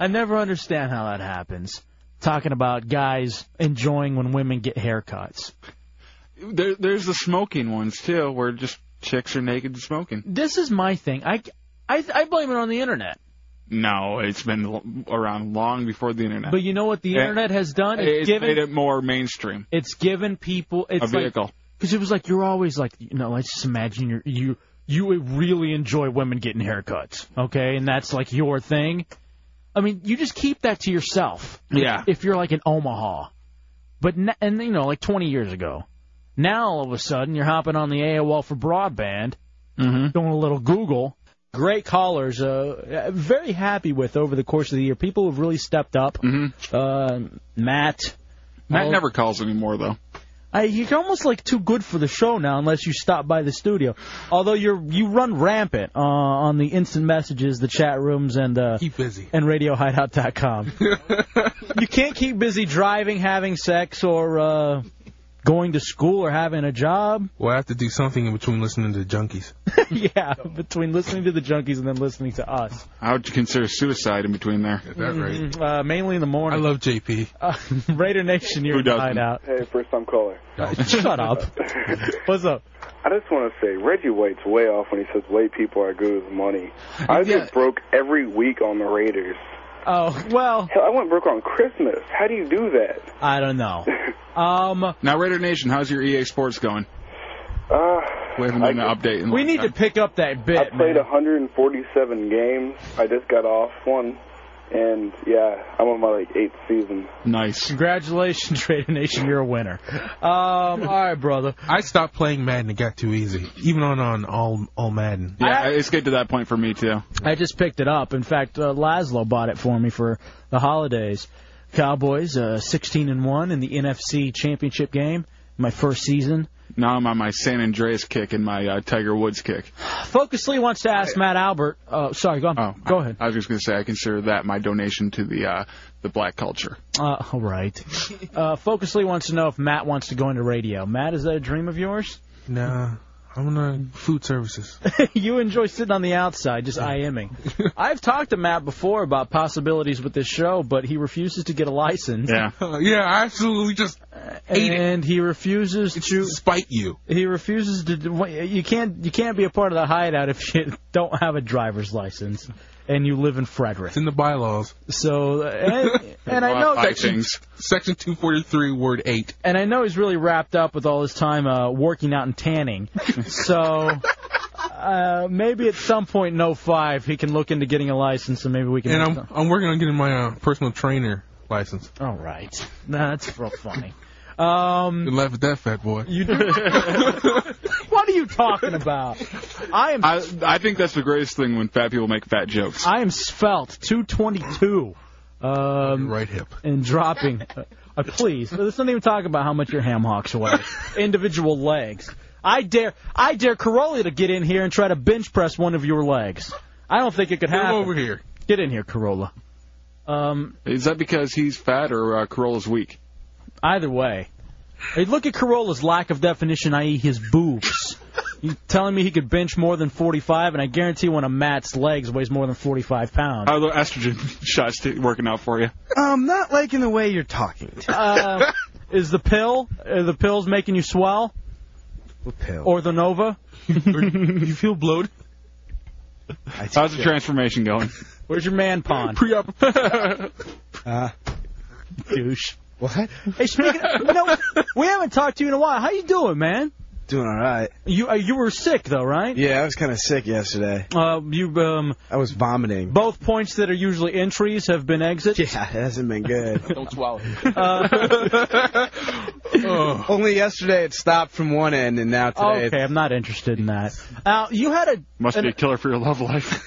S3: I never understand how that happens. Talking about guys enjoying when women get haircuts.
S2: There, there's the smoking ones too, where just chicks are naked and smoking.
S3: This is my thing. I, I, I blame it on the internet.
S2: No, it's been l- around long before the internet.
S3: But you know what the
S2: Yeah.
S3: internet has done? It's,
S2: It's
S3: given
S2: made it more mainstream.
S3: it's given people it's
S2: A vehicle.
S3: Because it was like you're always like you know let's just imagine you're, you you really enjoy women getting haircuts, okay, and that's like your thing. I mean, you just keep that to yourself.
S2: Yeah.
S3: If you're like in Omaha, but n- and you know like 20 years ago, now all of a sudden you're hopping on the AOL for broadband,
S2: Mm-hmm.
S3: doing a little Google.
S1: Great callers. Uh, very happy with over the course of the year. People have really stepped up.
S3: Uh, Matt.
S2: Mm-hmm. Matt
S3: All-
S2: never calls anymore though.
S1: I, you're almost like too good for the show now, unless you stop by the studio. Although you're you run rampant uh, on the instant messages, the chat rooms, and uh, keep busy and RadioHideout.com.
S3: you can't keep busy driving, having sex, or uh, going to school, or having a job.
S24: Well, I have to do something in between listening to the junkies.
S1: yeah, between listening to the junkies and then listening to us. Mm-hmm.
S2: I would consider suicide in between there. At
S1: that rate.
S3: Uh, mainly in the morning.
S24: I love JP.
S3: Uh, Raider Nation, you're in the hideout.
S14: Hey, first time caller.
S3: Shut up. What's up?
S14: I just want to say Reggie White's way off when he says white people are good with money. I just broke every week on the Raiders.
S3: Oh well.
S14: Hell, I went broke on Christmas. How do you do that?
S3: I don't know. Um.
S2: Now, Raider Nation, how's your EA Sports going?
S14: Uh,
S2: We haven't done an update. In a long time.
S3: pick up that bit.
S14: I played 147 games. I just got off one, and yeah, I'm on my like eighth season.
S2: Nice.
S3: Congratulations, Raider Nation. You're a winner. Um, all right, brother.
S24: I stopped playing Madden. It got too easy, even on on all all Madden.
S2: Yeah, it's good to that point for me too.
S3: I just picked it up. In fact, uh, Laszlo bought it for me for the holidays. Cowboys, uh, 16 and one in the NFC Championship game. My first season.
S2: Now I'm on my San Andreas kick and my uh, Tiger Woods kick.
S3: Focus Lee wants to ask Matt Albert. Uh, sorry, go on. go ahead.
S2: Oh, I was just gonna say I consider that my donation to the uh, the black culture.
S3: Uh, all right. Uh, Focus Lee wants to know if Matt wants to go into radio. Matt, is that a dream of yours?
S24: Nah, I'm on food services.
S3: you enjoy sitting on the outside, just IMing. I've talked to Matt before about possibilities with this show, but he refuses to get a license.
S24: Uh, yeah, I absolutely just ate it.
S3: And he refuses to
S24: spite you.
S3: He refuses to. You can't. You can't be a part of the hideout if you don't have a driver's license and you live in Frederick. It's
S24: in the bylaws.
S3: So, uh, and, and I know that
S24: section, section 243, word eight.
S3: and I know he's really wrapped up with all his time uh, working out and tanning. so uh, maybe at some point in 05 he can look into getting a license, and maybe we can.
S24: And I'm I'm working on getting my uh, personal trainer license.
S3: All right, nah, that's real funny. Um,
S24: you laugh at that fat boy.
S3: You do. what are you talking about? I am.
S2: I I think that's the greatest thing when fat people make fat jokes.
S3: I am svelte, 222. Um,
S24: right hip.
S3: And dropping. Uh, please, let's not even talk about how much your ham hocks weigh. Individual legs. I dare, I dare Caroli to get in here and try to bench press one of your legs. I don't think it could happen.
S2: over here.
S3: Get in here, Corolla. Um,
S2: Is that because he's fat or uh, Corolla's weak?
S3: Either way. Hey, look at Corolla's lack of definition, i.e., his boobs. You telling me he could bench more than 45, and I guarantee one of Matt's legs weighs more than 45 pounds.
S2: How are the estrogen shots t- working out for you?
S6: Um,
S3: I'm not liking the way you're talking. Uh, is the pill? Are the pills making you swell?
S24: What pill?
S3: Or the Nova?
S24: you feel bloated?
S2: How's the transformation going?
S3: Where's your man pond?
S24: Pre-op.
S3: uh, douche. What? Hey, speaking of, you know, we haven't talked to you in a while. How you doing, man?
S6: Doing all right.
S3: You uh, you were sick though, right?
S6: Yeah, I was kind of sick yesterday.
S3: Uh, you um.
S6: I was vomiting.
S3: Both points that are usually entries have been Uh, exits.
S6: Yeah, it hasn't been good.
S24: Don't swallow.
S6: Only yesterday it stopped from one end, and now today.
S3: Okay, I'm not interested in that. Now you had a
S2: Must
S3: an-
S2: be a killer for your love life.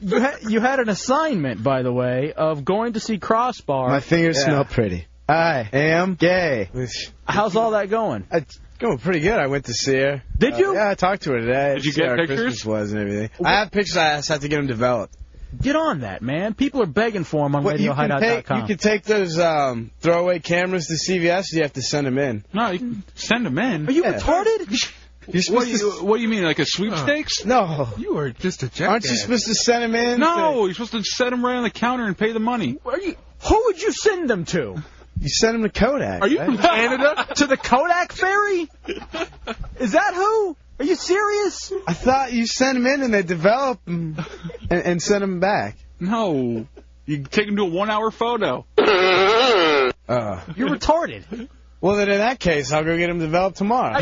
S3: you had you had an assignment, by the way, of going to see Crossbar.
S6: My fingers
S3: Yeah.
S6: smell pretty. I am gay.
S3: How's all that going?
S6: It's going pretty good. I went to see her. Uh,
S3: Did you?
S6: yeah, I talked to her today.
S3: Did you
S6: See
S3: get
S6: how her
S3: pictures?
S6: Christmas was and everything. I have pictures. I just have to get them developed.
S3: Get on that, man. People are begging for them on
S6: What, you, can take,
S3: RadioHideout.com.
S6: you can take those um, throwaway cameras to CVS. You have to send them in.
S2: No, you can send them in.
S3: Are you
S6: Yeah.
S3: retarded?
S6: You're
S2: What
S6: supposed
S2: do you,
S6: to-
S2: what do you mean, like a sweepstakes?
S6: no.
S2: You are just a jackass.
S6: Aren't you supposed to send them in?
S2: No, you're supposed to set them right on the counter and pay the money.
S3: Are you? Who would you send them to?
S6: You send them to Kodak.
S2: Are you from Canada?
S3: to the Kodak Ferry? Is that who? Are you serious?
S6: I thought you sent them in and they develop 'em and, and send them back.
S2: No. You take them to a one-hour photo.
S6: Uh,
S3: You're retarded.
S6: well, then in that case, I'll go get them developed tomorrow.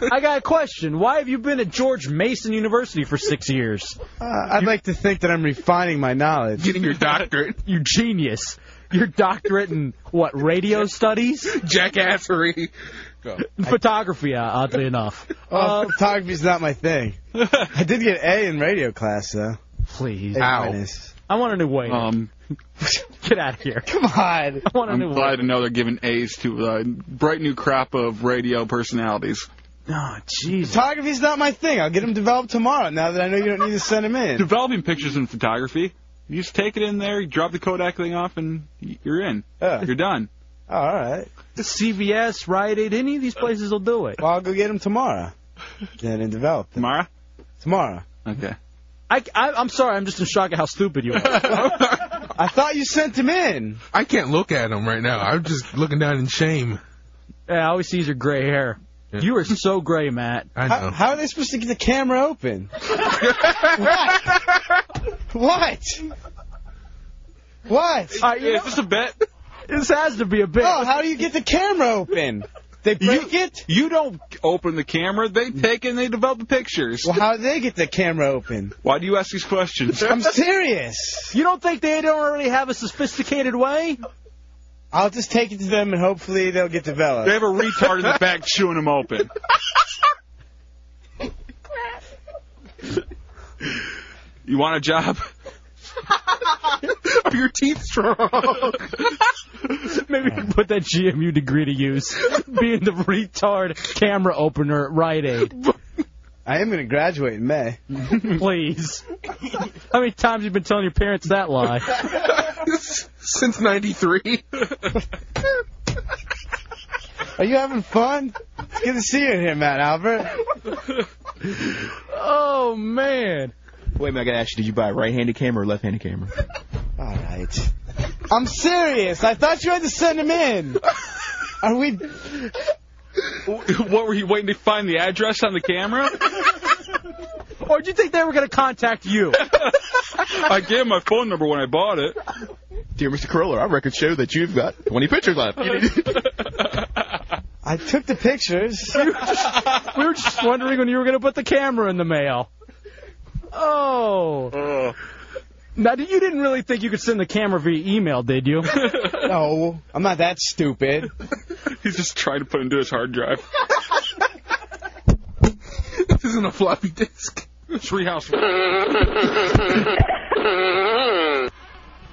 S3: I got a question. Why have you been at George Mason University for six years?
S6: Uh, I'd like to think that I'm refining my knowledge.
S2: Getting your doctorate.
S3: You genius. Your doctorate in what? Radio studies?
S2: Jackassery. Go.
S3: Photography, uh, oddly enough.
S6: Well, Oh, photography's not my thing. I did get A in radio class, though.
S3: Please.
S6: A
S2: Ow.
S6: minus.
S3: I want a new waiter.
S2: Um,
S3: Get out of here.
S6: Come on.
S3: I want a new
S2: I'm glad
S3: waiter.
S2: to know they're giving A's to a bright new crop of radio personalities.
S3: Oh, jeez.
S6: Photography's not my thing. I'll get them developed tomorrow. Now that I know you don't need to send them in.
S2: Developing pictures in photography. You just take it in there, you drop the Kodak thing off, and you're in.
S6: Yeah. Oh,
S2: You're done.
S6: All right.
S3: CVS, Rite Aid, any of these places will do it.
S6: Well, I'll go get them tomorrow. Then and develop them
S2: Mara?
S6: tomorrow.
S2: Okay.
S3: I, am sorry, I'm just in shock at how stupid you are.
S6: I thought you sent them in.
S5: I can't look at them right now. I'm just looking down in shame.
S3: yeah, I always see your gray hair. You are so gray, Matt.
S5: I
S6: How,
S5: know.
S6: how are they supposed to get the camera open? what? What?
S3: All right, you know-
S2: Is this a bet?
S3: this has to be a bit.
S6: No, how do you get the camera open? They break it?
S2: You don't open the camera. They take it and they develop the pictures.
S6: Well, how do they get the camera open?
S2: Why do you ask these questions?
S6: I'm serious.
S3: You don't think they don't already have a sophisticated way?
S6: I'll just take it to them and hopefully they'll get
S2: They
S6: developed.
S2: have a retard in the back chewing them open. You want a job?
S5: Are your teeth strong?
S3: Maybe you put that GMU degree to use. Being the retard camera opener at Rite Aid.
S6: I am going to graduate in May.
S3: Please. How many times you been telling your parents that lie?
S5: Since '93.
S6: Are you having fun? It's good to see you in here, Matt Albert.
S3: Oh, man.
S7: Wait a minute, I gotta ask you, did you buy a right-handed camera or left-handed camera?
S6: All right. I'm serious. I thought you had to send them in. Are we?
S2: What were you waiting to find the address on the camera?
S3: Or do you think they were going to contact you?
S2: I gave my phone number when I bought it.
S7: Dear Mr. Corolla, our records show that you've got 20 pictures left. You need-
S6: I took the pictures.
S3: We were just wondering when you were going to put the camera in the mail. Oh. Now, you didn't really think you could send the camera via email, did you?
S6: No, I'm not that stupid.
S2: He's just trying to put it into his hard drive.
S5: this isn't a floppy disk.
S2: Treehouse.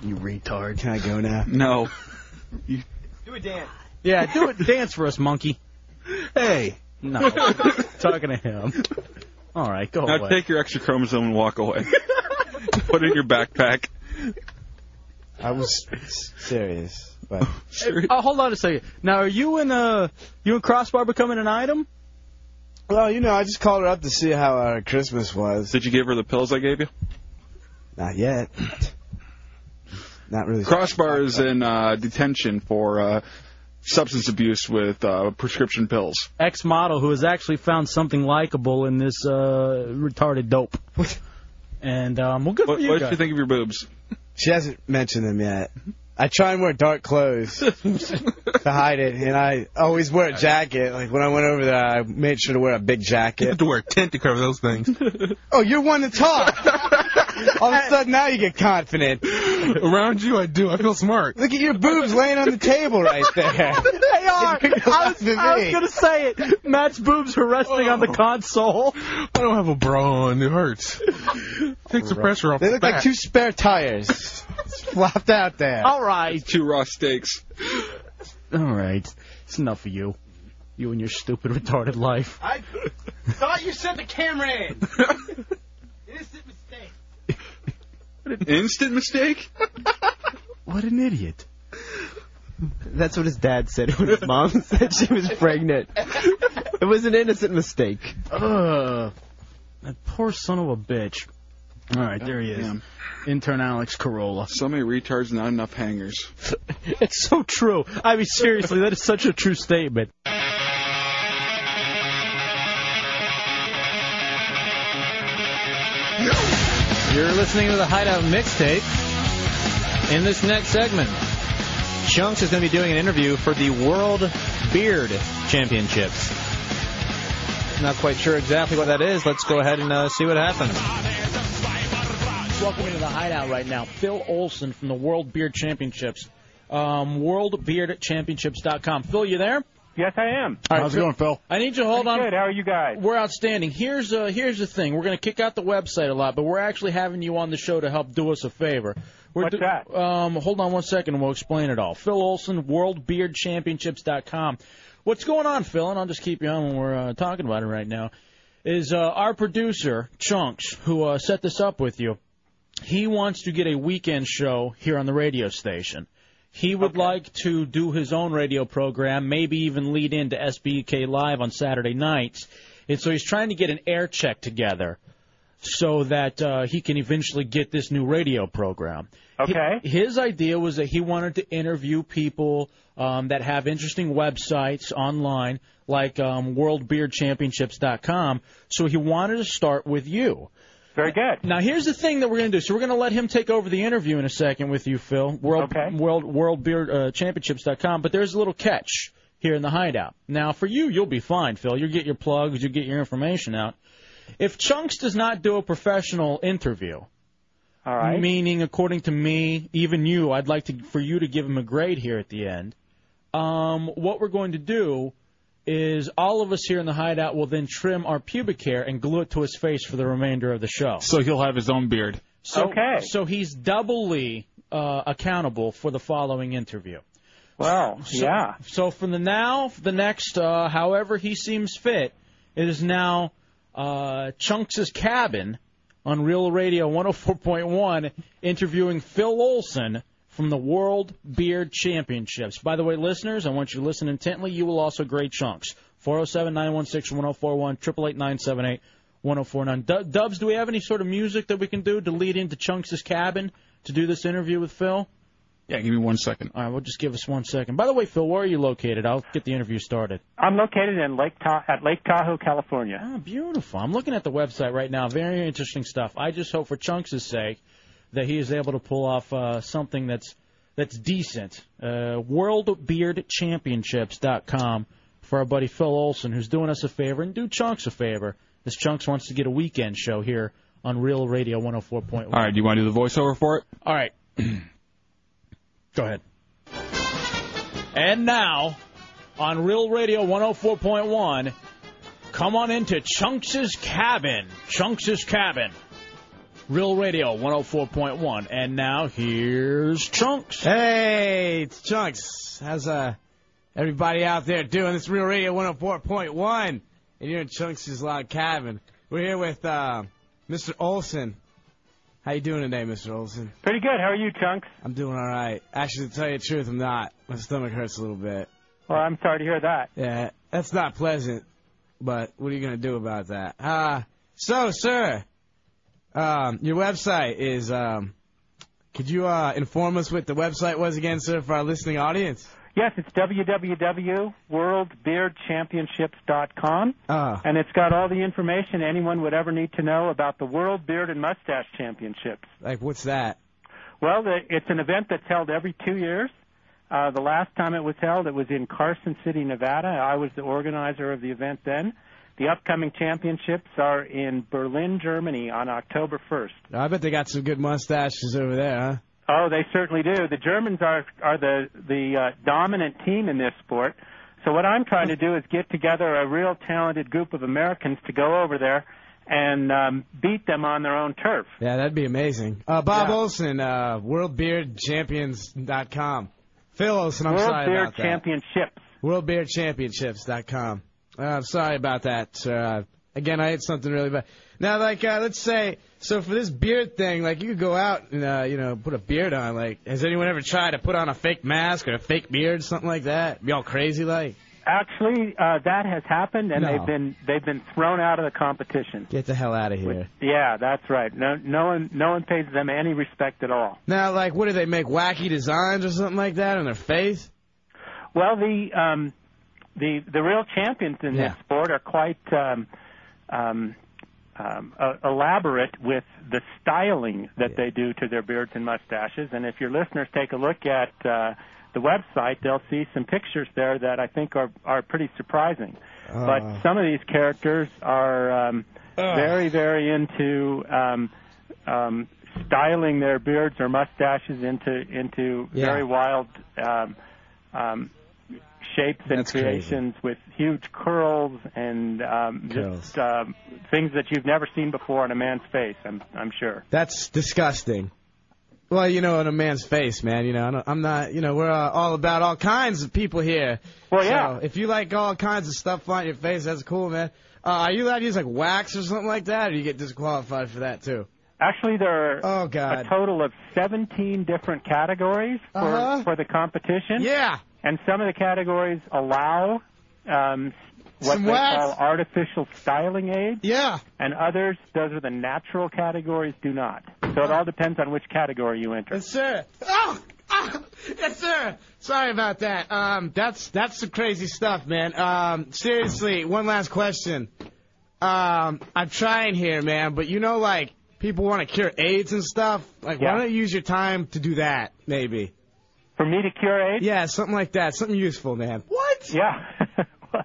S6: You retard. Can I go now?
S2: No.
S7: Do a dance.
S3: yeah, do it. Dance for us, monkey.
S5: Hey.
S3: No. Talking to him. All right, go
S2: Now
S3: away.
S2: take your extra chromosome and walk away. Put it in your backpack.
S6: I was s- serious, but
S3: Oh, hold on a second. Now, are you and uh, you and Crossbar becoming an item?
S6: well, you know, I just called her up to see how our Christmas was.
S2: Did you give her the pills I gave you?
S6: Not yet. Not really.
S2: Crossbar is in uh, detention for uh, substance abuse with uh, prescription pills.
S3: Ex model who has actually found something likable in this uh, retarded dope. And um, well, good
S2: What,
S3: for you
S2: what
S3: guys.
S2: did you think of your boobs?
S6: She hasn't mentioned them yet. I try and wear dark clothes to hide it, and I always wear a jacket. Like when I went over there, I made sure to wear a big
S5: You
S6: jacket.
S5: have to wear a tent to cover those things.
S6: Oh, you're one to talk. All of a sudden, now you get confident.
S5: Around you, I do. I feel smart.
S6: Look at your boobs laying on the table right there.
S3: Hey,
S1: they are. I was, I was gonna say it. Matt's boobs were resting on the console.
S15: Oh. I don't have a bra on. Oh, It hurts. Takes the pressure off.
S6: They
S15: the
S6: look like
S15: back.
S6: two spare tires flopped out there.
S1: All right.
S2: Two raw steaks.
S3: All right. It's enough of you. You and your stupid, retarded life.
S6: I thought you said the camera in. Instant mistake.
S2: Instant mistake?
S3: What an idiot.
S7: That's what his dad said when his mom said she was pregnant. It was an innocent mistake.
S3: Ugh. That poor son of a bitch. All right, there he is. Intern Alex Corolla.
S2: So many retards, not enough hangers.
S3: It's so true. I mean, seriously, that is such a true statement.
S1: You're listening to the Hideout mixtape. In this next segment, Chunks is going to be doing an interview for the World Beard Championships. Not quite sure exactly what that is. Let's go ahead and uh, see what happens.
S3: Welcome into the hideout right now. Phil Olson from the World Beard Championships. Um, WorldBeardChampionships.com. Phil, you there?
S22: Yes, I am.
S3: How's it going, Phil? I need you to hold
S22: Pretty
S3: on.
S22: Good. How are you guys?
S3: We're outstanding. Here's uh, here's the thing. We're going to kick out the website a lot, but we're actually having you on the show to help do us a favor. We're
S22: What's that?
S3: Um, hold on one second, and we'll explain it all. Phil Olson, WorldBeardChampionships.com. What's going on, Phil? And I'll just keep you on when we're uh, talking about it right now. Is uh, our producer Chunks, who uh, set this up with you? He wants to get a weekend show here on the radio station. He would like to do his own radio program, maybe even lead into SBK Live on Saturday nights. And so he's trying to get an air check together so that uh, he can eventually get this new radio program. Okay. his idea was that he wanted to interview people um, that have interesting websites online, like um, WorldBeardChampionships.com. So he wanted to start with you.
S22: Very good.
S3: Now here's the thing that we're going to do. So we're going to let him take over the interview in a second with you, Phil. World World World Beard uh, Championships.com. But there's a little catch here in the hideout. Now for you, you'll be fine, Phil. You'll get your plugs, you'll get your information out. If Chunks does not do a professional interview,
S22: all right.
S3: meaning according to me, even you, I'd like to for you to give him a grade here at the end. Um, what we're going to do is all of us here in the hideout will then trim our pubic hair and glue it to his face for the remainder of the show.
S1: So he'll have his own beard.
S3: So,
S22: Okay.
S3: So he's doubly uh, accountable for the following interview.
S22: Wow.
S3: So,
S22: yeah.
S3: So from the now, the next, uh, however he seems fit, it is now uh, Chunks' Cabin on Real Radio 104.1 interviewing Phil Olson from the World Beard Championships. By the way, listeners, I want you to listen intently. You will also grade Chunks. 407 916 1041, 888 978 1049. Du- Dubs, do we have any sort of music that we can do to lead into Chunks' Cabin to do this interview with Phil?
S2: Yeah, give me one second.
S3: All right, well, just give us one second. By the way, Phil, where are you located? I'll get the interview started.
S22: I'm located in Lake Ta- at Lake Tahoe, California.
S3: Oh, beautiful. I'm looking at the website right now. Very interesting stuff. I just hope for Chunks' sake that he is able to pull off uh, something that's that's decent. Uh, WorldBeardChampionships.com for our buddy Phil Olson, who's doing us a favor and do Chunks a favor. This Chunks wants to get a weekend show here on Real Radio 104.1.
S1: All right, do you want to do the voiceover for it?
S3: All right. Go ahead. And now, on Real Radio 104.1, come on into Chunks' Cabin. Chunks' Cabin. Real Radio 104.1. And now, here's Chunks.
S6: Hey, it's Chunks. How's uh everybody out there doing? This is Real Radio 104.1, and you're in Chunks' Loud Cabin. We're here with uh, Mr. Olson. How you doing today, Mr. Olson?
S22: Pretty good. How are you, Chunks?
S6: I'm doing all right. Actually, to tell you the truth, I'm not. My stomach hurts a little bit.
S22: Well, I'm sorry to hear that.
S6: Yeah, that's not pleasant. But what are you gonna do about that? Uh so, sir, um, your website is. Um, could you uh, inform us what the website was again, sir, for our listening audience?
S22: Yes, it's www.worldbeardchampionships.com,
S6: Uh,
S22: and it's got all the information anyone would ever need to know about the World Beard and Mustache Championships.
S6: like what's that?
S22: Well, the, it's an event that's held every two years. Uh, the last time it was held, it was in Carson City, Nevada. I was the organizer of the event then. The upcoming championships are in Berlin, Germany on October 1st.
S6: I bet they got some good mustaches over there, huh?
S22: Oh, they certainly do. The Germans are are the the uh, dominant team in this sport. So what I'm trying to do is get together a real talented group of Americans to go over there and um, beat them on their own turf.
S6: Yeah, that'd be amazing. Uh, Bob Olson, uh, worldbeardchampions.com. Phil Olson, I'm
S22: World
S6: sorry
S22: Beer
S6: about that.
S22: Championships.
S6: Worldbeardchampionships.com. Uh, I'm sorry about that. Uh, again, I had something really bad. Now, like, uh, let's say, so for this beard thing, like, you could go out and, uh, you know, put a beard on. Like, has anyone ever tried to put on a fake mask or a fake beard, something like that? Be all crazy, like?
S22: Actually, uh, that has happened, and
S6: No.
S22: they've been they've been thrown out of the competition.
S6: Get the hell out of here.
S22: Yeah, that's right. No, no one no one pays them any respect at all.
S6: Now, like, what do they make wacky designs or something like that on their face?
S22: Well, the um, the the real champions in this sport are quite um, um, um, uh, elaborate with the styling that they do to their beards and mustaches. And if your listeners take a look at uh, the website, they'll see some pictures there that I think are are pretty surprising.
S6: Uh.
S22: But some of these characters are um,
S6: Ugh.
S22: very very into. Um, um, styling their beards or mustaches into into
S6: Yeah.
S22: very wild um, um, shapes and
S6: That's crazy.
S22: creations with huge curls and um, just um, things that you've never seen before on a man's face. I'm I'm sure.
S6: That's disgusting. Well, you know, in a man's face, man. You know, I don't- I'm not. You know, we're uh, all about all kinds of people here.
S22: Well,
S6: So,
S22: yeah.
S6: if you like all kinds of stuff on your face, that's cool, man. Uh, are you allowed to use like wax or something like that, or do you get disqualified for that too?
S22: Actually, there are
S6: Oh God.
S22: a total of 17 different categories for
S6: Uh-huh.
S22: for the competition.
S6: Yeah.
S22: And some of the categories allow um, what
S6: Some
S22: they
S6: wax.
S22: call artificial styling aids.
S6: Yeah.
S22: And others, those are the natural categories, do not. So it all depends on which category you enter.
S6: Yes, sir. Oh, oh, yes, sir. Sorry about that. Um, that's that's some crazy stuff, man. Um, seriously, one last question. Um, I'm trying here, man, but you know, like people want to cure AIDS and stuff. Like,
S22: Yeah.
S6: why don't you use your time to do that, maybe?
S22: For me to cure AIDS?
S6: Yeah, something like that. Something useful, man. What?
S22: Yeah.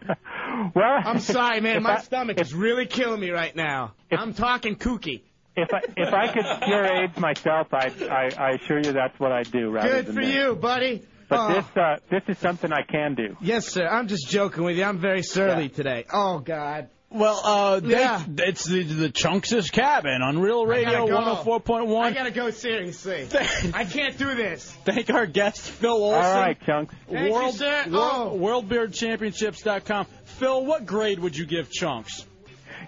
S22: well,
S6: I'm sorry, man.
S22: if
S6: My
S22: I-
S6: stomach is really killing me right now. I'm talking kooky.
S22: If I if I could cure AIDS myself, I I, I assure you that's what I'd do. Rather
S6: Good
S22: than
S6: for
S22: this.
S6: you, buddy.
S22: But
S6: Oh.
S22: this uh, this is something I can do.
S6: Yes, sir. I'm just joking with you. I'm very surly today. Oh God.
S3: Well, uh, they,
S6: Yeah.
S3: it's the the Chunks' cabin on Real Radio
S6: I gotta go.
S3: 104.1.
S6: I gotta go seriously. I can't do this.
S3: Thank our guest, Phil Olson.
S22: All right, Chunks.
S6: Thank you,
S3: World,
S6: sir. Oh.
S3: World, WorldBeardChampionships.com. Phil, what grade would you give Chunks?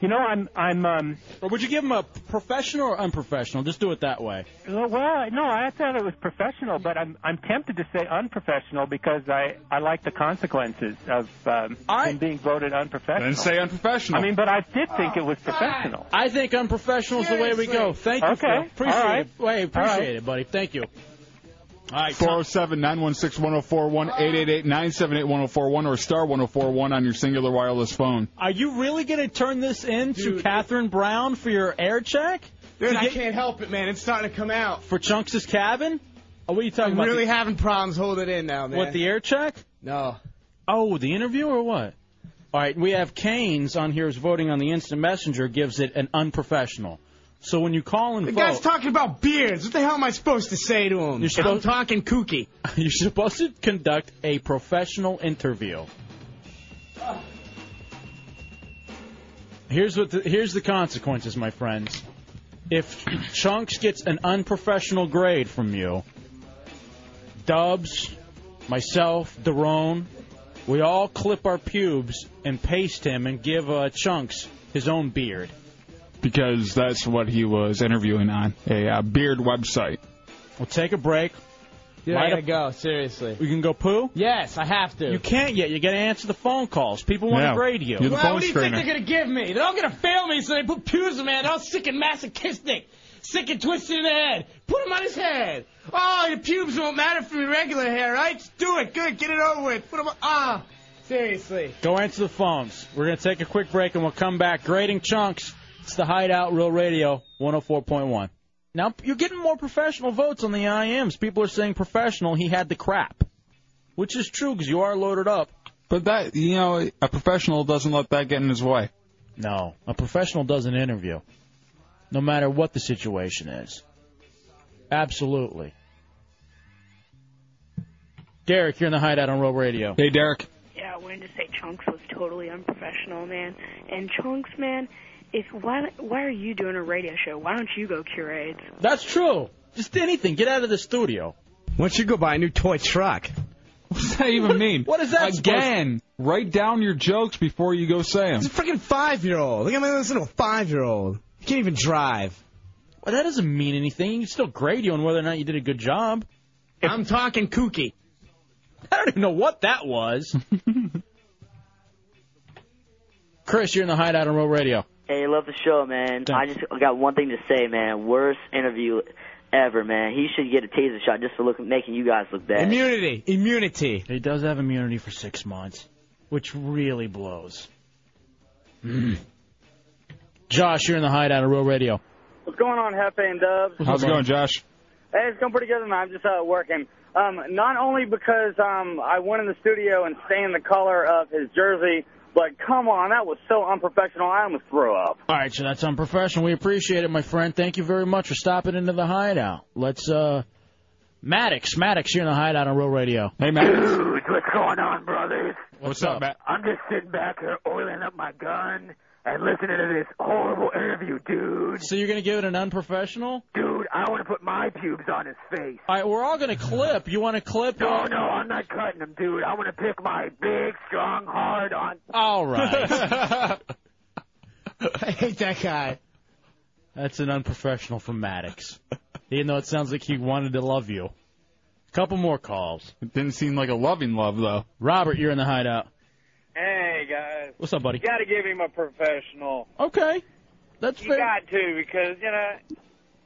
S22: You know, I'm I'm um.
S3: Or would you give him a professional or unprofessional? Just do it that way.
S22: Well, well, no, I thought it was professional, but I'm I'm tempted to say unprofessional because I I like the consequences of um, him being voted unprofessional.
S2: Then say unprofessional.
S22: I mean, but I did think it was professional.
S3: I think unprofessional is the way we go. Thank you,
S22: Okay.
S3: Phil. Appreciate
S22: All right.
S3: it. Wait, appreciate
S22: All right.
S3: it, buddy. Thank you. All right,
S2: 407 916 1041 888 978 1041 or star 1041 on your singular wireless phone.
S3: Are you really going to turn this in to Catherine Brown for your air check?
S6: Dude,
S3: To
S6: I
S3: get-
S6: can't help it, man. It's starting to come out.
S3: For Chunks' cabin? Oh, what are you
S6: I'm
S3: talking about?
S6: really
S3: The-
S6: having problems holding it in now, man.
S3: What, the air check?
S6: No.
S3: Oh, the interview or what? All right, we have Keynes on here who's voting on the instant messenger, gives it an unprofessional. So when you call and
S6: The
S3: vote,
S6: guy's talking about beards. What the hell am I supposed to say to him?
S3: You're supposed-
S6: I'm talking kooky.
S3: you're supposed to conduct a professional interview. Here's what the, here's the consequences, my friends. If Chunks gets an unprofessional grade from you, Dubs, myself, Darone, we all clip our pubes and paste him and give uh, Chunks his own beard.
S2: Because that's what he was interviewing on a uh, beard website.
S3: We'll take a break.
S6: Dude,
S3: Light
S6: I gotta
S3: up-
S6: go. Seriously.
S3: We can go poo.
S6: Yes, I have to.
S3: You can't yet. You got to answer the phone calls. People want
S2: Yeah.
S3: to grade you.
S2: You're the Well, phone
S6: What do you think they're gonna give me? They're all gonna fail me, so they put pews in man. All sick and masochistic, sick and twisted in the head. Put him on his head. Oh, your pubes won't matter from your regular hair, right? Just do it. Good, get it over with. Put him on. Ah, seriously.
S3: Go answer the phones. We're going to take a quick break and we'll come back. Grading chunks. It's the Hideout Real Radio 104.1. Now, you're getting more professional votes on the IMs. People are saying professional, he had the crap. Which is true because you are loaded up.
S2: But that, you know, a professional doesn't let that get in his way.
S3: No, a professional does an interview, no matter what the situation is. Absolutely. Derek, you're in the Hideout on Real Radio.
S2: Hey, Derek.
S18: Yeah,
S9: wanted to say Chunks was totally unprofessional, man. And Chunks, man, if why why are you doing a radio show? Why don't you go cure AIDS?
S3: That's true. Just anything. Get out of the studio.
S6: Why don't you go buy a new toy truck?
S2: What does that even mean?
S3: What is that supposed-
S2: Again, write down your jokes before you go say them.
S6: It's a freaking five year old. Look at my little five year old. He can't even drive.
S3: Well, that doesn't mean anything. You can still grade you on whether or not you did a good job. I'm talking kooky. I don't even know what that was. Chris, you're in the hideout on Roll Radio.
S12: Hey, love the show, man. I just got one thing to say, man. Worst interview ever, man. He should get a taser shot just for looking, making you guys look bad.
S6: Immunity. Immunity.
S3: He does have immunity for six months, which really blows. Mm. Josh, you're in the hideout on Roll Radio.
S13: What's going on, Hefe and Dubs?
S2: How's it going, Josh?
S13: Hey, it's going pretty good tonight. I'm just uh, working. Um, not only because um, I went in the studio and stained the color of his jersey, but come on, that was so unprofessional. I almost threw up.
S3: All right, so that's unprofessional. We appreciate it, my friend. Thank you very much for stopping into the hideout. Let's, uh, Maddox, Maddox, you're in the hideout on Real Radio.
S2: Hey,
S30: Dude, what's going on, brothers?
S3: What's up, Matt?
S30: I'm just sitting back here oiling up my gun and listening to this horrible interview, dude.
S3: So you're gonna give it an unprofessional?
S30: Dude, I want to put my pubes on his face.
S3: All right, we're all gonna clip. You want to clip?
S30: No, no, I'm not cutting him, dude. I want to pick my big, strong, hard on.
S3: All right.
S6: I hate that guy.
S3: That's an unprofessional from Maddox. Even though it sounds like he wanted to love you. Couple more calls.
S2: It didn't seem like a loving love, though.
S3: Robert, you're in the hideout.
S31: Hey guys.
S3: What's up, buddy?
S31: You gotta give him a professional.
S3: Okay. That's
S31: you got to because you know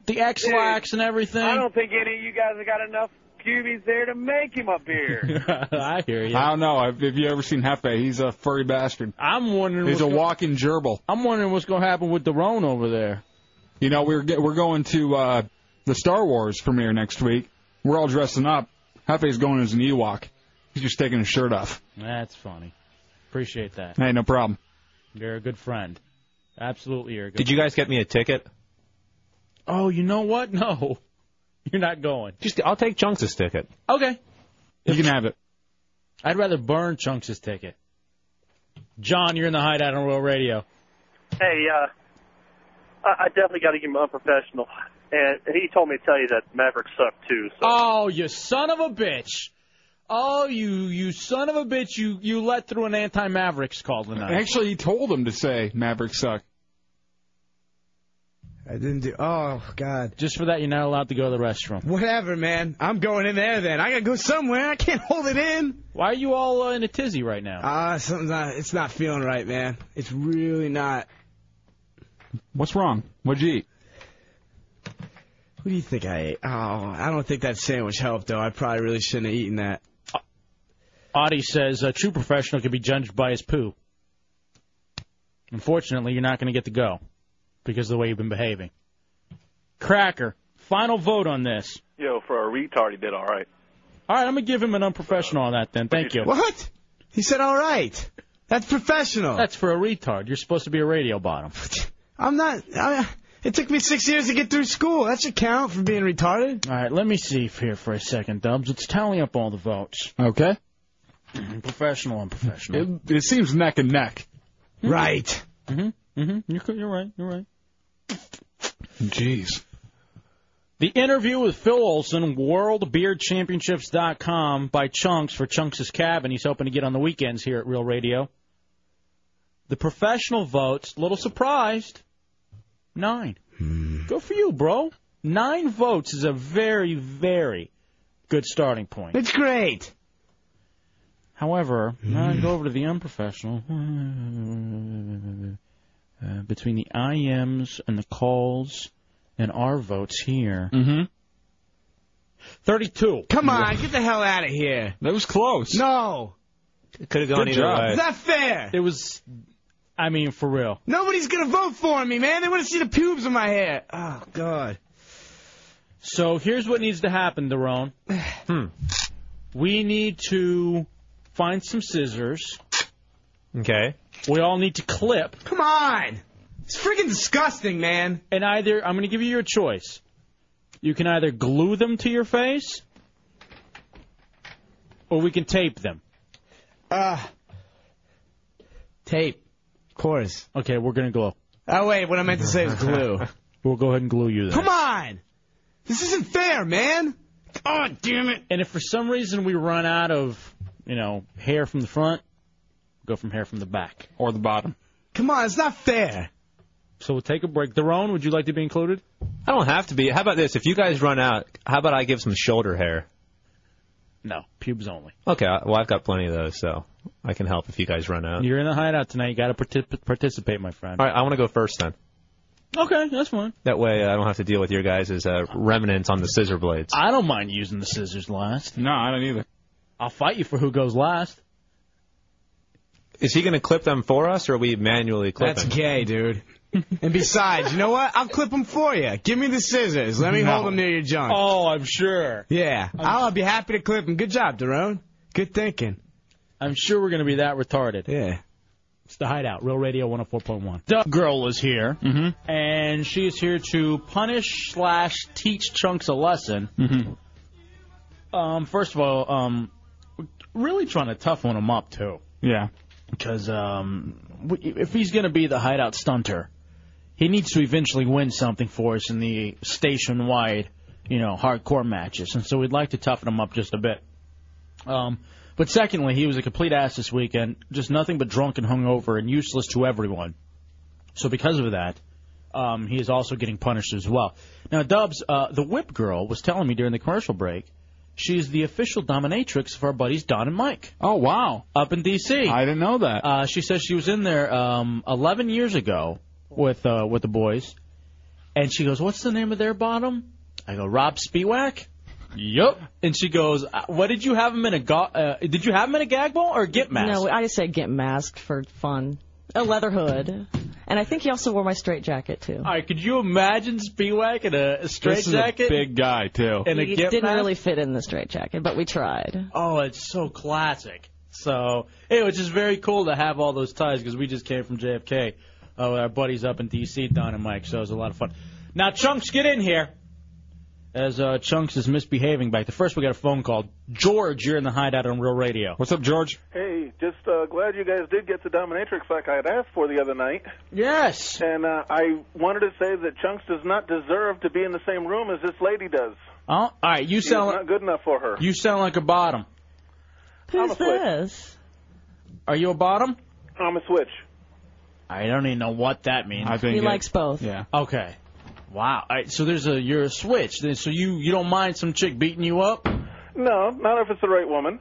S3: The X
S31: Dude,
S3: lax and everything.
S31: I don't think any of you guys have got enough cubies there to make him a beer.
S3: I hear you.
S2: I don't know. Have have you ever seen Hefe? He's a furry bastard.
S3: I'm wondering.
S2: He's
S3: what's
S2: a
S3: go-
S2: walking gerbil.
S3: I'm wondering what's going to happen with Daron over there.
S2: You know, we're ge- we're going to uh, the Star Wars premiere next week. We're all dressing up. Hefe's going as an Ewok. He's just taking his shirt off.
S3: That's funny. Appreciate that.
S2: Hey, no problem.
S3: You're a good friend. Absolutely, you're a good.
S1: Did you guys get me a ticket?
S3: Oh, you know what? No, you're not going.
S1: Just I'll take Chunks' ticket.
S3: Okay.
S2: You can have it.
S3: I'd rather burn Chunks' ticket. John, you're in the hideout on Royal Radio.
S31: Hey, uh, I, I definitely got to give him unprofessional. And he told me to tell you that Maverick sucked too. So
S3: Oh, you son of a bitch! Oh, you you son of a bitch! You you let through an anti-Mavericks call tonight.
S2: Actually, he told him to say Maverick suck.
S6: I didn't do. Oh God.
S3: Just for that, you're not allowed to go to the restroom.
S6: Whatever, man. I'm going in there then. I gotta go somewhere. I can't hold it in.
S3: Why are you all uh, in a tizzy right now?
S6: Ah, something's not. It's not feeling right, man. It's really not.
S2: What's wrong? What'd you eat?
S6: What do you think I ate? Oh, I don't think that sandwich helped though. I probably really shouldn't have eaten that.
S3: Uh, Audie says a true professional can be judged by his poo. Unfortunately, you're not going to get to go because of the way you've been behaving. Cracker, final vote on this.
S8: Yo, for a retard, he did all right.
S3: All right, I'm going to give him an unprofessional on that then. Thank you.
S6: What? He said, all right. That's professional.
S3: That's for a retard. You're supposed to be a radio bottom.
S6: I'm not. I, it took me six years to get through school. That should count for being retarded.
S3: All right, let me see here for a second, Dubs. Let's tally up all the votes.
S2: Okay.
S3: Professional, unprofessional.
S2: It, it seems neck and neck.
S6: Right.
S3: Mm-hmm. Mm-hmm. You're, co- you're right. You're right.
S2: Jeez.
S3: The interview with Phil Olson, WorldBeardChampionships.com by Chunks for Chunks' Cabin. He's hoping to get on the weekends here at Real Radio. The professional votes, little surprised, nine.
S2: Hmm.
S3: Go for you, bro. Nine votes is a very, very good starting point.
S6: It's great.
S3: However, now I go over to the unprofessional. Uh, between the IMs and the calls and our votes here.
S2: Mm-hmm.
S3: 32.
S6: Come on, get the hell out of here.
S2: That was close.
S6: No.
S1: It could have
S6: gone Good either job. way. Is that fair?
S3: It was, I mean, for real.
S6: Nobody's gonna vote for me, man. They want to see the pubes on my hair. Oh God.
S3: So here's what needs to happen, Daron. We need to find some scissors.
S1: Okay.
S3: We all need to clip.
S6: Come on. It's freaking disgusting, man.
S3: And either, I'm going to give you your choice. You can either glue them to your face, or we can tape them.
S6: Uh,
S3: Tape. Of course. Okay, we're gonna glue.
S6: Oh wait, what I meant to say is glue.
S3: we'll go ahead and glue you there.
S6: Come on, this isn't fair, man.
S3: Oh, damn it. And if for some reason we run out of, you know, hair from the front, go from hair from the back. Or the bottom.
S6: Come on, it's not fair.
S3: So we'll take a break. Theron, would you like to be included?
S1: I don't have to be. How about this? If you guys run out, how about I give some shoulder hair?
S3: No, pubes only.
S1: Okay, I- well, I've got plenty of those, so I can help if you guys run out.
S3: You're in the hideout tonight. You got to partic- participate, my friend.
S1: All right, I want to go first then.
S3: Okay, that's fine.
S1: That way uh, I don't have to deal with your guys' uh, remnants on the scissor blades.
S3: I don't mind using the scissors last. No, I don't either. I'll fight you for who goes last.
S1: Is he going to clip them for us, or are we manually clipping?
S6: That's gay, dude. and besides, you know what? I'll clip them for you. Give me the scissors. Let me
S1: No.
S6: hold them near your junk.
S3: Oh, I'm sure.
S6: Yeah, I'll be happy to clip them. Good job, Daron. Good thinking.
S3: I'm sure we're going to be that retarded.
S6: Yeah.
S3: It's the Hideout, Real Radio 104.1. The girl is here, and she is here to punish slash teach Chunks a lesson. Um, first of all, um, we're really trying to toughen him up too,
S32: Yeah.
S3: because um, w- if he's going to be the Hideout stunter, he needs to eventually win something for us in the station-wide, you know, hardcore matches. And so we'd like to toughen him up just a bit. Um, but secondly, he was a complete ass this weekend, just nothing but drunk and hungover and useless to everyone. So because of that, um, he is also getting punished as well. Now, Dubs, uh, the whip girl was telling me during the commercial break, she's the official dominatrix of our buddies Don and Mike.
S2: Oh wow!
S3: Up in D.C. I
S2: didn't know that.
S3: Uh, she says she was in there um, 11 years ago with uh, with the boys, and she goes, "What's the name of their bottom?" I go, "Rob Spiewak." Yup. And she goes, "Uh, "What did you have him in a go- uh, did you have him in a gag ball or get mask?"
S14: No, I just said get masked for fun. A leather hood. And I think he also wore my straight jacket too.
S3: All right, could you imagine Spiewak in a, a straight
S14: This is a
S3: jacket?
S14: big
S2: guy too.
S3: Oh. And a
S14: he
S3: get
S14: didn't
S3: mask?
S14: really fit in the straight jacket, but we tried.
S3: Oh, it's so classic. So anyway, it's just very cool to have all those ties because we just came from JFK uh, with our buddies up in D.C. Don and Mike. So it was a lot of fun. Now, Chunks, get in here. As uh, Chunks is misbehaving back. The first, we got a phone call. George, you're in the hideout on Real Radio.
S2: What's up, George?
S13: Hey, just uh, glad you guys did get the dominatrix like I had asked for the other night.
S3: Yes.
S13: And uh, I wanted to say that Chunks does not deserve to be in the same room as this lady does.
S3: Oh, all right, you
S13: He's not
S3: sound
S13: good enough for her.
S3: you sound like a bottom.
S13: I'm a switch.
S14: Yes.
S3: Are you a bottom?
S13: I'm a switch.
S3: I don't even know what that means.
S14: I think He it- likes both.
S2: Yeah.
S3: Okay. Wow. All right, so there's a you're a switch. Then- So you you don't mind some chick beating you up?
S13: No, not if it's the right woman.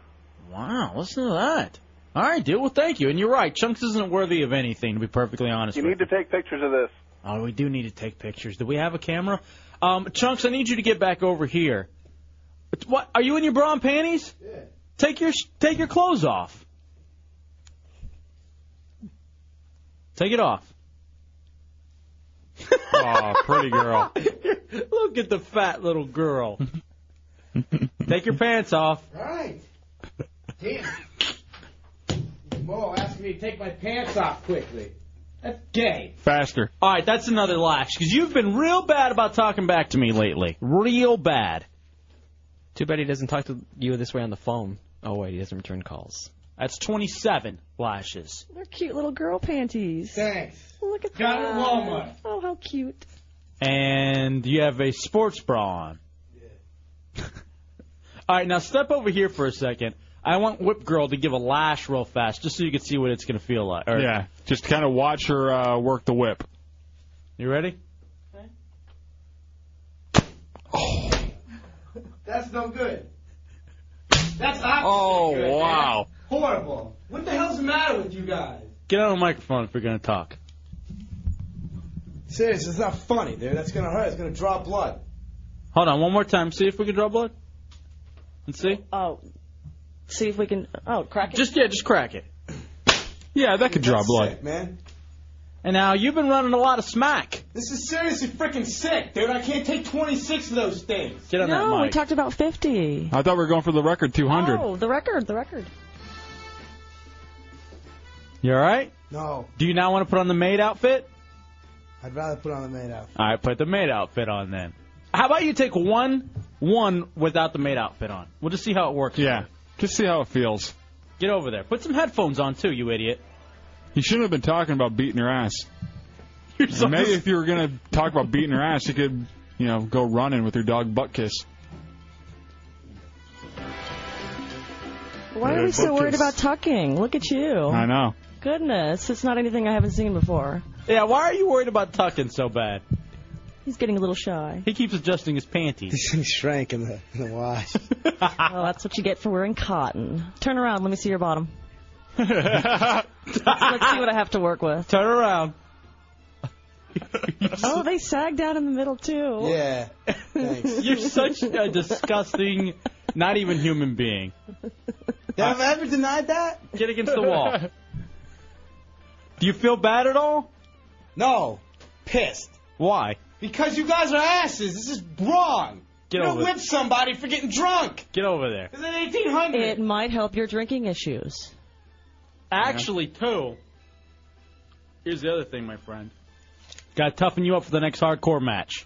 S3: Wow. Listen to that. All right, dude. Well, thank you. And you're right. Chunks isn't worthy of anything, to be perfectly honest.
S13: You
S3: with
S13: need to take pictures of this.
S3: Oh, we do need to take pictures. Do we have a camera? Um, Chunks, I need you to get back over here. It's- What? Are you in your bra and panties? Yeah. Take your sh- take your clothes off. Take it off.
S2: oh, pretty girl.
S3: Look at the fat little girl. take your pants off.
S6: All right. Damn. Mo asked me to take my pants off quickly. That's gay.
S2: Faster.
S3: All right, that's another lash because you've been real bad about talking back to me lately. Real bad.
S7: Too bad he doesn't talk to you this way on the phone. Oh wait, he doesn't return calls.
S3: That's 27 lashes.
S14: They're cute little girl panties.
S6: Thanks.
S14: Look at
S6: Got it at
S14: that.
S6: Walmart.
S14: Oh, how cute.
S3: And you have a sports bra on. All right, now step over here for a second. I want Whip Girl to give a lash real fast, just so you can see what it's gonna feel like. Or-
S2: Yeah. Just kind of watch her uh, work the whip.
S3: You ready?
S6: That's no good. That's not
S2: Oh,
S6: good, man.
S2: wow.
S6: Horrible. What the hell's the matter with you guys?
S3: Get on the microphone if you're gonna talk.
S6: Seriously, it's not funny, dude. That's gonna hurt. It's gonna draw blood.
S3: Hold on, one more time. See if we can draw blood. Let's see.
S14: Oh, see if we can. Oh, crack it.
S3: Just yeah, just crack it. Yeah, that could draw blood.
S6: man.
S3: And now you've been running a lot of smack.
S6: This is seriously freaking sick, dude. I can't take 26 of those things.
S3: Get on
S2: that
S14: no,
S2: mic.
S14: we talked about 50.
S2: I thought we were going for the record 200.
S14: Oh, the record, the record.
S3: You all right?
S6: No,
S3: Do you now want to put on the maid outfit?
S6: I'd rather put on the maid outfit.
S3: All right, put the maid outfit on then. How about you take one, one without the maid outfit on? We'll just see how it works.
S2: Yeah. Just see how it feels.
S3: Get over there. Put some headphones on too, you idiot.
S2: You shouldn't have been talking about beating her ass. Maybe if you were going to talk about beating her ass, you could, you know, go running with your dog butt kiss.
S14: Why are
S2: Yeah,
S14: we so
S2: book
S14: worried
S2: is-
S14: about tucking? Look at you.
S2: I know.
S14: Goodness, it's not anything I haven't seen before.
S3: Yeah, why are you worried about tucking so bad?
S14: He's getting a little shy.
S3: He keeps adjusting his panties.
S6: He shrank in the, in the wash.
S14: oh, that's what you get for wearing cotton. Turn around. Let me see your bottom. Let's see what I have to work with.
S3: Turn around.
S14: oh, they sag down in the middle too.
S6: Yeah.
S3: You're such a disgusting, not even human being.
S6: Have I ever denied that?
S3: Get against the wall. Do you feel bad at all?
S6: No. Pissed.
S3: Why?
S6: Because you guys are asses. This is wrong.
S3: Get
S6: you don't
S3: over it.
S6: whip somebody for getting drunk.
S3: Get over there.
S6: It's an 1800.
S14: It might help your drinking issues.
S3: Actually, too. Here's the other thing, my friend. Got to toughen you up for the next hardcore match.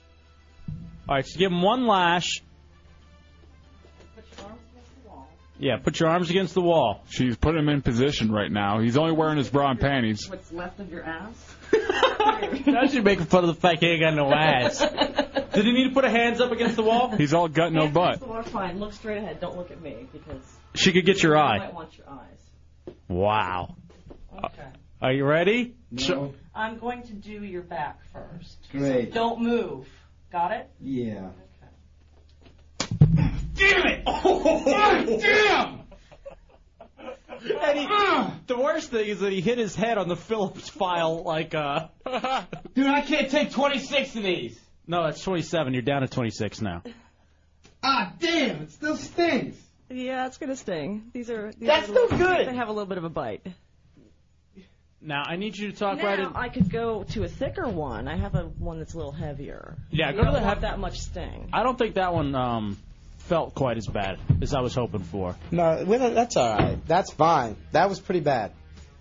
S3: All right, so give him one lash. Yeah, put your arms against the wall.
S2: She's put him in position right now. He's only wearing his bra and panties.
S14: What's left of your ass?
S3: Now she's making fun of the fact he ain't got no ass. Did he need to put her hands up against the wall?
S2: He's all
S3: Uh,
S2: gut, no butt.
S14: Fine. Look straight ahead. Don't look at me because
S3: She could get your eye. Uh,
S14: want your eyes.
S3: Wow. Are you ready? Ch-
S14: I'm going to do your back first.
S3: Great.
S14: don't move. Got it?
S33: Yeah.
S3: Damn it!
S15: Oh.
S3: God damn! And
S5: Ah.
S3: he, the worst thing is that he hit his head on the Phillips file like uh
S6: Dude, I can't take 26 of these.
S3: No, that's 27. You're down to 26 now.
S6: Ah, damn. It still stings.
S14: Yeah, it's gonna sting. These are. These
S6: That's
S14: are little-
S6: still good.
S14: They have a little bit of a bite.
S3: Now I need you to talk
S14: now
S3: right in.
S14: I could go to a thicker one. I have a one that's a little heavier.
S3: Yeah,
S14: You
S3: go to
S14: don't
S3: the
S14: want
S3: heavy.
S14: that much sting.
S3: I don't think that one um felt quite as bad as I was hoping for.
S6: No, we don't- that's all right. That's fine. That was pretty bad.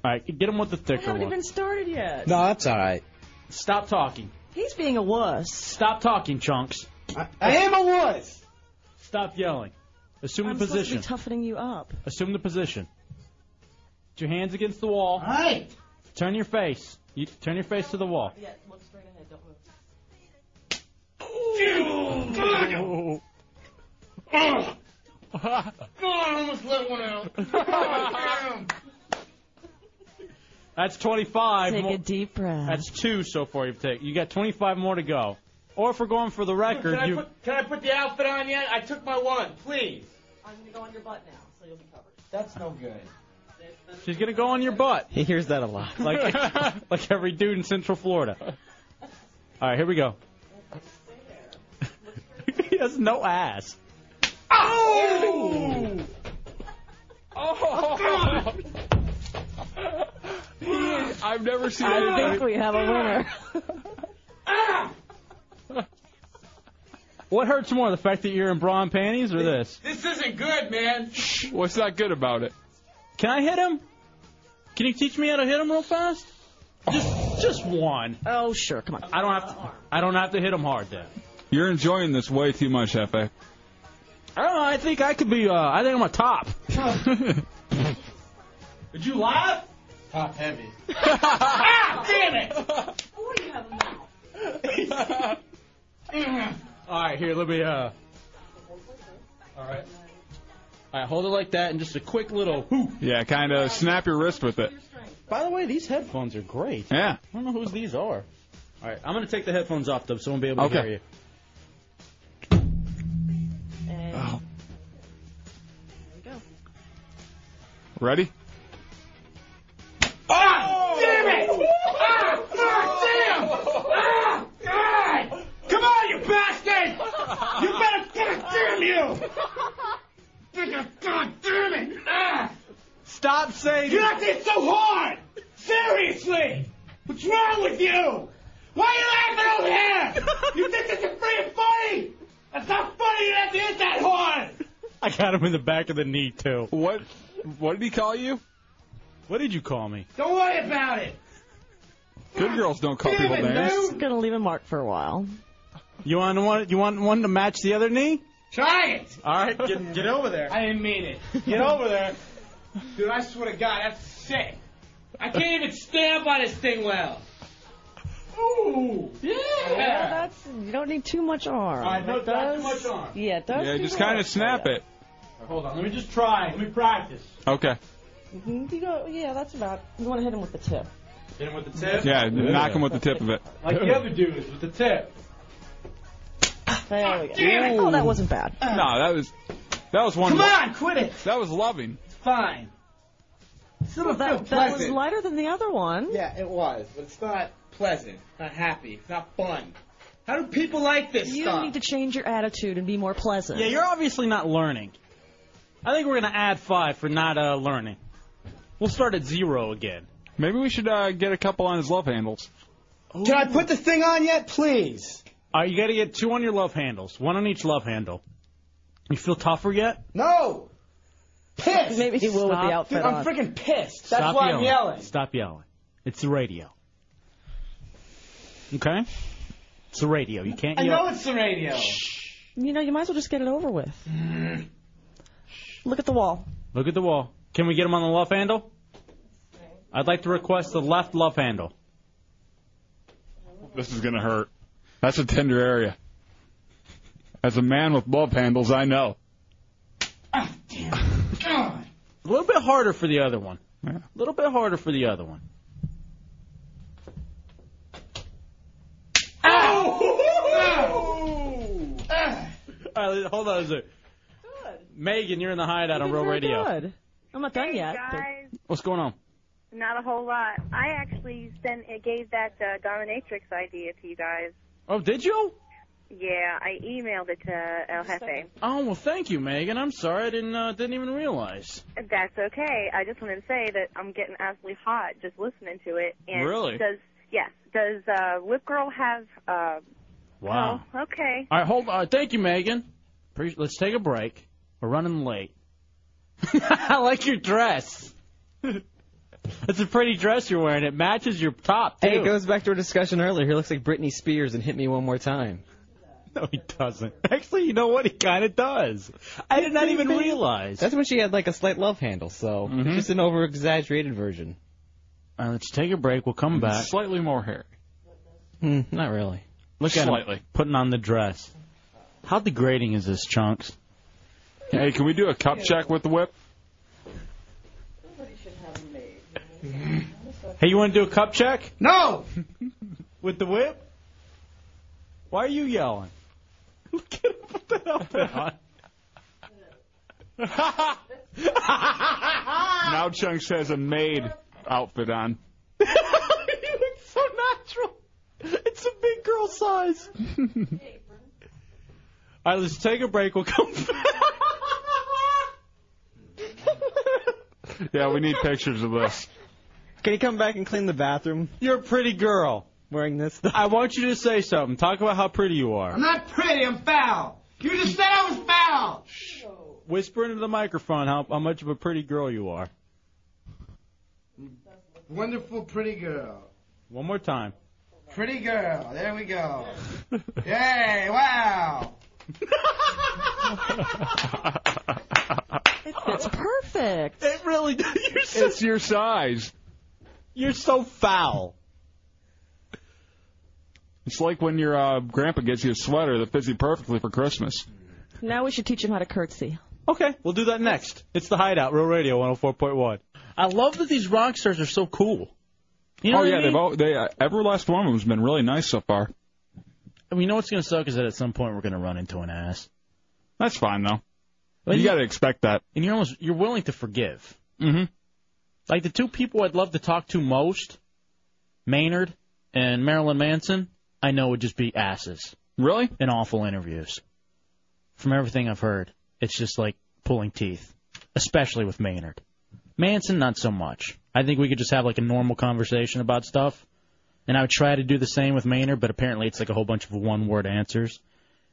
S3: All right, get him with the
S14: I
S3: thicker
S14: haven't
S3: one.
S14: even started yet.
S6: No, that's all right.
S3: Stop talking.
S14: He's being a wuss.
S3: Stop talking, chunks.
S6: I, am a wuss.
S3: Stop yelling. Assume
S14: I'm
S3: the
S14: supposed to
S3: position.
S14: be toughening you up.
S3: Assume the position. Put your hands against the wall.
S14: All right.
S3: Turn your face. You turn your face to the wall.
S14: Yeah, look straight ahead. Don't move.
S3: Oh.
S5: Oh.
S6: God, I almost let one out.
S3: That's 25.
S14: Take
S3: more-
S14: a deep breath.
S3: That's two so far you've taken. You got 25 more to go. Or if we're going for the record,
S6: Can I,
S3: you
S6: put, can I put the outfit on yet? I took my one, please.
S14: I'm gonna go on your butt now, so you'll be covered.
S6: That's no good.
S3: she's gonna go on your butt.
S33: He hears that a lot.
S3: Like like every dude in Central Florida. All right, here we go. he has no ass.
S6: Oh!
S15: Oh.
S5: Oh,
S2: I've never seen
S14: I think
S2: anybody.
S14: we have a winner.
S3: What hurts more, the fact that you're in bra and panties or this?
S6: This isn't good, man.
S2: What's not good about it?
S3: Can I hit him? Can you teach me how to hit him real fast? Just just one.
S14: Oh sure, come on.
S3: I don't have to. I don't have to hit him hard then.
S2: You're enjoying this way too much, Hefe.
S3: I don't know. I think I could be. Uh, I think I'm a top. Did you laugh?
S6: Top heavy.
S5: Ah,
S3: Damn it!
S14: Oh, you have a mouth.
S3: All right, here. Let me. Uh. All right. All right. Hold it like that, and just a quick little whoop.
S2: Yeah, kind of snap your wrist with it.
S3: By the way, these headphones are great.
S2: Yeah.
S3: I don't know whose these are. All right, I'm gonna take the headphones off though, so I won't be able to
S2: Okay.
S3: hear you.
S14: And there we go.
S2: Ready?
S6: Ah! Damn it! Ah! Ah! Damn! Ah! God! Come on, you bastard! You better God damn you! God damn it! Ah!
S3: Stop saying.
S6: You knocked it so hard! Seriously! What's wrong with you? Why are you laughing over here? You think this is free and funny? That's not funny. You have to hit that hard.
S3: I got him in the back of the knee too.
S2: What? What did he call you?
S3: What did you call me?
S6: Don't worry about it.
S2: Good girls don't call people names.
S14: That's gonna leave a mark for a while.
S3: You want one? You want one to match the other knee?
S6: Try it.
S3: All right, get, get over there.
S6: I didn't mean it.
S3: Get over there.
S6: Dude, I swear to God, that's sick. I can't even stand by this thing well. Ooh. Yeah.
S14: Well, that's you don't need too much arm.
S6: I know,
S14: It
S6: not
S14: does,
S6: too much arm.
S14: Yeah, it does.
S2: Yeah,
S14: do
S2: just
S14: work.
S2: kind of snap it.
S6: Hold on. Let me just try. Let me practice.
S2: Okay.
S14: Mhm, You go, yeah, that's about. You want to hit him with the tip.
S6: Hit him with the tip.
S2: Yeah, knock him with the tip of it.
S6: Like the other dudes with the tip.
S14: There we go. Oh, that wasn't bad.
S2: No, that was that was one.
S6: Come
S2: lo-
S6: on, quit it.
S2: That was loving.
S6: Fine.
S14: Well, that, that was lighter than the other one.
S6: Yeah, it was, but it's not pleasant. It's not happy. It's not fun. How do people like this
S14: You
S6: stuff?
S14: need to change your attitude and be more pleasant.
S3: Yeah, you're obviously not learning. I think we're gonna add five for not uh, learning. We'll start at zero again.
S2: Maybe we should uh, get a couple on his love handles.
S3: Can I put the thing on yet, please? All right, you got to get two on your love handles, one on each love handle. You feel tougher yet?
S6: No.
S14: Pissed. Maybe he will with the
S3: Stop.
S14: outfit
S3: Dude, I'm
S14: on.
S6: freaking pissed.
S3: Stop yelling. Stop yelling. It's the radio. Okay. It's the radio. You can't
S6: I
S3: yell.
S6: know it's the radio.
S14: You know, you might as well just get it over with. Look at the wall.
S3: Look at the wall. Can we get him on the love handle? I'd like to request the left love handle.
S2: This is gonna hurt. That's a tender area. As a man with love handles, I know.
S3: A little bit harder for the other one. A little bit harder for the other one. All right, hold on a second. Megan, you're in the hideout on
S14: Did
S3: Real
S14: very
S3: Radio.
S14: Good. I'm not done yet.
S20: Guys,
S3: What's going on?
S20: not a whole lot. I actually sent it gave that uh, dominatrix idea to you guys.
S3: Oh, did you?
S20: Yeah, I emailed it to El Jefe.
S3: Oh well, thank you, Megan. I'm sorry, I didn't uh, didn't even realize.
S20: That's okay. I just wanted to say that I'm getting absolutely hot just listening to it. And
S3: Really?
S20: Does yes? Does uh, Whip Girl have? Uh,
S3: Wow.
S20: Oh, okay.
S3: All right, hold on. Thank you, Megan. Pre- Let's take a break. We're running late. I like your dress. That's a pretty dress you're wearing. It matches your top too.
S7: Hey, it goes back to our discussion earlier. He looks like Britney Spears and hit me one more time.
S3: No, he doesn't. Actually, you know what? He kind of does. I did not even realize. Mm-hmm.
S7: That's when she had like a slight love handle, so it's just an over exaggerated version.
S3: All right, let's take a break. We'll come back.
S2: Slightly more hair.
S7: Mm, not really.
S3: Hmm, Look at
S2: Slightly.
S3: him putting on the dress. How degrading is this, Chunks?
S2: Hey, can we do a cup check with the whip?
S3: Hey, you want to do a cup check? No. With the whip? Why are you yelling?
S2: Now Chunks has a maid outfit on.
S6: you look so natural. It's a big girl size.
S3: All right, let's take a break. We'll come back.
S2: Yeah, we need pictures of this.
S7: Can you come back and clean the bathroom?
S3: You're a pretty girl.
S7: Wearing this stuff.
S3: I want you to say something. Talk about how pretty you are.
S6: I'm not pretty. I'm foul. You just said I was foul.
S3: Whisper into the microphone how, how much of a pretty girl you are.
S5: Wonderful pretty girl.
S3: One more time.
S5: Pretty girl. There we go. Yay, wow.
S14: It's perfect.
S3: It really does.
S2: It's your size.
S3: You're so foul.
S2: It's like when your uh, grandpa gets you a sweater that fits you perfectly for Christmas.
S14: Now we should teach him how to curtsy.
S3: Okay, we'll do that next. It's the Hideout, Real Radio 104.1. I love that these rock stars are so cool. You know
S2: oh
S3: what
S2: yeah,
S3: I mean?
S2: they've all, they uh, every last one of them's been really nice so far.
S3: I mean, you know what's going to suck is that at some point we're going to run into an ass.
S2: That's fine though.
S3: Well,
S2: you,
S3: you-
S2: got to expect that.
S3: And you're almost you're willing to forgive.
S2: Mm-hmm.
S3: Like the two people I'd love to talk to most, Maynard and Marilyn Manson, I know would just be asses.
S2: Really?
S3: In awful interviews. From everything I've heard, it's just like pulling teeth, especially with Maynard. Manson, not so much. I think we could just have like a normal conversation about stuff, and I would try to do the same with Maynard, but apparently it's like a whole bunch of one-word answers,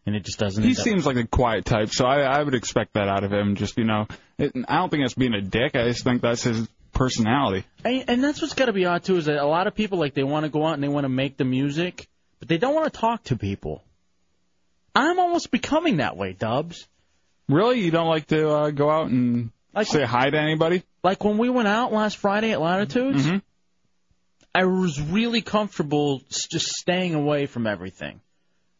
S3: and it just doesn't.
S2: He
S3: end up-
S2: seems like a quiet type, so I, I would expect that out of him. Just you know, it, I don't think that's being a dick. I just think that's his personality.
S3: And, and that's what's got to be odd too is that a lot of people like they want to go out and they want to make the music, but they don't want to talk to people. I'm almost becoming that way, Dubs.
S2: Really, you don't like to uh, go out and say hi to anybody? Mm-hmm.
S3: Like when we went out last Friday at Latitudes, I was really comfortable s- just staying away from everything.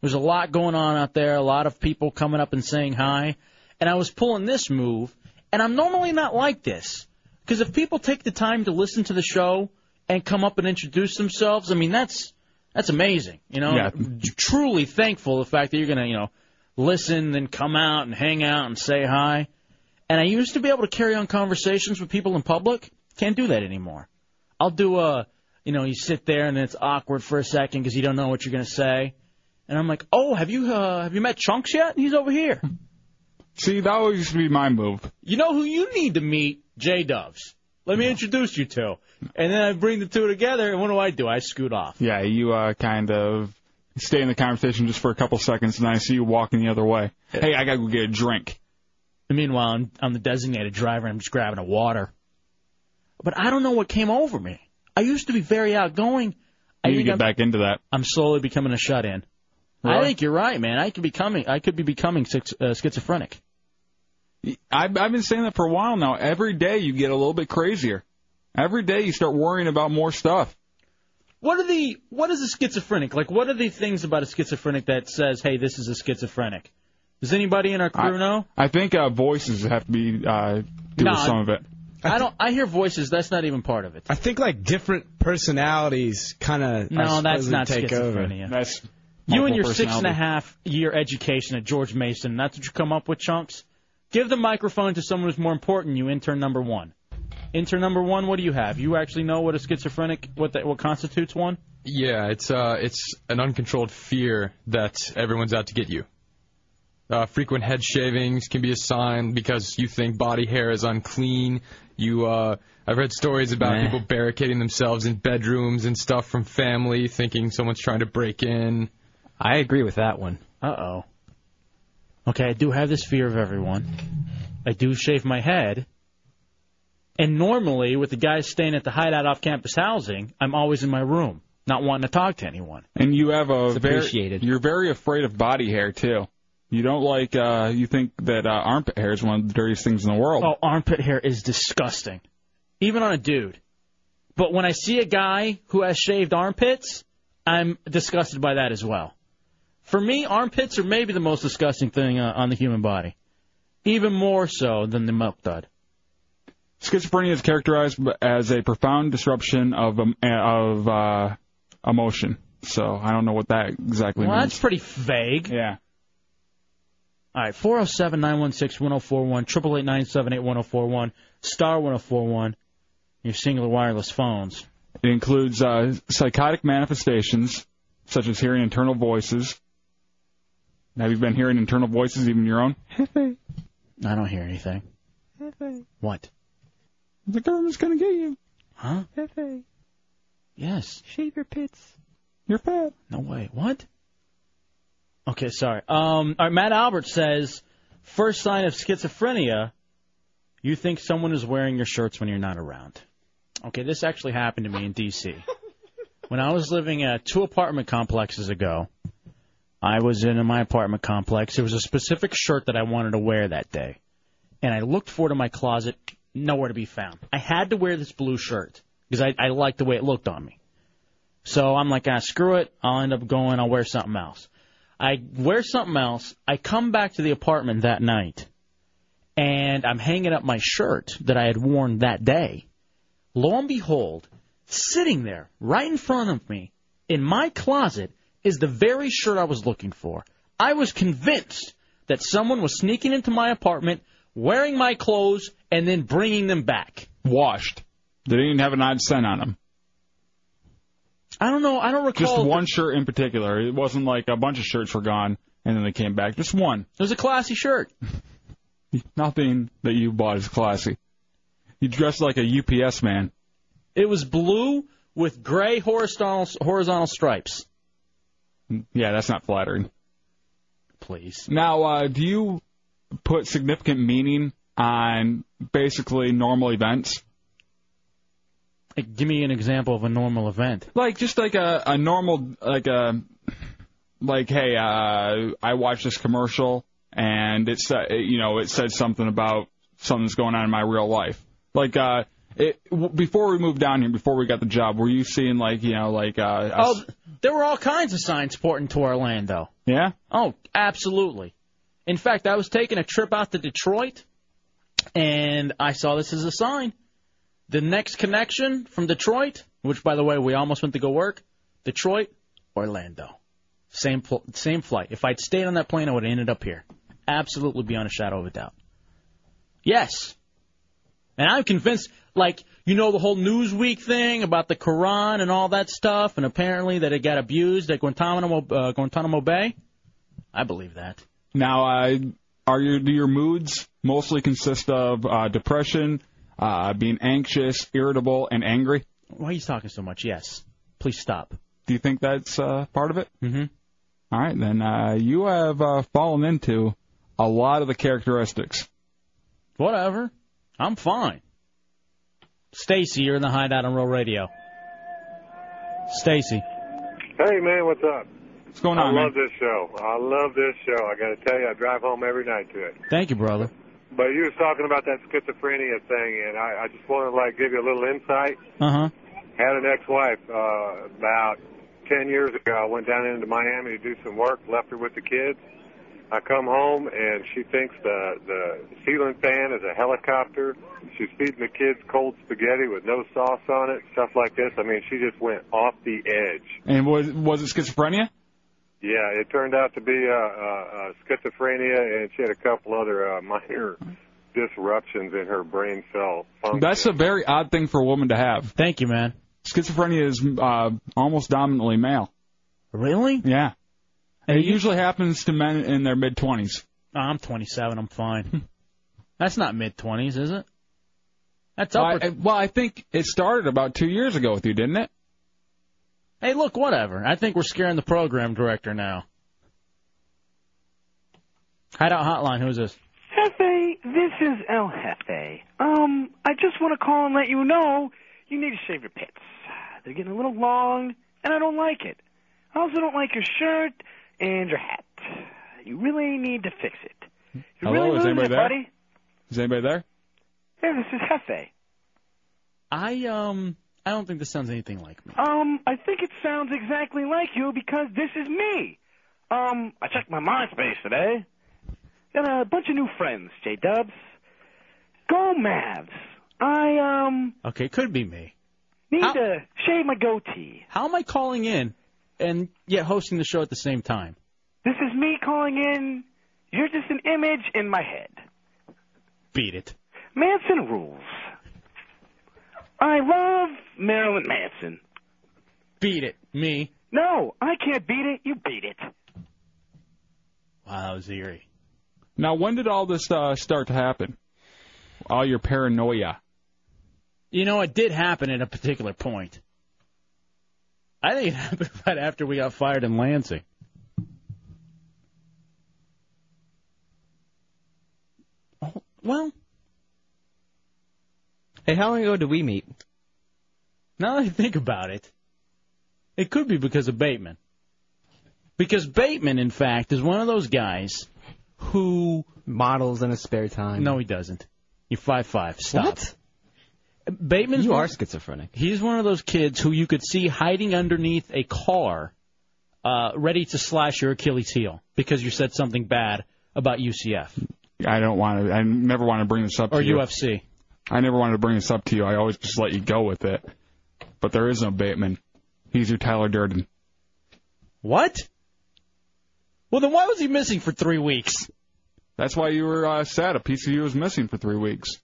S3: There's a lot going on out there, a lot of people coming up and saying hi, and I was pulling this move, and I'm normally not like this. Because if people take the time to listen to the show and come up and introduce themselves, I mean that's that's amazing. You know,
S16: Yeah.
S3: truly thankful the fact that you're gonna you know listen, then come out and hang out and say hi. And I used to be able to carry on conversations with people in public. Can't do that anymore. I'll do a, you know, you sit there and it's awkward for a second because you don't know what you're gonna say. And I'm like, oh, have you uh, have you met Chunks yet? He's over here.
S2: See, that always used to be my move.
S3: You know who you need to meet? J Doves. Let me introduce you to. And then I bring the two together, and what do I do? I scoot off.
S2: Yeah, you uh, kind of stay in the conversation just for a couple seconds, and I see you walking the other way. Hey, I gotta go get a drink.
S3: And meanwhile, I'm, I'm the designated driver. I'm just grabbing a water. But I don't know what came over me. I used to be very outgoing. I
S2: You need to
S3: think
S2: get
S3: I'm-
S2: back into that.
S3: I'm slowly becoming a shut-in. I
S2: Really?
S3: think you're right, man. I could be coming. I could be becoming schiz- uh, schizophrenic.
S2: I've, I've been saying that for a while now. Every day you get a little bit crazier. Every day you start worrying about more stuff.
S3: What are the what is a schizophrenic? Like what are the things about a schizophrenic that says, "Hey, this is a schizophrenic"? Does anybody in our crew know?
S2: I think uh, voices have to be uh, do
S3: Nah,
S2: with some of it.
S3: I don't I hear voices, that's not even part of it.
S6: I think like different personalities kind of
S3: No, that's not
S6: take over.
S3: schizophrenia.
S2: That's
S3: You and your six and a half year education at George Mason, that's what you come up with, chunks. Give the microphone to someone who's more important than you, intern number one. Intern number one, what do you have? You actually know what a schizophrenic, what that, what constitutes one?
S14: Yeah, it's uh, it's an uncontrolled fear that everyone's out to get you. Uh, frequent head shavings can be a sign because you think body hair is unclean. You, uh, I've read stories about
S3: Meh.
S14: people barricading themselves in bedrooms and stuff from family, thinking someone's trying to break in.
S1: I agree with that one.
S3: Uh oh. Okay, I do have this fear of everyone. I do shave my head. And normally, with the guys staying at the hideout off campus housing, I'm always in my room, not wanting to talk to anyone.
S2: And you have a
S3: It's appreciated.
S2: Very, you're very afraid of body hair too. You don't like. Uh, you think that uh, armpit hair is one of the dirtiest things in the world.
S3: Oh, armpit hair is disgusting. Even on a dude. But when I see a guy who has shaved armpits, I'm disgusted by that as well. For me, armpits are maybe the most disgusting thing uh, on the human body. Even more so than the milk dud.
S2: Schizophrenia is characterized b- as a profound disruption of um, uh, of uh, emotion. So I don't know what that exactly
S3: Well,
S2: means.
S3: that's pretty vague.
S2: Yeah.
S3: All right, 407 916 1041, 888 978 1041, star 1041, your singular wireless phones.
S2: It includes uh, psychotic manifestations such as hearing internal voices. Have you been hearing internal voices, even your own?
S3: I don't hear anything. What?
S2: The government's gonna get you.
S3: Huh?
S2: Hefe,
S3: Yes.
S2: shave your pits. You're fat.
S3: No way. What? Okay, sorry. Um, all right, Matt Albert says first sign of schizophrenia, you think someone is wearing your shirts when you're not around. Okay, this actually happened to me in D.C. when I was living uh, two apartment complexes ago, I was in my apartment complex. There was a specific shirt that I wanted to wear that day, and I looked for it in my closet, nowhere to be found. I had to wear this blue shirt because I, I liked the way it looked on me. So I'm like, ah, screw it. I'll end up going. I'll wear something else. I wear something else. I come back to the apartment that night, and I'm hanging up my shirt that I had worn that day. Lo and behold, sitting there right in front of me in my closet is the very shirt I was looking for. I was convinced that someone was sneaking into my apartment, wearing my clothes, and then bringing them back.
S2: Washed. They didn't even have an odd scent on them.
S3: I don't know. I don't recall.
S2: Just one shirt in particular. It wasn't like a bunch of shirts were gone and then they came back. Just one.
S3: It was a classy shirt.
S2: Nothing that you bought is classy. You dressed like a UPS man.
S3: It was blue with gray horizontal horizontal stripes.
S2: Yeah, that's not flattering.
S3: Please.
S2: Now, uh, do you put significant meaning on basically normal events?
S3: Hey, Give me an example of a normal event.
S2: Like just like a, a normal like a like hey uh, I watched this commercial and it's uh, you know it said something about something's going on in my real life. Like uh, It, w- before we moved down here, before we got the job, were you seeing like you know like uh, a
S3: Oh, there were all kinds of signs pointing to Orlando.
S2: Yeah.
S3: Oh, absolutely. In fact, I was taking a trip out to Detroit, and I saw this as a sign. The next connection from Detroit, which by the way we almost went to go work, Detroit, Orlando, same pl- same flight. If I'd stayed on that plane, I would have ended up here. Absolutely beyond a shadow of a doubt. Yes, and I'm convinced, like, you know, the whole Newsweek thing about the Quran and all that stuff, and apparently that it got abused at Guantanamo, uh, Guantanamo Bay. I believe that.
S2: Now, uh, are your do your moods mostly consist of uh, depression, uh, being anxious, irritable, and angry?
S3: Why are you talking so much? Yes, please stop.
S2: Do you think that's uh, part of it?
S3: Mm-hmm.
S2: All right, then uh, you have uh, fallen into a lot of the characteristics.
S3: Whatever. I'm fine. Stacy, you're in the hideout on Real Radio. Stacy.
S34: Hey man, what's up? What's
S2: going
S34: I
S2: on,
S34: love this show. I love this show. I got to tell you, I drive home every night to it.
S3: Thank you, brother.
S34: But you was talking about that schizophrenia thing, and I, I just want to like give you a little insight.
S3: Uh huh.
S34: Had an ex-wife uh, about ten years ago. I went down into Miami to do some work. Left her with the kids. I come home and she thinks the the ceiling fan is a helicopter. She's feeding the kids cold spaghetti with no sauce on it, stuff like this. I mean, she just went off the edge.
S2: And was was it schizophrenia?
S34: Yeah, it turned out to be uh, uh, uh, schizophrenia, and she had a couple other uh, minor disruptions in her brain cell function.
S2: That's a very odd thing for a woman to have.
S3: Thank you, man.
S2: Schizophrenia is uh, almost dominantly male.
S3: Really?
S2: Yeah. it usually happens to men in their mid twenties.
S3: Oh, I'm 27. I'm fine. That's not mid 20s, is it? That's
S2: Well,
S3: upper.
S2: I, well, I think it started about two years ago with you, didn't it?
S3: Hey, look, whatever. I think we're scaring the program director now. Hideout Hotline, who's this?
S29: Hefe, this is El Hefe. Um, I just want to call and let you know you need to shave your pits. They're getting a little long, and I don't like it. I also don't like your shirt and your hat. You really need to fix it.
S2: Hello,
S29: You're really
S2: is
S29: losing
S2: anybody
S29: it,
S2: there?
S29: buddy.
S2: Is anybody there?
S29: Hey, this is Hefe.
S3: I um I don't think this sounds anything like me.
S29: Um, I think it sounds exactly like you because this is me. Um, I checked my MySpace today. Got a bunch of new friends, J Dubs. Go Mavs. I um
S3: Okay, it could be me.
S29: need to shave my goatee.
S3: How am I calling in and yet hosting the show at the same time?
S29: This is me calling in. You're just an image in my head.
S3: Beat it.
S29: Manson rules. I love Marilyn Manson.
S3: Beat it. Me.
S29: No, I can't beat it. You beat it.
S3: Wow, that was eerie.
S2: Now, when did all this uh, start to happen? All your paranoia.
S3: You know, it did happen at a particular point. I think it happened right after we got fired in Lansing. Well,
S7: Hey, how long ago did we meet?
S3: Now that I think about it, it could be because of Bateman. Because Bateman, in fact, is one of those guys who models in his spare time. No, he doesn't. You're five five. Stop. What? Bateman's
S7: You
S3: one-
S7: are schizophrenic.
S3: He's one of those kids who you could see hiding underneath a car, uh, ready to slash your Achilles heel because you said something bad about UCF
S2: I don't want to. I never want to bring this up
S3: or
S2: to you.
S3: UFC.
S2: I never wanted to bring this up to you. I always just let you go with it. But there is no Bateman. He's your Tyler Durden.
S3: What? Well, then why was he missing for three weeks?
S2: That's why you were uh, sad. A piece of you was missing for three weeks.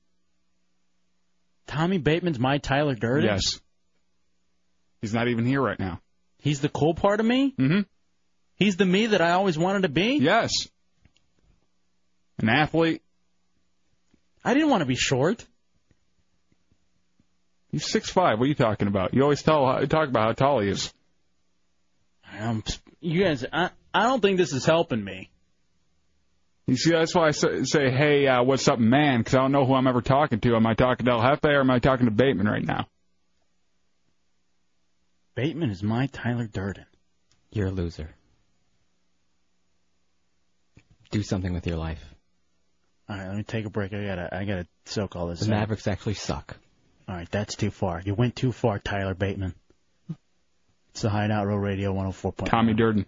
S3: Tommy Bateman's my Tyler Durden.
S2: Yes. He's not even here right now.
S3: He's the cool part of me.
S2: Mm-hmm.
S3: He's the me that I always wanted to be.
S2: Yes. An athlete.
S3: I didn't want to be short.
S2: He's six five. What are you talking about? You always tell talk about how tall he is.
S3: I'm, Um, you guys, I, I don't think this is helping me.
S2: You see, that's why I say, say hey, uh, what's up, man? Because I don't know who I'm ever talking to. Am I talking to El Jefe or am I talking to Bateman right now?
S3: Bateman is my Tyler Durden.
S7: You're a loser. Do something with your life.
S3: All right, let me take a break. I gotta, I gotta soak all this.
S7: The
S3: in.
S7: Mavericks actually suck.
S3: All right, that's too far. You went too far, Tyler Bateman. It's the Hideout Row Radio 104.1. Tommy
S35: Durden.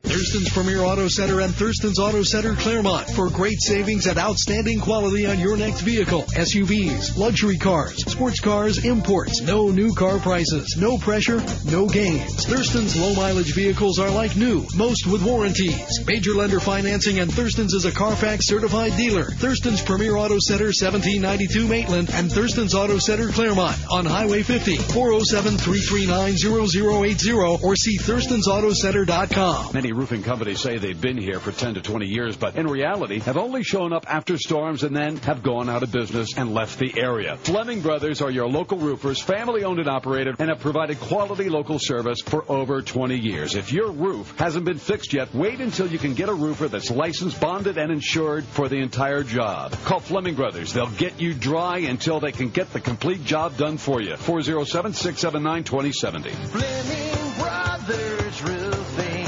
S36: Thurston's Premier Auto Center and Thurston's Auto Center Claremont for great savings and outstanding quality on your next vehicle. SUVs, luxury cars, sports cars, imports. No new car prices, no pressure, no gains. Thurston's low mileage vehicles are like new, most with warranties. Major lender financing and Thurston's is a Carfax certified dealer. Thurston's Premier Auto Center, 1792 Maitland and Thurston's Auto Center Claremont on Highway 50, 407-339-0080 or see thurstonsautocenter.com.
S37: Many roofing companies say they've been here for 10 to 20 years, but in reality have only shown up after storms and then have gone out of business and left the area. Fleming Brothers are your local roofers, family owned and operated, and have provided quality local service for over 20 years. If your roof hasn't been fixed yet, wait until you can get a roofer that's licensed, bonded, and insured for the entire job. Call Fleming Brothers. They'll get you dry until they can get the complete job done for you. 407 679 2070.
S5: Fleming Brothers Roofing,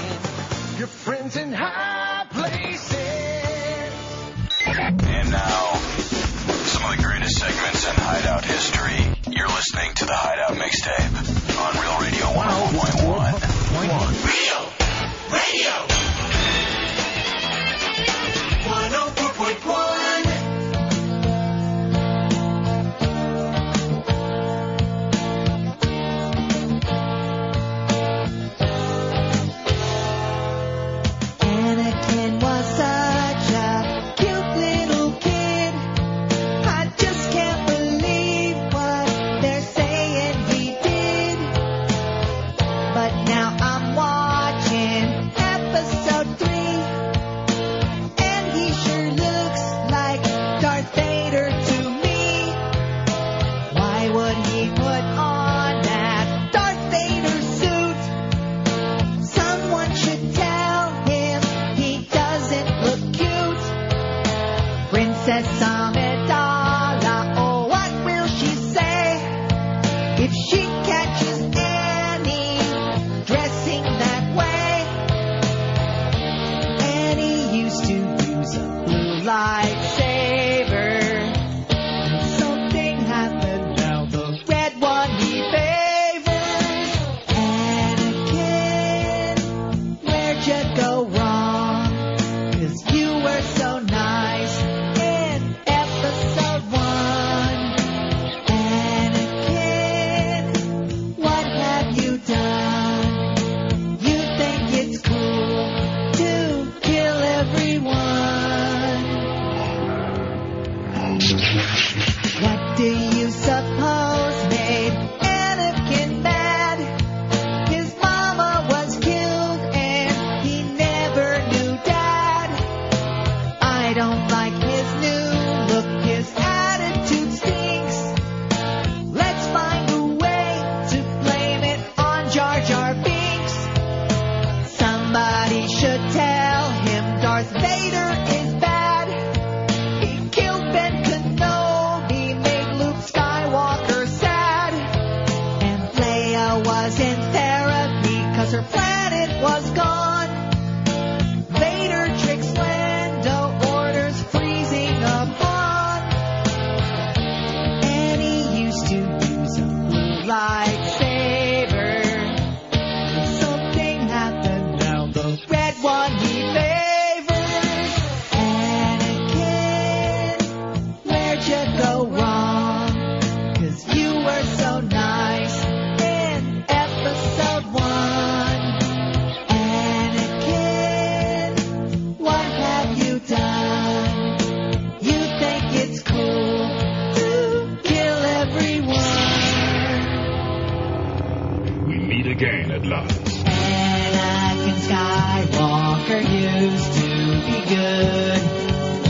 S5: your friends in high places.
S6: And now, some of the greatest segments in Hideout history. You're listening to the Hideout Mixtape on Real Radio 104.1.
S5: Radio 104.1. Anakin was such a cute little kid. I just can't believe what they're saying he did. But now I'm watching episode three, and he sure looks like Darth Vader to me. Why would he put on that Darth Vader suit? Someone should tell him he doesn't look cute. Princess Amidala, oh, what will she say if she catches Annie dressing that way? Annie used to use a blue lightsaber. Something happened now, the red one he favors. Anakin, where'd you go wrong? Cause you were so nice in episode one. Anakin, what have you done? You think it's cool to kill everyone. What do you suppose made Anakin mad? His mama was killed and he never knew dad. I don't like his new look, his attitude stinks. Let's find a way to blame it on Jar Jar Binks. Somebody should tell him Darth Vader is bad. He killed Ben Kenobi, made Luke Skywalker sad. And Leia was in therapy cause her planet was gone. Vader tricks Lando, orders freezing of Han. And he used to use a blue lightsaber. Something happened now, the red one he favors. Anakin, where'd you go wrong? Cause you were so nice in episode one. Anakin, what have you done? You think it's cool to kill everyone.
S2: We meet again at last.
S5: Anakin Skywalker used to be good.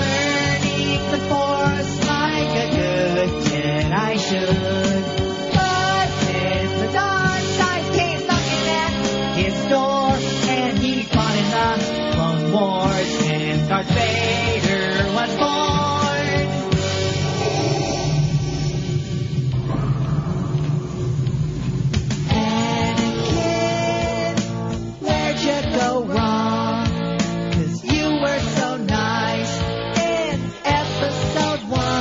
S5: Learning the Force like a good Jedi should. But then the dark side came knocking at his door, and he fought in the Clone Wars, and Darth Vader was born. Anakin, where'd you go wrong? Cause you were so nice in episode one.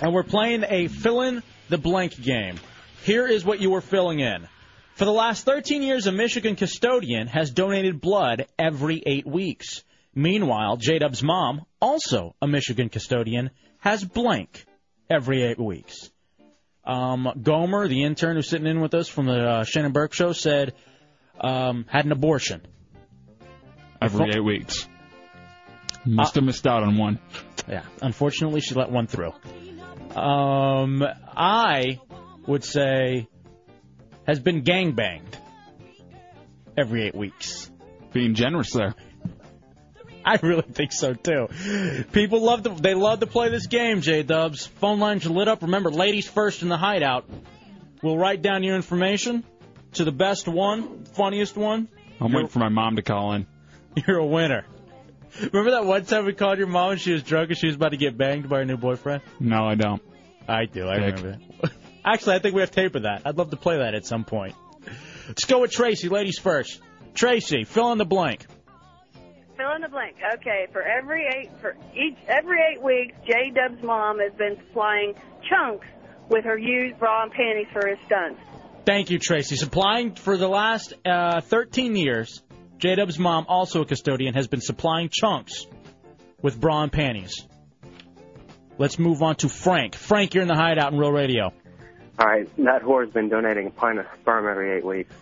S3: and we're playing a fill in the blank game. Here is what you were filling in. For the last 13 years, a Michigan custodian has donated blood every eight weeks. Meanwhile, J Dub's mom, also a Michigan custodian, has blank every eight weeks. Um, Gomer, the intern who's sitting in with us from the uh, Shannon Burke show, said um, had an abortion.
S2: Every eight weeks. Uh, Must have missed out on one.
S3: Yeah, unfortunately, she let one through. Um, I would say has been gangbanged every eight weeks.
S2: Being generous there.
S3: I really think so too. People love to they love to play this game, J Dubs. Phone lines are lit up. Remember, ladies first in the hideout. We'll write down your information to the best one, funniest one.
S2: I'm waiting for my mom to call in.
S3: You're a winner. Remember that one time we called your mom and she was drunk and she was about to get banged by her new boyfriend?
S2: No, I don't.
S3: I do. I remember that. Actually, I think we have tape of that. I'd love to play that at some point. Let's go with Tracy, ladies first. Tracy, fill in the blank.
S17: Fill in the blank. Okay, for every eight for each every eight weeks, J Dub's mom has been supplying chunks with her used bra and panties for his stunts.
S3: Thank you, Tracy. Supplying for the last uh, 13 years, J Dub's mom, also a custodian, has been supplying chunks with bra and panties. Let's move on to Frank. Frank, you're in the hideout in Real Radio.
S8: All right, that whore's been donating a pint of sperm every eight weeks.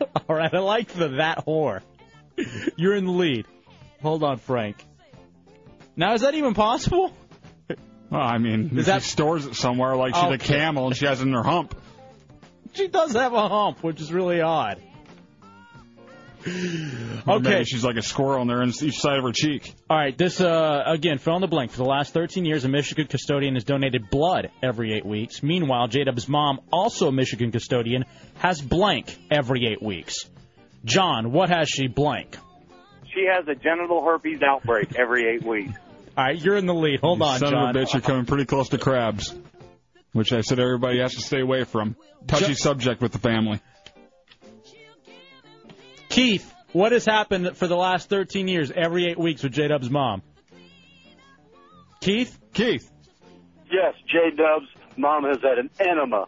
S3: All right, I like the that whore. You're in the lead. Hold on, Frank. Now, is that even possible?
S2: Well, I mean,
S3: Is Oh,
S2: if she stores it somewhere like she's a
S3: Okay.
S2: camel and she has it in her hump.
S3: She does have a hump, which is really odd.
S2: Or
S3: Okay.
S2: maybe she's like a squirrel and they're in each side of her cheek.
S3: All right, this uh, again fill in the blank. For the last 13 years, a Michigan custodian has donated blood every eight weeks. Meanwhile, J Dub's mom, also a Michigan custodian, has blank every eight weeks. John, what has she blank?
S12: She has a genital herpes outbreak every eight weeks.
S3: All right, you're in the lead. Hold
S2: You
S3: on,
S2: son
S3: John.
S2: of a bitch, you're coming pretty close to crabs, which I said everybody has to stay away from. Touchy subject with the family.
S3: Keith, what has happened for the last 13 years, every eight weeks with J Dub's mom? Keith?
S2: Keith.
S13: Yes, J Dub's mom has had an enema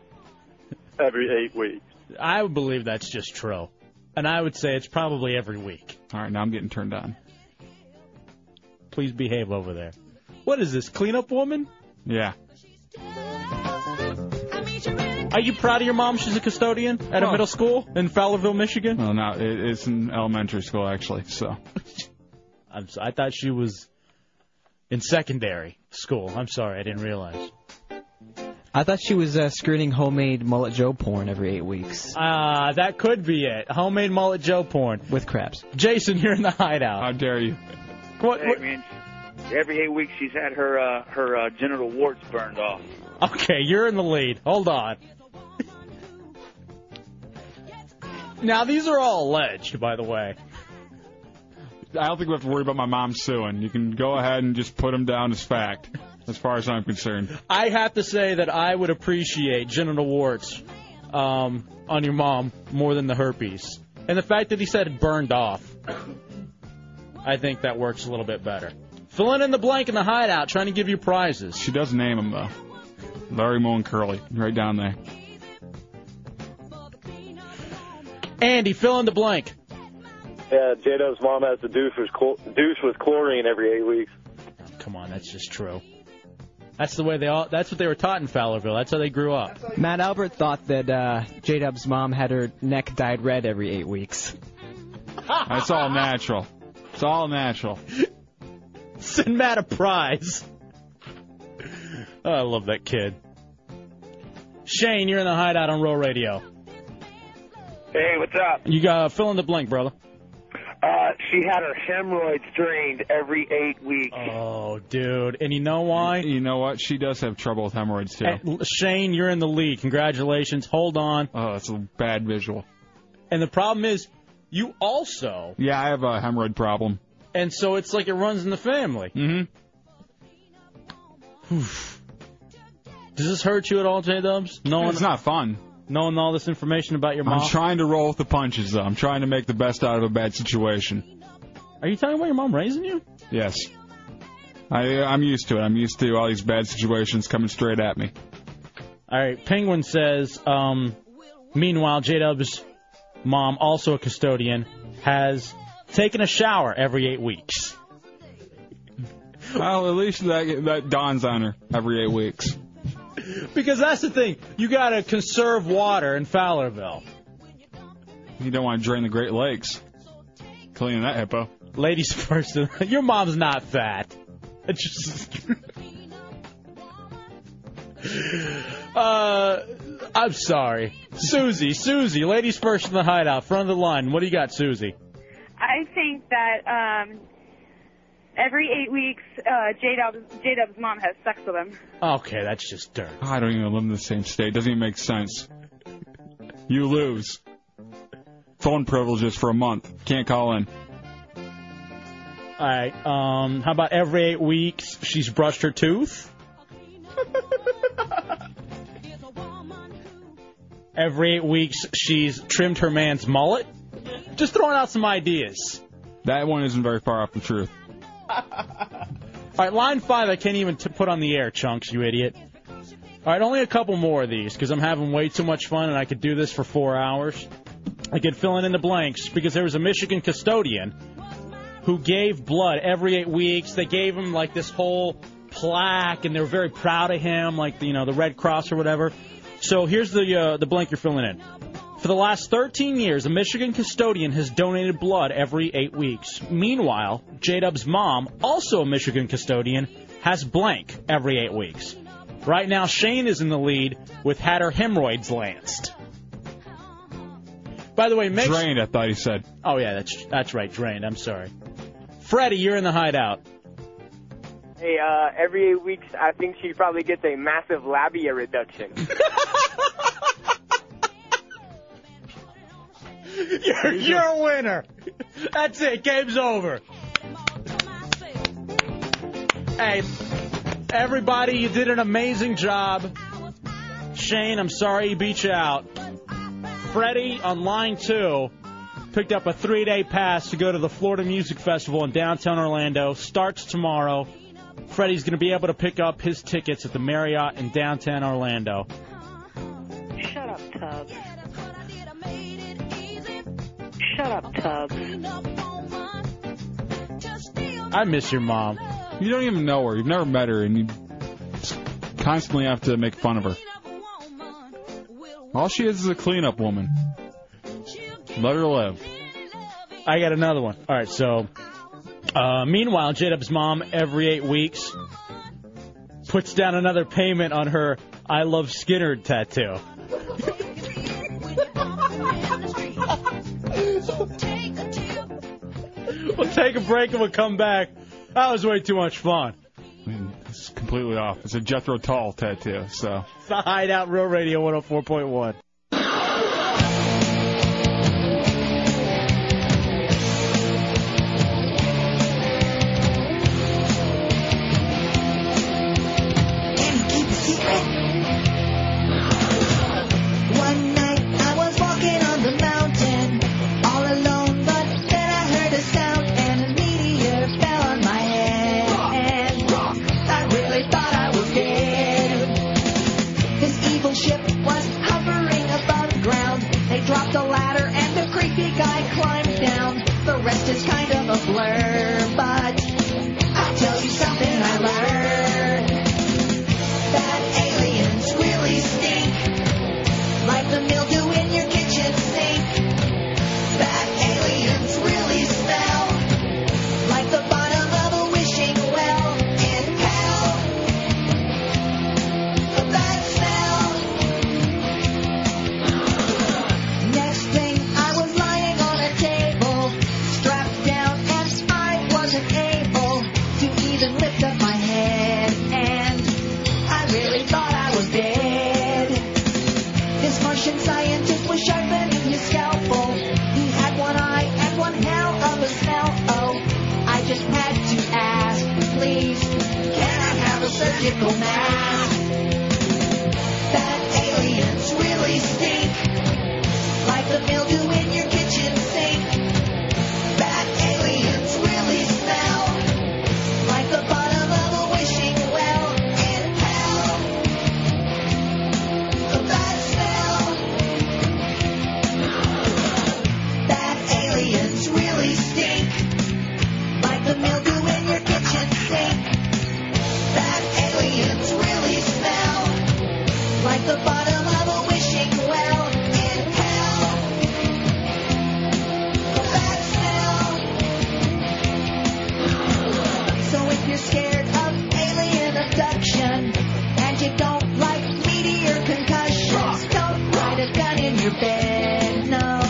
S13: every eight weeks.
S3: I would believe that's just true. And I would say it's probably every week.
S2: All right, now I'm getting turned on.
S3: Please behave over there. What is this, cleanup woman?
S2: Yeah.
S3: Are you proud of your mom? She's a custodian at a
S2: Well-
S3: middle school in Fowlerville, Michigan.
S2: Well, no, it, it's in elementary school actually. So
S3: I'm so, I thought she was in secondary school. I'm sorry, I didn't realize.
S7: I thought she was uh, screening homemade mullet Joe porn every eight weeks.
S3: Ah, that could be it. Homemade mullet Joe porn
S7: with crabs.
S3: Jason, you're in the hideout. How
S2: dare you?
S3: What?
S12: Hey, man, every eight weeks she's had her uh, her uh, genital warts burned off.
S3: Okay, you're in the lead. Hold on. now these are all alleged, by the way.
S2: I don't think we have to worry about my mom suing. You can go ahead and just put them down as fact, as far as I'm concerned.
S3: I have to say that I would appreciate genital warts um, on your mom more than the herpes. And the fact that he said it burned off, I think that works a little bit better. Filling in the blank in the hideout, trying to give you prizes.
S2: She does name them though. Larry Moe and Curly, right down there.
S3: Andy, fill in the blank.
S30: Yeah, J Dub's mom has to douche with, chlor- douche with chlorine every eight weeks.
S3: Come on, that's just true. That's the way they all. That's what they were taught in Fowlerville. That's how they grew up.
S7: Matt Albert thought that uh, J Dub's mom had her neck dyed red every eight weeks.
S2: It's all natural. It's all natural.
S3: Send Matt a prize. Oh, I love that kid. Shane, you're in the hideout on Roll Radio.
S12: Hey, what's up?
S3: You got fill in the blank, brother.
S12: Uh, she had her hemorrhoids drained every eight weeks.
S3: Oh, dude. And you know why?
S2: You know what? She does have trouble with hemorrhoids, too.
S3: Hey, L- Shane, you're in the lead. Congratulations. Hold on.
S2: Oh, that's a bad visual.
S3: And the problem is, you also,
S2: Yeah, I have a hemorrhoid problem.
S3: and so it's like it runs in the family.
S2: Mm
S3: Does this hurt you at all, J Dubs? Knowing
S2: It's not fun.
S3: Knowing all this information about your
S2: hmm.
S3: mom.
S2: I'm trying to roll with the punches, though. I'm trying to make the best out of a bad situation.
S3: Are you talking about your mom raising you?
S2: Yes. I, I'm used to it. I'm used to all these bad situations coming straight at me.
S3: All right, Penguin says. Um, meanwhile, J Dub's mom, also a custodian, has taken a shower every eight weeks.
S2: Well, at least that that dawns on her every eight weeks.
S3: Because that's the thing, you gotta conserve water in Fowlerville.
S2: You don't want to drain the Great Lakes. Cleaning that hippo.
S3: Ladies first. Your mom's not fat. It's just- uh, I'm sorry, Susie. Susie, ladies first in the hideout, front of the line. What do you got, Susie?
S18: I think that um, every eight weeks, uh, J Dub's J Dub's mom has sex with him.
S3: Okay, that's just dirt.
S2: I don't even live in the same state. Doesn't even make sense. You lose. Phone privileges for a month. Can't call in.
S3: All right. Um, how about every eight weeks she's brushed her tooth? every eight weeks she's trimmed her man's mullet. Just throwing out some ideas.
S2: That one isn't very far off the truth.
S3: All right, line five. I can't even t- put on the air, chunks. You idiot. All right, only a couple more of these because I'm having way too much fun and I could do this for four hours. I could fill in the blanks because there was a Michigan custodian who gave blood every eight weeks. They gave him like this whole plaque, and they were very proud of him, like you know the Red Cross or whatever. So here's the uh, the blank you're filling in. For the last 13 years, a Michigan custodian has donated blood every eight weeks. Meanwhile, J Dub's mom, also a Michigan custodian, has blank every eight weeks. Right now, Shane is in the lead with had her hemorrhoids lanced. By the way, make
S2: drained. I thought he said.
S3: Oh yeah, that's that's right, drained. I'm sorry. Freddie, you're in the hideout.
S13: Hey, uh, every eight weeks, I think she probably gets a massive labia reduction.
S3: You're, you're a winner. That's it. Game's over. Hey, everybody, you did an amazing job. Shane, I'm sorry he beat you out. Freddie on line two picked up a three day pass to go to the Florida Music Festival in downtown Orlando. Starts tomorrow. Freddie's going to be able to pick up his tickets at the Marriott in downtown Orlando.
S5: Shut up, Tubbs. Shut up, Tubbs.
S3: I miss your mom.
S2: You don't even know her. You've never met her, and you just constantly have to make fun of her. All she is is a cleanup woman.
S3: Let her live. I got another one. All right, so uh, meanwhile, J-Dub's mom every eight weeks puts down another payment on her "I love Skinner" tattoo. we'll take a break and we'll come back. That was way too much fun.
S2: I mean, it's completely off. It's a Jethro Tull tattoo, so.
S3: It's the Hideout Real Radio 104.1.
S5: One night I was walking on the mountain, all alone, but then I heard a sound and a meteor fell on my head. I really thought I was dead. This evil ship was hovering above ground. They dropped a ladder and the creepy guy climbed down. The rest is kind of a blur, but I'll tell you something I learned. That aliens really stink like the mildew in your kitchen sink. That aliens really smell like the bottom of a wishing well in hell. That smell. Next thing, I was lying on a table, strapped down, and I wasn't able to even lift up my head. And I really thought I was dead. This Martian scientist was sharpening his scalpel. He had one eye and one hell of a smell. Oh, I just had to ask, please, can I have a surgical mask? That aliens really stink, like the mildew in your kitchen sink. That aliens really smell, like the bottom of your bed. No,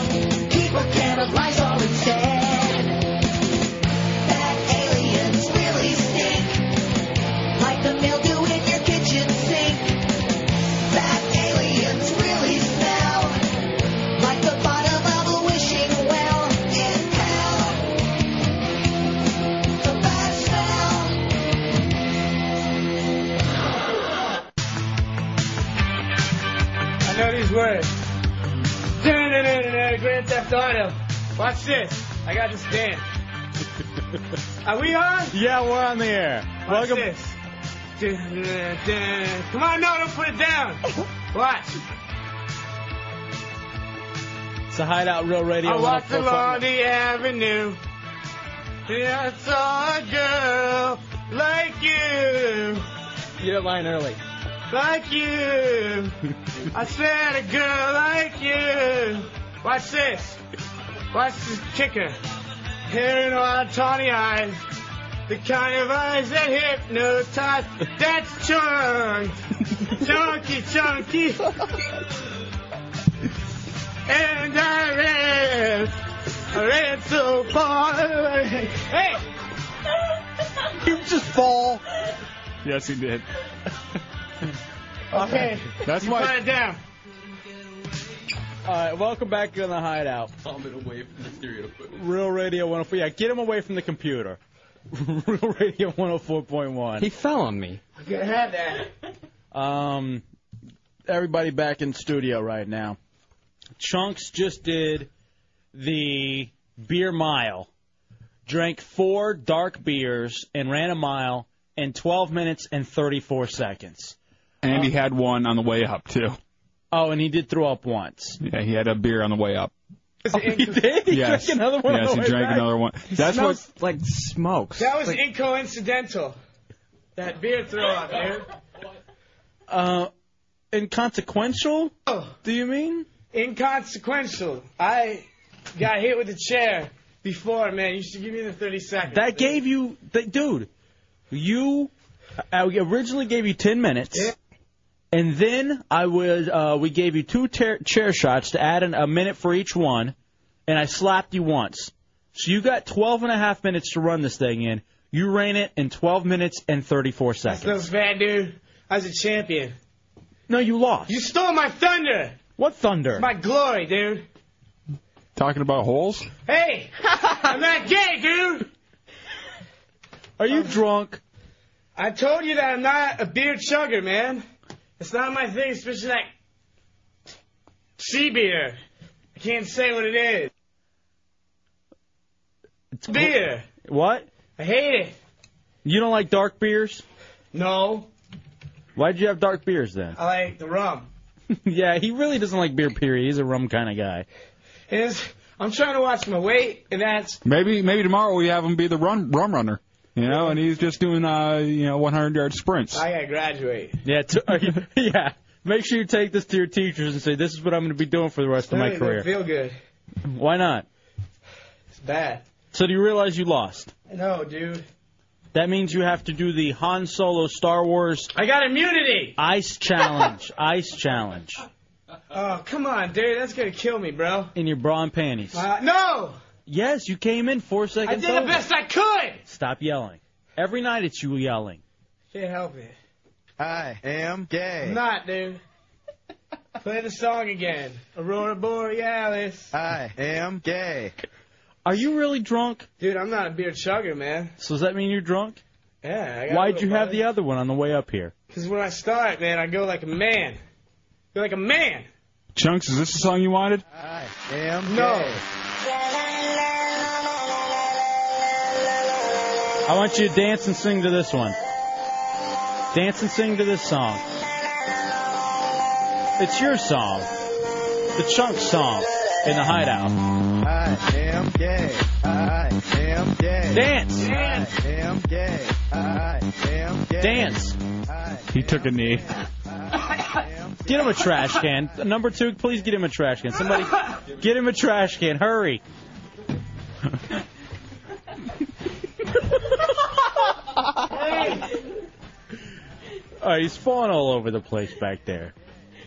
S5: people cannibalize all instead. Bad aliens really stink, like the mildew in your kitchen sink. Bad aliens really smell, like the bottom of a wishing well in hell. The bad smell.
S6: I know these words. Da-da-da-da-da, Grand Theft Auto. Watch this. I got this dance. Are we on?
S38: Yeah, we're on the air.
S6: Watch this. Da-da-da-da. Come on, no, don't put it down. Watch.
S3: It's a Hideout Real Radio.
S6: I walked
S3: 104.9.
S6: along the avenue. And I saw a girl like you. You're lying early. Like you. I said a girl like you. Watch this. Watch this kicker. Hair in our tawny eyes. The kind of eyes that hypnotize. That's Chung. Chunky, chunky. And I ran, I ran so far away. Hey! You just fall.
S2: Yes, he did.
S6: Okay.
S3: That's
S6: you
S3: why-
S6: Put it down.
S3: All right, welcome back to the Hideout.
S8: Palm it away from the stereo equipment.
S3: Real Radio 104. Yeah, get him away from the computer. Real Radio 104.1. He fell on me.
S6: I'm gonna have that.
S3: Um, everybody back in studio right now. Chunks just did the beer mile, drank four dark beers and ran a mile in 12 minutes and 34 seconds.
S2: And he had one on the way up too.
S3: Oh, and he did throw up once.
S2: Yeah, he had a beer on the way up. Oh,
S3: he did. He
S2: yes.
S3: drank another one.
S2: Yes,
S3: on the
S2: he
S3: way
S2: drank
S3: back.
S2: another one. That's
S39: smells
S2: what like smokes.
S6: That was incoincidental. That beer throw up, dude.
S3: Uh, inconsequential? Do you mean?
S6: Oh. Inconsequential. I got hit with a chair before, man. You should give me the 30 seconds.
S3: That gave you, th- dude. You, I originally gave you ten minutes, and then I would, uh, we gave you two ter- chair shots to add in a minute for each one, and I slapped you once. So you got 12 and a half minutes to run this thing in. You ran it in 12 minutes and 34 seconds.
S6: That's bad, dude. I was a champion.
S3: No, you lost.
S6: You stole my thunder.
S3: What thunder?
S6: My glory, dude.
S2: Talking about holes?
S6: Hey, I'm not gay, dude.
S3: Are you drunk?
S6: I told you that I'm not a beer chugger, man. It's not my thing, especially that sea beer. I can't say what it is. It's beer.
S3: What?
S6: I hate it.
S3: You don't like dark beers?
S6: No.
S3: Why'd you have dark beers then?
S6: I like the rum.
S3: yeah, he really doesn't like beer. Period. He's a rum kind of guy.
S6: Is I'm trying to watch my weight, and that's
S2: Maybe maybe tomorrow we have him be the run rum runner. You know, and he's just doing uh you know 100 yard sprints.
S6: I gotta graduate.
S3: Yeah, t- are you, yeah. Make sure you take this to your teachers and say, "This is what I'm going to be doing for the rest
S6: That
S3: of my
S6: ain't gonna
S3: career."
S6: Feel good.
S3: Why not?
S6: It's bad.
S3: So do you realize you lost?
S6: No, dude.
S3: That means you have to do the Han Solo Star Wars
S6: I got immunity.
S3: Ice Challenge. ice Challenge
S6: Oh, come on, dude. That's gonna kill me, bro.
S3: in your bra and panties.
S6: Uh, no,
S3: Yes, you came in four
S6: I
S3: seconds.
S6: did the
S3: over.
S6: best I could.
S3: Stop yelling. Every night it's you yelling.
S6: Can't help it.
S40: I am gay.
S6: I'm not, dude. Play the song again. Aurora Borealis.
S40: I am gay.
S3: Are you really drunk?
S6: Dude, I'm not a beer chugger, man.
S3: So does that mean you're drunk?
S6: Yeah. I got
S3: Why'd you have the other one on the way up here?
S6: Because when I start, man, I go like a man. Go like a man.
S2: Chunks, is this the song you wanted?
S6: I
S40: am
S6: no.
S3: I want you to dance and sing to this one. Dance and sing to this song. It's your song. The Chunk song in the hideout.
S40: I am gay. I am gay.
S3: Dance.
S40: I am gay. I am gay.
S3: Dance.
S2: He took a knee.
S3: Get him a trash can. Number two, please get him a trash can. Somebody get him a trash can. Hurry. Uh, All right, he's falling all over the place back there.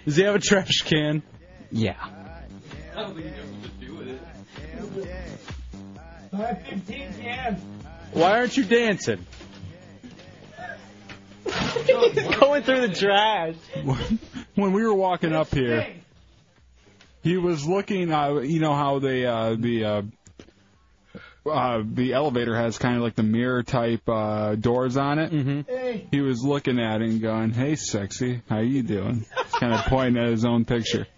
S3: Does he have a trash can? Yeah.
S5: don't think you have to do it.
S6: Five fifteen p.m.
S3: Why aren't you dancing?
S2: going through the trash. When we were walking up here, he was looking. Uh, you know how the uh, the uh, uh, the elevator has kind of like the mirror type uh, doors on it. Mm-hmm. He was looking at it and going, "Hey, sexy, how you doing?" kind of pointing at his own picture.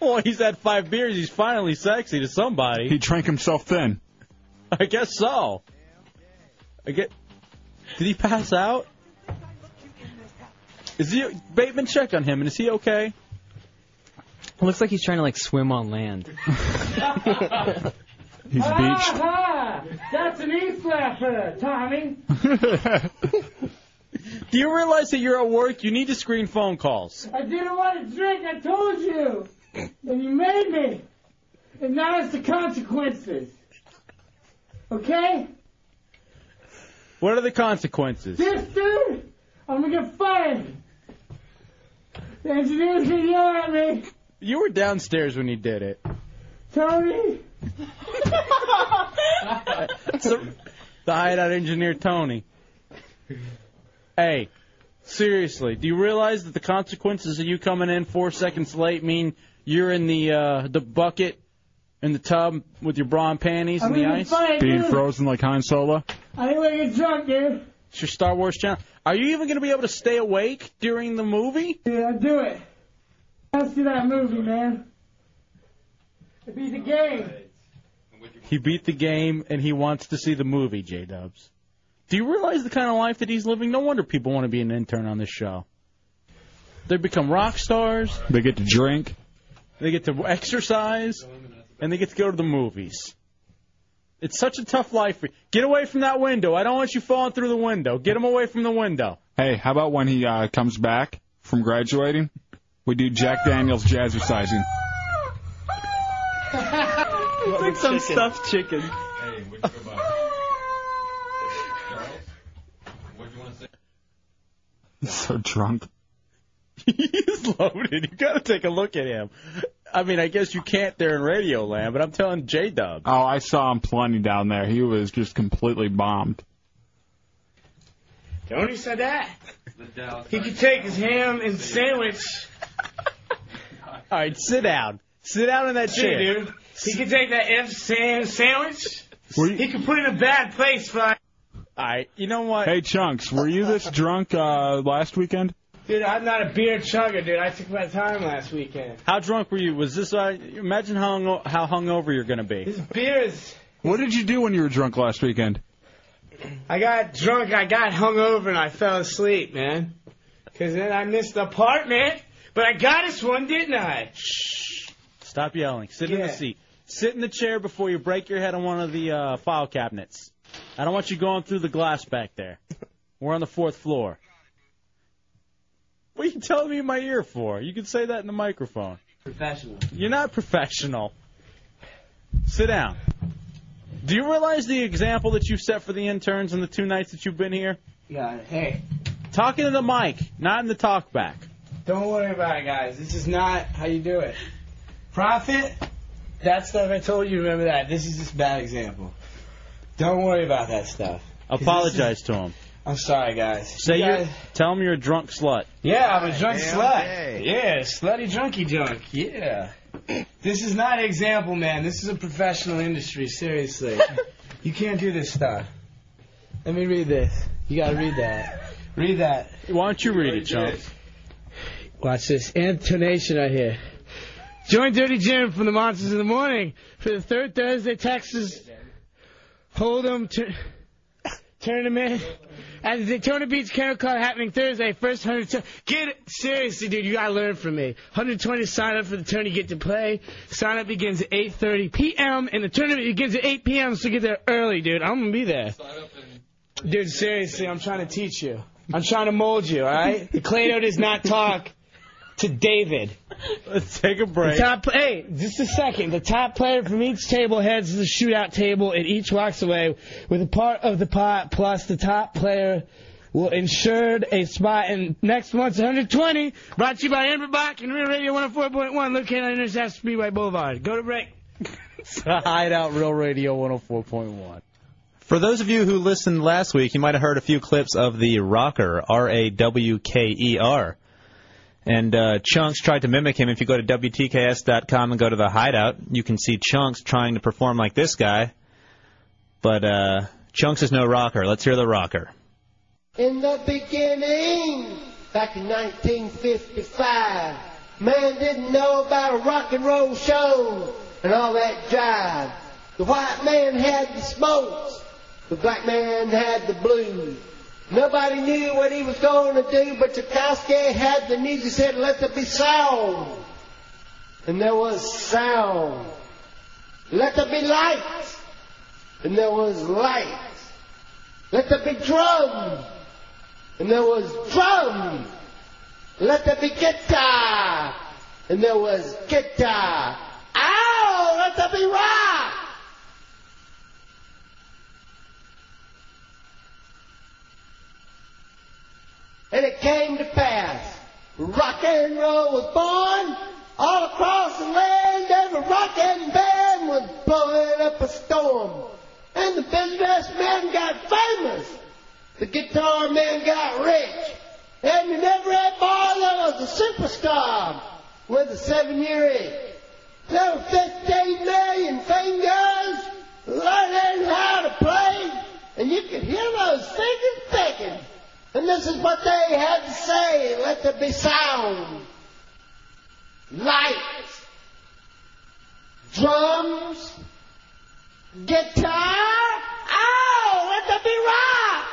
S3: Well, he's had five beers. He's finally sexy to somebody.
S2: He drank himself thin.
S3: I guess so. I get. Did he pass out? Is he Bateman? Check on him, and is he okay?
S7: Looks like he's trying to like swim on land.
S2: He's beached.
S6: ha! Ah, That's an e flapper, Tommy.
S3: Do you realize that you're at work? You need to screen phone calls.
S6: I didn't want to drink. I told you, and you made me. And now it's the consequences. Okay?
S3: What are the consequences?
S6: This dude, I'm gonna get fired. The engineer's gonna yell at me.
S3: You were downstairs when he did it.
S6: Tony.
S3: So- the hideout engineer Tony. Hey, seriously, do you realize that the consequences of you coming in four seconds late mean you're in the uh, the bucket in the tub with your bra and panties
S6: I'm
S3: and the
S6: gonna
S3: ice?
S6: fight, Being dude.
S2: frozen like Han Solo.
S6: I think I get drunk, dude.
S3: It's your Star Wars channel. Are you even going to be able to stay awake during the movie?
S6: Yeah, do it. Let's see that movie, man. It beat the game.
S3: He beat the game and he wants to see the movie, J Dubs. Do you realize the kind of life that he's living? No wonder people want to be an intern on this show. They become rock stars,
S2: They get to drink.
S3: they get to exercise, and they get to go to the movies. It's such a tough life. For Get away from that window. I don't want you falling through the window. Get him away from the window.
S2: Hey, how about when he uh, comes back from graduating? We do Jack Daniels jazzercising.
S7: it's like some stuffed chicken.
S2: so drunk.
S3: He's loaded. You gotta take a look at him. I mean, I guess you can't there in Radio Land, but I'm telling J Dub.
S2: Oh, I saw him plenty down there. He was just completely bombed.
S6: Tony said that. He could take his ham and sandwich.
S3: All right, sit down. Sit down in that
S6: See,
S3: chair.
S6: dude. He could take that F Sam sandwich. He could put it in a bad place, but
S3: All right, you know what?
S2: Hey, Chunks, were you this drunk uh, last weekend?
S6: dude, I'm not a beer chugger, dude. I took my time last weekend.
S3: How drunk were you? Was this? Uh, imagine how hung, how hungover you're gonna be.
S6: Beer is.
S2: What did you do when you were drunk last weekend?
S6: I got drunk, I got hungover, and I fell asleep, man. 'Cause then I missed the apartment, but I got us one, didn't I?
S3: Stop yelling. Sit in the
S6: Yeah.
S3: seat. Sit in the chair before you break your head on one of the uh, file cabinets. I don't want you going through the glass back there. We're on the fourth floor. What are you telling me in my ear for? You can say that in the microphone.
S6: Professional.
S3: You're not professional. Sit down. Do you realize the example that you've set for the interns in the two nights that you've been here?
S6: Yeah, hey,
S3: Talking to the mic, not in the talk back.
S6: don't worry about it, guys. This is not how you do it. Profit, that stuff I told you, remember that. This is just a bad example. Don't worry about that stuff. 'Cause this
S3: Apologize
S6: is-
S3: to him.
S6: I'm sorry, guys.
S3: Say
S6: You
S3: you
S6: guys-
S3: tell him you're a drunk slut.
S6: Yeah, I'm a drunk
S3: Damn
S6: slut.
S3: day.
S6: Yeah, slutty drunky junk. Yeah. This is not an example, man. This is a professional industry, seriously. you can't do this stuff. Let me read this. You gotta read that. Read that.
S3: Why don't you read it, Chunk?
S6: Watch this intonation right here. Join Dirty Jim from the Monsters in the Morning for the third Thursday Texas Hold'em tur- tournament at the Daytona Beach Kennel Club happening Thursday. First hundred. To- get it. seriously, dude. You gotta learn from me. 120 sign up for the tourney. Get to play. Sign up begins at 8:30 p.m. and the tournament begins at 8 p.m. So get there early, dude. I'm gonna be there. Dude, seriously, I'm trying to teach you. I'm trying to mold you, all right? The Clado does not talk to David.
S3: Let's take a
S6: The
S3: break.
S6: top, hey, just a second. The top player from each table heads to the shootout table, and each walks away with a part of the pot plus the top player will ensure a spot in next month's 120. Brought to you by Amber Bach and Real Radio 104.1, located on Interstate Speedway Boulevard. Go to break.
S3: Hideout Real Radio 104.1.
S1: For those of you who listened last week, you might have heard a few clips of the rocker, R A W K E R. And uh, Chunks tried to mimic him. If you go to WTKS.com and go to the hideout, you can see Chunks trying to perform like this guy. But uh, Chunks is no rocker. Let's hear the rocker.
S23: In the beginning, back in 1955, man didn't know about a rock and roll show and all that jive. The white man had the smokes, the black man had the blues. Nobody knew what he was going to do, but Tchaikovsky had the music said, let there be sound. And there was sound. Let there be light. And there was light. Let there be drum. And there was drum. Let there be guitar. And there was guitar. Ow! Let there be rock. And it came to pass. Rock and roll was born all across the land. Every rock and band was blowing up a storm. And the businessmen got famous. The guitar man got rich. And in every bar there was a superstar with a seven-year itch. There were 15 million fingers learning how to play. And you could hear those fingers picking. And this is what they had to say. Let there be sound. Light. Drums. Guitar. Oh, let there be rock.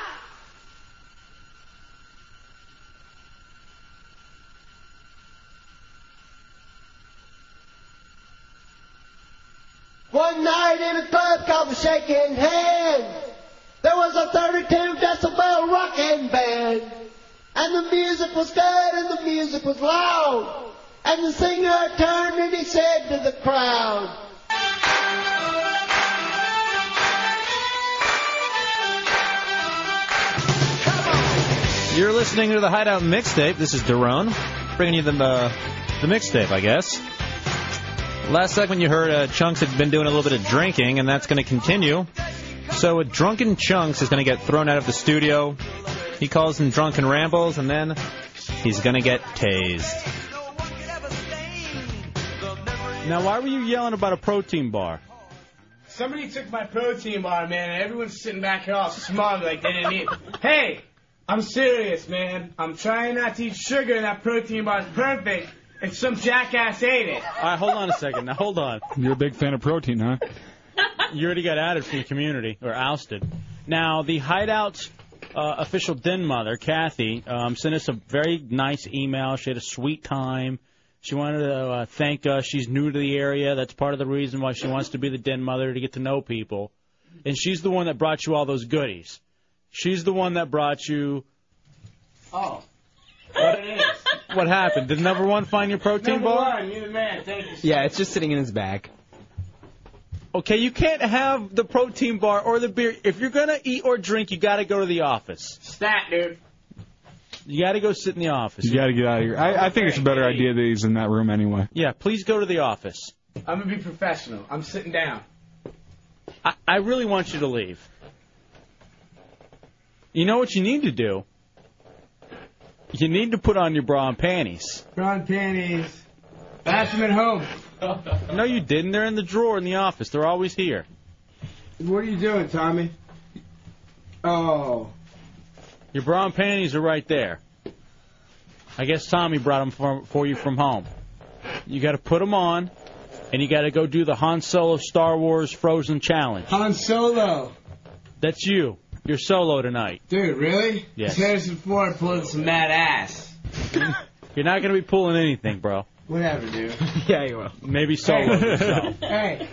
S23: One night in a club called the Shaking Hand, there was a 32 decibel rocking band. And the music was good and the music was loud. And the singer turned and he said to the crowd,
S1: You're listening to the Hideout Mixtape. This is Daron, bringing you the uh, the mixtape, I guess. Last segment you heard, uh, Chunks had been doing a little bit of drinking, and that's going to continue. So uh, drunken Chunks is going to get thrown out of the studio. He calls him drunken rambles, and then he's going to get tased.
S3: Now, why were you yelling about a protein bar?
S6: Somebody took my protein bar, man, and everyone's sitting back here all smug like they didn't eat. Hey, I'm serious, man. I'm trying not to eat sugar, and that protein bar's perfect, and some jackass ate it.
S3: All right, hold on a second. Now, hold on.
S2: You're a big fan of protein, huh?
S3: You already got outed from the community, or ousted. Now, the Hideout's uh, official den mother, Kathy, um, sent us a very nice email. She had a sweet time. She wanted to uh, thank us. She's new to the area. That's part of the reason why she wants to be the den mother, to get to know people. And she's the one that brought you all those goodies. She's the one that brought you.
S6: Oh. What it is.
S3: What happened? Did number one find your protein
S6: Number
S3: bar?
S6: one, you're the man. Thank you.
S41: Yeah, it's just sitting in his back.
S3: Okay, you can't have the protein bar or the beer. If you're gonna eat or drink, you gotta go to the office.
S6: Stat, dude.
S3: You gotta go sit in the office.
S2: You got to get out of here. I, I think it's a better idea that he's in that room anyway.
S3: Yeah, please go to the office.
S6: I'm gonna be professional. I'm sitting down.
S3: I, I really want you to leave. You know what you need to do? You need to put on your bra and panties.
S6: Bra and panties. Bathroom at home.
S3: No, you didn't. They're in the drawer in the office. They're always here.
S6: What are you doing, Tommy? Oh.
S3: Your bra and panties are right there. I guess Tommy brought them for, for you from home. You got to put them on, and you got to go do the Han Solo Star Wars Frozen challenge.
S6: Han Solo.
S3: That's you. You're solo tonight.
S6: Dude, really?
S3: Yes.
S6: It's Harrison Ford pulling some mad ass.
S3: You're not going to be pulling anything, bro.
S6: Whatever, dude.
S3: Yeah, you will. Maybe solo. yourself.
S6: hey,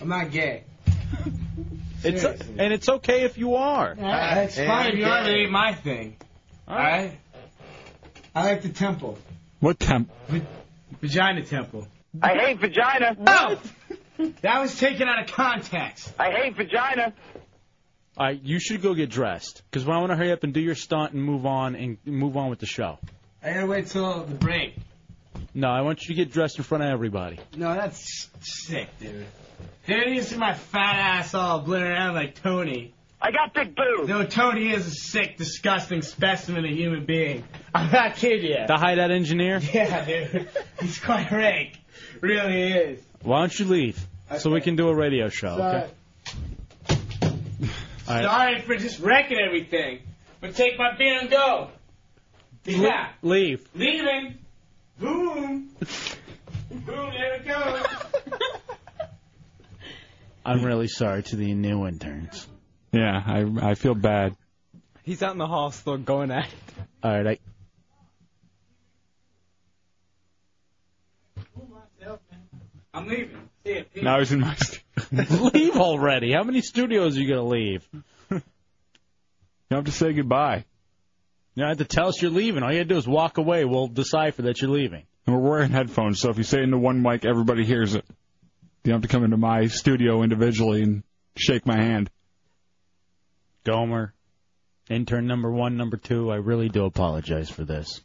S6: I'm not gay.
S3: It's and it's okay if you are.
S6: That's fine. You already ate my thing. All right. I like the temple,
S2: What temp?
S6: vagina temple.
S42: I hate vagina.
S6: No. That was taken out of context.
S42: I hate vagina.
S3: All right, you should go get dressed because I want to hurry up and do your stunt and move on and move on with the show.
S6: I gotta wait till the break.
S3: No, I want you to get dressed in front of everybody.
S6: No, that's sick, dude. They don't even see my fat ass all blitting around like Tony. I got big boobs. No, Tony is a sick, disgusting specimen of human being. I'm not kidding you.
S3: The hideout engineer.
S6: Yeah, dude. He's quite rank. Really is.
S3: Why don't you leave so we can do a radio show? Okay. All right.
S6: Sorry for just wrecking everything. But take my beer and go. Yeah.
S3: Le- leave.
S6: Leaving. Boom. Boom, there it goes.
S3: I'm really sorry to the new interns.
S2: Yeah, I I feel bad.
S43: He's out in the hall still going at it.
S3: All right, I,
S6: I'm leaving. See ya. Peace.
S3: Now he's in my studio. leave already. How many studios are you going to leave?
S2: You have to say goodbye.
S3: You don't have to tell us you're leaving. All you have to do is walk away. We'll decipher that you're leaving.
S2: And we're wearing headphones, so if you say it into one mic, everybody hears it. You don't have to come into my studio individually and shake my hand.
S3: Gomer, intern number one, number two, I really do apologize for this.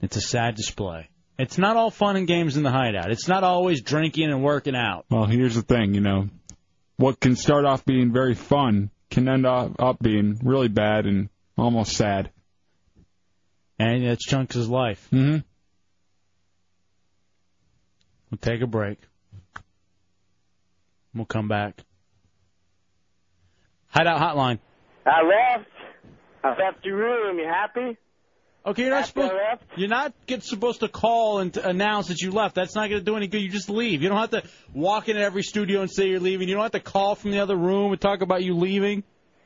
S3: It's a sad display. It's not all fun and games in the hideout. It's not always drinking and working out.
S2: Well, here's the thing, you know, what can start off being very fun can end up, up being really bad and almost sad.
S3: And it's Chunks' life.
S2: Mm-hmm.
S3: We'll take a break. We'll come back. Hideout Hotline.
S29: I left. I left your room. You happy?
S3: Okay, you're not
S29: After
S3: supposed.
S29: I left?
S3: You're not get, supposed to call and to announce that you left. That's not going to do any good. You just leave. You don't have to walk into every studio and say you're leaving. You don't have to call from the other room and talk about you leaving.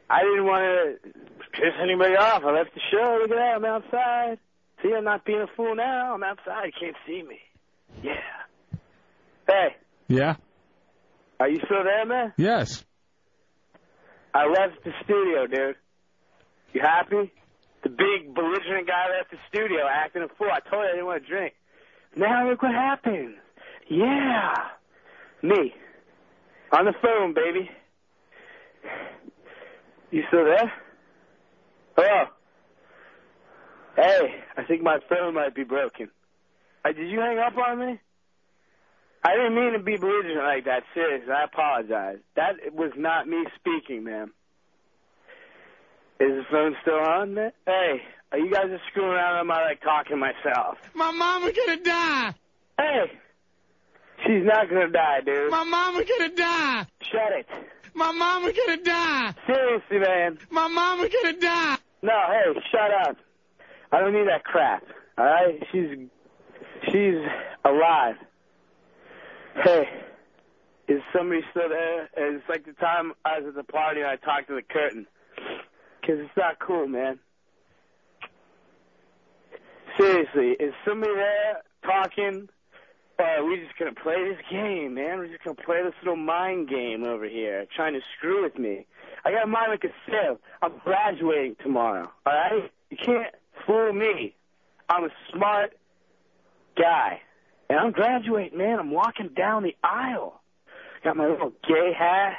S29: I didn't want to piss anybody off. I left the show. Look at that. I'm outside. See, I'm not being a fool now. I'm outside. You can't see me. Yeah. Hey,
S2: Yeah?
S29: are you still there, man?
S2: Yes.
S29: I left the studio, dude. You happy? The big belligerent guy left the studio acting a fool. I told you I didn't want to drink. Now look what happened. Yeah. Me. On the phone, baby. You still there? Hello. Hey, I think my phone might be broken. Uh, did you hang up on me? I didn't mean to be belligerent like that. Seriously, I apologize. That was not me speaking, ma'am. Is the phone still on, man? Hey, are you guys just screwing around? Or am I like talking myself?
S6: My mama gonna die.
S29: Hey. She's not gonna die, dude.
S6: My mama gonna die.
S29: Shut it.
S6: My mama gonna die.
S29: Seriously, man.
S6: My mama gonna die.
S29: No, hey, shut up. I don't need that crap. All right? She's she's alive. Hey, is somebody still there? And It's like the time I was at the party and I talked to the curtain. 'Cause it's not cool, man. Seriously, is somebody there talking? Uh, we just gonna play this game, man. We're just gonna play this little mind game over here, trying to screw with me. I got mine like a sieve. I'm graduating tomorrow, alright? You can't fool me. I'm a smart guy. And I'm graduating, man. I'm walking down the aisle. Got my little gay hat.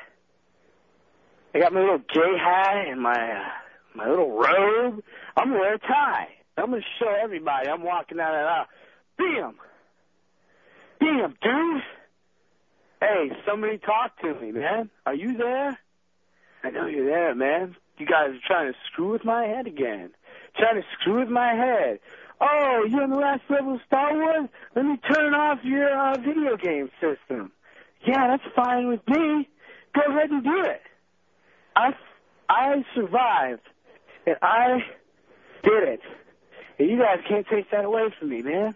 S29: I got my little gay hat and my uh, my little robe. I'm gonna wear a tie. I'm gonna show everybody I'm walking down that aisle. Bam! Damn, dude. Hey, somebody talk to me, man. Are you there? I know you're there, man. You guys are trying to screw with my head again. Trying to screw with my head. Oh, you're on the last level of Star Wars? Let me turn off your uh, video game system. Yeah, that's fine with me. Go ahead and do it. I, I survived, and I did it. And you guys can't take that away from me, man.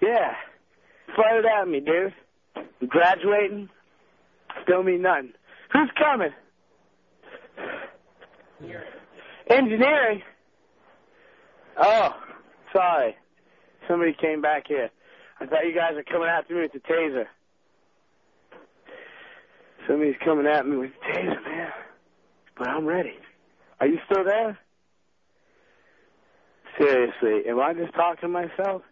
S29: Yeah. Throw it at me, dude. I'm graduating. Still mean nothing. Who's coming? Engineering. Oh, sorry. Somebody came back here. I thought you guys were coming after me with the taser. Somebody's coming at me with the taser, man. But I'm ready. Are you still there? Seriously, am I just talking to myself?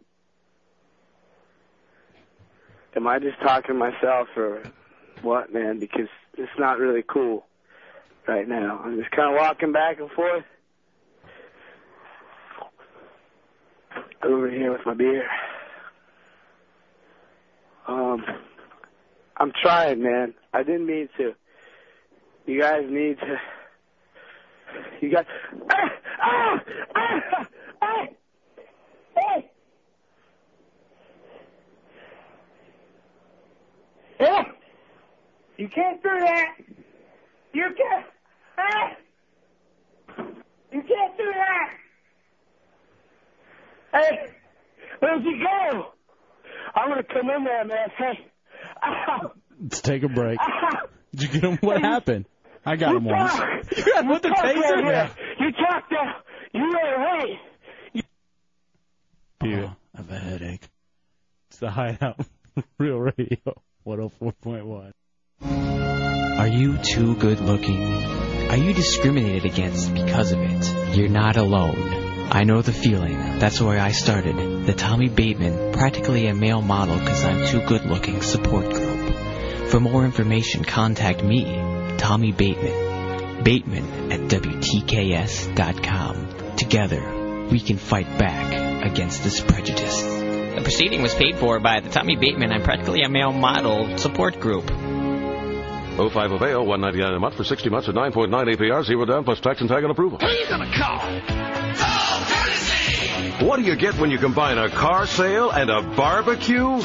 S29: Am I just talking to myself or what, man? Because it's not really cool. right now. I'm just kind of walking back and forth over here with my beer. Um, I'm trying, man. I didn't mean to. You guys need to. You guys. Ah! Ah! Ah! Ah! Ah! Ah! You can't do that. You can't. Ah! You can't do that. Hey, where'd you go? I'm gonna come in there, man. Hey, ow,
S3: Let's take a break.
S29: ow.
S3: Did you get him? What happened? I got him once.
S29: You
S3: had with the taser?
S29: Here. You talked down. You ran away.
S3: Oh, I have a headache. It's the Hideout Real Radio 104.1.
S7: Are you too good looking? Are you discriminated against because of it? You're not alone. I know the feeling. That's where I started. The Tommy Bateman, practically a male model because I'm too good looking support group. For more information, contact me, Tommy Bateman. Bateman at WTKS.com. Together, we can fight back against this prejudice.
S44: The proceeding was paid for by the Tommy Bateman I'm Practically a Male Model support group.
S45: 05 of AO, 199 a month for 60 months at 9.9 APR, zero down plus tax and tag on approval.
S46: you gonna call?
S45: What do you get when you combine a car sale and a barbecue?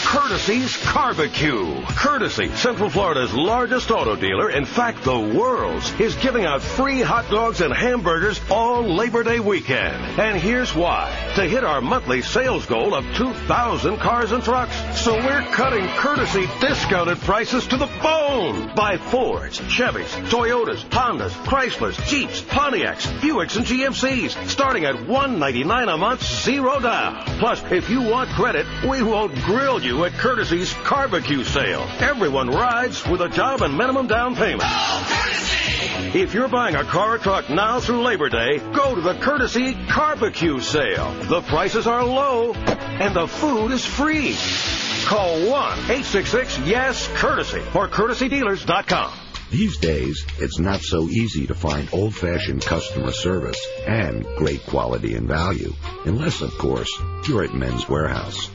S45: Courtesy's Carbecue. Courtesy, Central Florida's largest auto dealer, in fact, the world's, is giving out free hot dogs and hamburgers all Labor Day weekend. And here's why. To hit our monthly sales goal of 2,000 cars and trucks. So we're cutting courtesy discounted prices to the bone. Buy Fords, Chevys, Toyotas, Hondas, Chryslers, Jeeps, Pontiacs, Buicks, and GMCs, starting at $199 a month, zero down. Plus, if you want credit, we won't grill you at Courtesy's Carbecue Sale. Everyone rides with a job and minimum down payment. If you're buying a car or truck now through Labor Day, go to the Courtesy Carbecue Sale. The prices are low and the food is free. Call 1 866 Yes E Courtesy or CourtesyDealers.com.
S19: These days, it's not so easy to find old fashioned customer service and great quality and value. Unless, of course, you're at Men's Warehouse.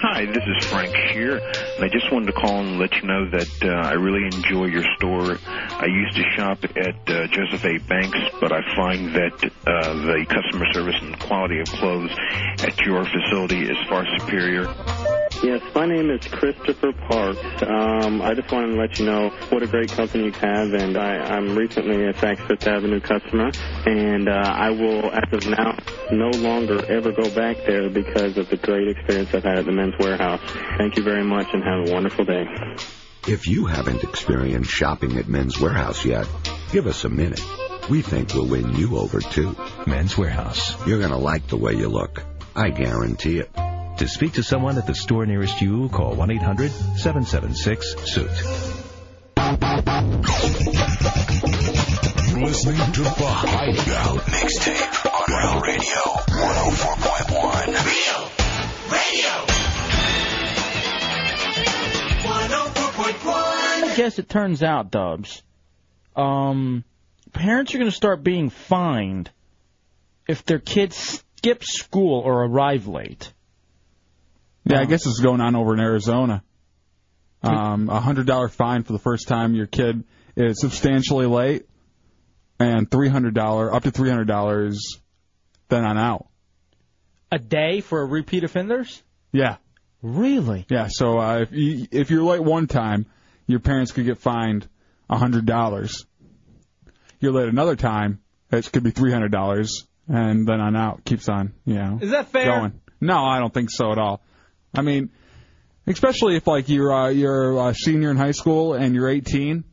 S12: Hi, this is Frank Shear, and I just wanted to call and let you know that uh, I really enjoy your store. I used to shop at uh, Joseph A. Banks, but I find that uh, the customer service and quality of clothes at your facility is far superior.
S13: Yes, my name is Christopher Parks. Um, I just wanted to let you know what a great company you have, and I, I'm recently a Saks Fifth Avenue customer, and uh, I will, as of now, no longer ever go back there because of the great experience I've had at the Men's Warehouse. Thank you very much, and have a wonderful day.
S19: If you haven't experienced shopping at Men's Warehouse yet, give us a minute. We think we'll win you over too. Men's Warehouse. You're going to like the way you look. I guarantee it.
S47: To speak to someone at the store nearest you, call 1 800 776 SUIT.
S5: You're listening to the Hideout Mixtape on Real Radio 104.1. Real
S3: I guess it turns out, Dubs, um, parents are going to start being fined if their kids skip school or arrive late.
S2: Yeah,
S3: Um,
S2: I guess it's going on over in Arizona. Um, a hundred dollar fine for the first time your kid is substantially late, and three hundred dollar up to three hundred dollars, then on out.
S3: A day for repeat offenders?
S2: Yeah.
S3: Really?
S2: Yeah. So uh, if you, if you're late one time, your parents could get fined a hundred dollars. You're late another time, it could be three hundred dollars, and then on out keeps on. You know.
S15: Is that fair?
S2: Going. No, I don't think so at all. I mean, especially if like you're uh, you're a senior in high school and you're 18,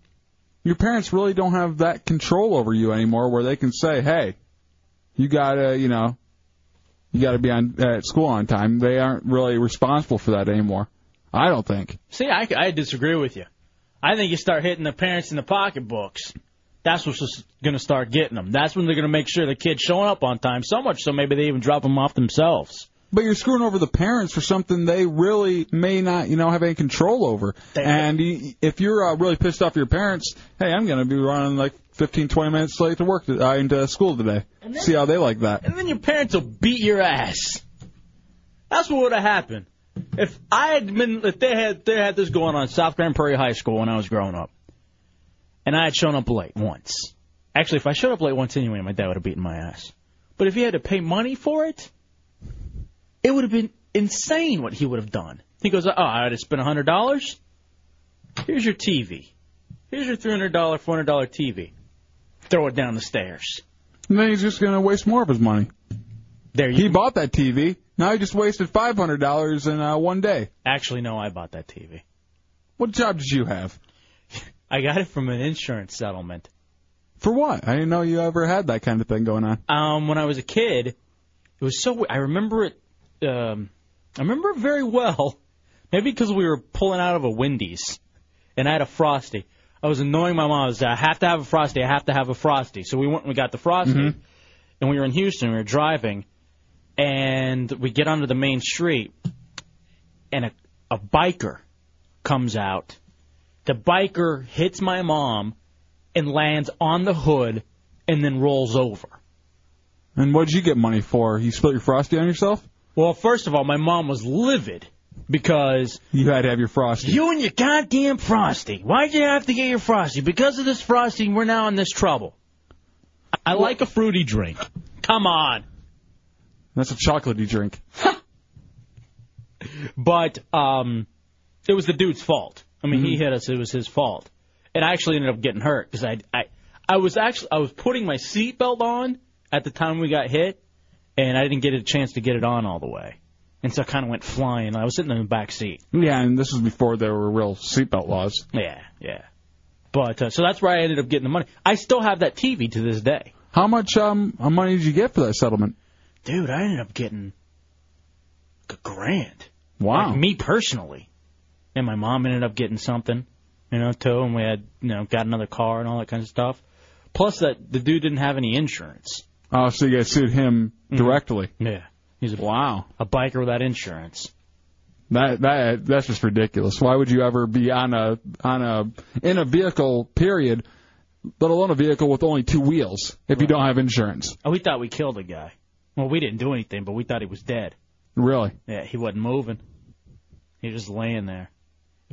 S2: your parents really don't have that control over you anymore, where they can say, hey, you gotta you know, you gotta be on at school on time. They aren't really responsible for that anymore. I don't think.
S48: See, I, I disagree with you. I think you start hitting the parents in the pocketbooks. That's what's going to start getting them. That's when they're going to make sure the kid's showing up on time so much so maybe they even drop them off themselves.
S2: But you're screwing over the parents for something they really may not, you know, have any control over. And y if you're uh, really pissed off at your parents, hey, I'm going to be running like 15, 20 minutes late to work, to, uh, into school today. See how they like that.
S3: And then your parents will beat your ass. That's what would have happened. If I had been, if they had, they had this going on at South Grand Prairie High School when I was growing up, and I had shown up late once. Actually, if I showed up late once anyway, my dad would have beaten my ass. But if he had to pay money for it, it would have been insane what he would have done. He goes, oh, I had to spend a hundred dollars. Here's your TV. Here's your three hundred dollar, four hundred dollar TV. Throw it down the stairs.
S2: And then he's just going to waste more of his money.
S3: There you
S2: he bought that TV. Now he just wasted five hundred dollars in uh, one day.
S3: Actually, no, I bought that TV.
S2: What job did you have?
S3: I got it from an insurance settlement.
S2: For what? I didn't know you ever had that kind of thing going on.
S3: Um, when I was a kid, it was so. we- I remember it. Um, I remember it very well. Maybe because we were pulling out of a Wendy's, and I had a frosty. I was annoying my mom. I was, I have to have a frosty. I have to have a frosty. So we went and we got the frosty, and we were in Houston. We were driving, and we get onto the main street, and a, a biker comes out. The biker hits my mom and lands on the hood and then rolls over.
S2: And what did you get money for? You split your frosty on yourself?
S3: Well, first of all, my mom was livid because
S2: you had to have your frosty.
S3: You and your goddamn frosty. Why'd you have to get your frosty? Because of this frosty, we're now in this trouble. I like a fruity drink. Come on.
S2: That's a chocolatey drink.
S3: But um, it was the dude's fault. I mean,
S2: Mm-hmm.
S3: he hit us. It was his fault. And I actually ended up getting hurt because I, I I was actually I was putting my seatbelt on at the time we got hit, and I didn't get a chance to get it on all the way, and so I kind of went flying. I was sitting in the back seat.
S2: Yeah, and this was before there were real seatbelt laws.
S3: Yeah, yeah. But uh, so that's where I ended up getting the money. I still have that TV to this day,
S2: How much um how money did you get for that settlement?
S3: dude. I ended up getting a grand.
S2: Wow.
S3: Like me personally, and my mom ended up getting something, you know, too, and we had you know got another car and all that kind of stuff. Plus that the dude didn't have any insurance.
S2: Oh, so you guys sued him directly.
S3: Mm-hmm. Yeah. He's a
S2: wow,
S3: a biker without insurance.
S2: That that that's just ridiculous. Why would you ever be on a on a in a vehicle period, let alone a vehicle with only two wheels if you don't have insurance?
S3: Oh, we thought we killed a guy. Well, we didn't do anything, but we thought he was dead.
S2: Really?
S3: Yeah, he wasn't moving. He was just laying there.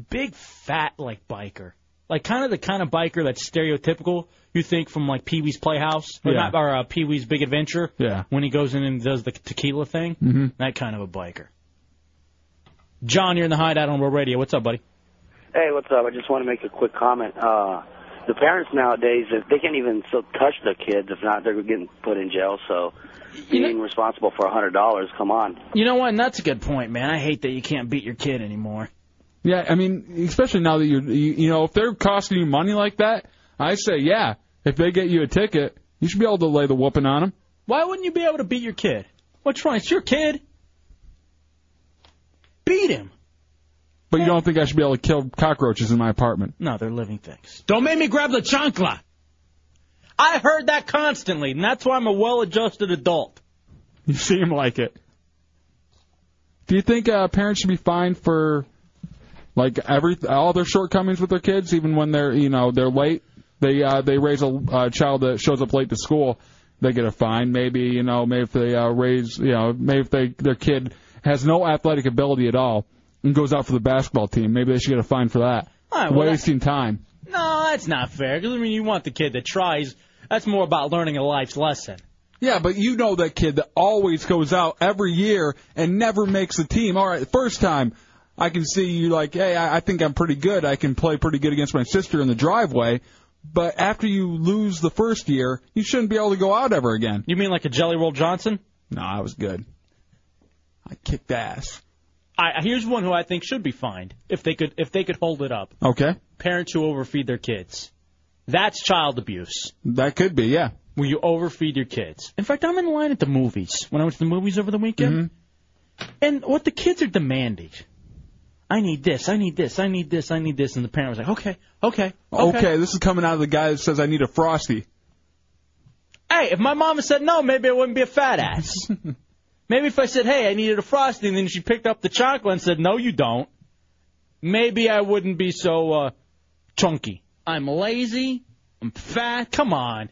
S3: Big fat like biker. Like kind of the kind of biker that's stereotypical you think from like Pee Wee's Playhouse or
S2: Yeah.
S3: not or uh, Pee Wee's Big Adventure.
S2: Yeah.
S3: When he goes in and does the tequila thing,
S2: Mhm.
S3: that kind of a biker. John, you're in the hideout on World Radio. What's up, buddy?
S29: Hey, what's up? I just want to make a quick comment. Uh, the parents nowadays, if they can't even so touch their kids, if not, they're getting put in jail. So being responsible for a hundred dollars, come on.
S3: You know what? And that's a good point, man. I hate that you can't beat your kid anymore.
S2: Yeah, I mean, especially now that you're, you, you know, if they're costing you money like that, I say, yeah, if they get you a ticket, you should be able to lay the whooping on them.
S3: Why wouldn't you be able to beat your kid? What's wrong? It's your kid. Beat him.
S2: But you don't think I should be able to kill cockroaches in my apartment?
S3: No, they're living things. Don't make me grab the chancla. I heard that constantly, and that's why I'm a well-adjusted adult.
S2: You seem like it. Do you think uh, parents should be fined for like every all their shortcomings with their kids, even when they're you know they're late? They uh, they raise a uh, child that shows up late to school, they get a fine. Maybe you know maybe if they uh, raise you know maybe if they their kid has no athletic ability at all and goes out for the basketball team, maybe they should get a fine for that.
S3: All right, well, that-
S2: Wasting time.
S3: No, that's not fair. 'cause, I mean, you want the kid that tries. That's more about learning a life's lesson.
S2: Yeah, but you know that kid that always goes out every year and never makes the team. All right, first time I can see you like, hey, I, I think I'm pretty good. I can play pretty good against my sister in the driveway. But after you lose the first year, you shouldn't be able to go out ever again.
S3: You mean like a Jelly Roll Johnson?
S2: No, I was good. I kicked ass.
S3: I, here's one who I think should be fined if they could if they could hold it up.
S2: Okay,
S3: Parents who overfeed their kids. That's child abuse.
S2: that could be, yeah.
S3: When you overfeed your kids. In fact, I'm in line at the movies. When I went to the movies over the weekend,
S2: Mm-hmm.
S3: and what the kids are demanding. I need this. I need this. I need this. I need this. And the parent was like, "Okay, okay,
S2: Okay.
S3: okay."
S2: this is coming out of the guy that says I need a frosty.
S3: Hey, if my mama said no, maybe I wouldn't be a fat ass. Maybe if I said, "Hey, I needed a frosty," and then she picked up the chocolate and said, "No, you don't," maybe I wouldn't be so uh, chunky. I'm lazy. I'm fat. Come on.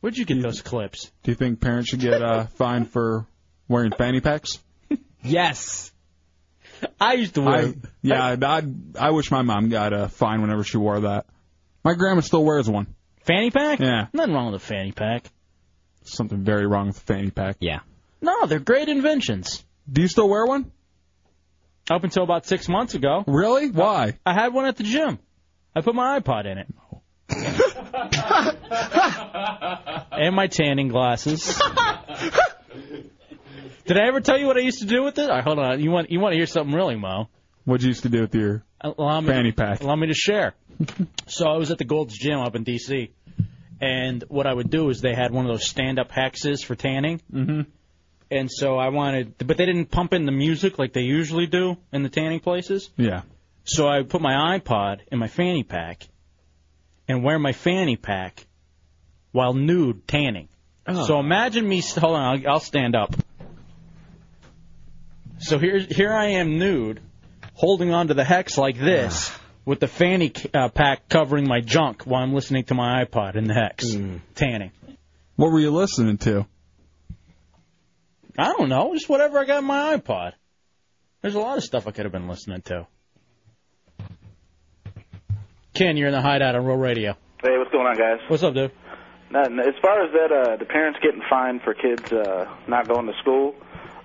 S3: Where'd you get those clips?
S2: Do you think parents should get uh, fined for wearing fanny packs?
S3: Yes. I used to wear.
S2: I, yeah, I, I I wish my mom got a fine whenever she wore that. My grandma still wears one.
S3: Fanny pack?
S2: Yeah.
S3: Nothing wrong with a fanny pack.
S2: Something very wrong with a fanny pack.
S3: Yeah. No, they're great inventions.
S2: Do you still wear one?
S3: Up until about six months ago. Uh,
S2: Really? Why?
S3: I, had one at the gym. I put my iPod in it. and my tanning glasses. Did I ever tell you what I used to do with it? All right, hold on. You want you want to hear something really, Mo? Uh,
S2: What you used to do with your
S3: Allow me,
S2: fanny pack?
S3: Allow me to share. so I was at the Gold's Gym up in D.C. And what I would do is they had one of those stand-up hexes for tanning.
S2: Mm-hmm.
S3: And so I wanted, but they didn't pump in the music like they usually do in the tanning places.
S2: Yeah.
S3: So I put my iPod in my fanny pack and wear my fanny pack while nude tanning. So imagine me. Hold on, I'll, I'll stand up. So here, here I am nude, holding onto the hex like this, with the fanny uh, pack covering my junk while I'm listening to my iPod in the hex, tanning.
S2: What were you listening to?
S3: I don't know, just whatever I got in my iPod. There's a lot of stuff I could have been listening to. Ken, you're in the hideout on Real Radio.
S49: Hey, what's going on, guys?
S3: What's up, dude?
S49: Nothing. As far as that, uh, the parents getting fined for kids uh, not going to school.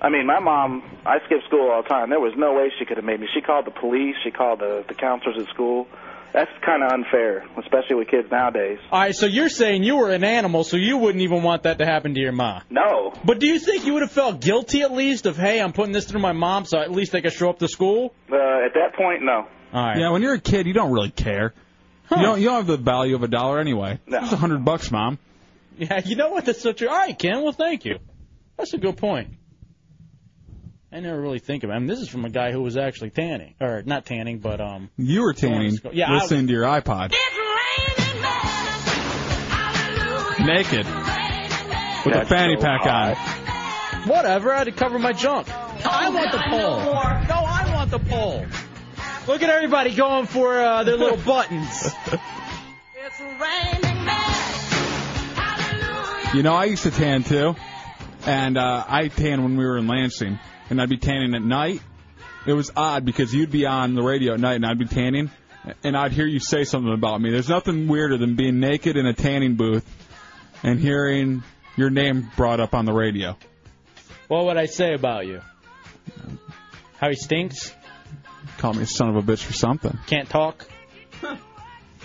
S49: I mean, my mom, I skipped school all the time. There was no way she could have made me. She called the police. She called the the counselors at school. That's kind of unfair, especially with kids nowadays.
S3: All right, so you're saying you were an animal, so you wouldn't even want that to happen to your ma.
S49: No.
S3: But do you think you would have felt guilty at least of, hey, I'm putting this through my mom, so at least I could show up to school?
S49: Uh, at that point, no.
S3: All right.
S2: Yeah, when you're a kid, you don't really care. You don't you don't have the value of a dollar anyway. No. It's a hundred bucks, mom.
S3: Yeah, you know what? That's so true. All right, Ken. Well, thank you. That's a good point. I never really think of it. I mean, this is from a guy who was actually tanning, or not tanning, but um.
S2: You were tanning,
S3: Going to school. Yeah, I-
S2: listening to your iPod.
S50: Naked.
S2: With a
S50: That's
S2: fanny
S50: so
S2: pack on.
S3: Whatever. I had to cover my junk. I want the poll. No, I want the poll. Look at everybody going for uh, their little buttons.
S2: You know, I used to tan too, and uh, I tanned when we were in Lansing, and I'd be tanning at night. It was odd because you'd be on the radio at night, and I'd be tanning, and I'd hear you say something about me. There's nothing weirder than being naked in a tanning booth and hearing your name brought up on the radio.
S3: What would I say about you? How he stinks,
S2: Call me a son of a bitch for something.
S3: can't talk,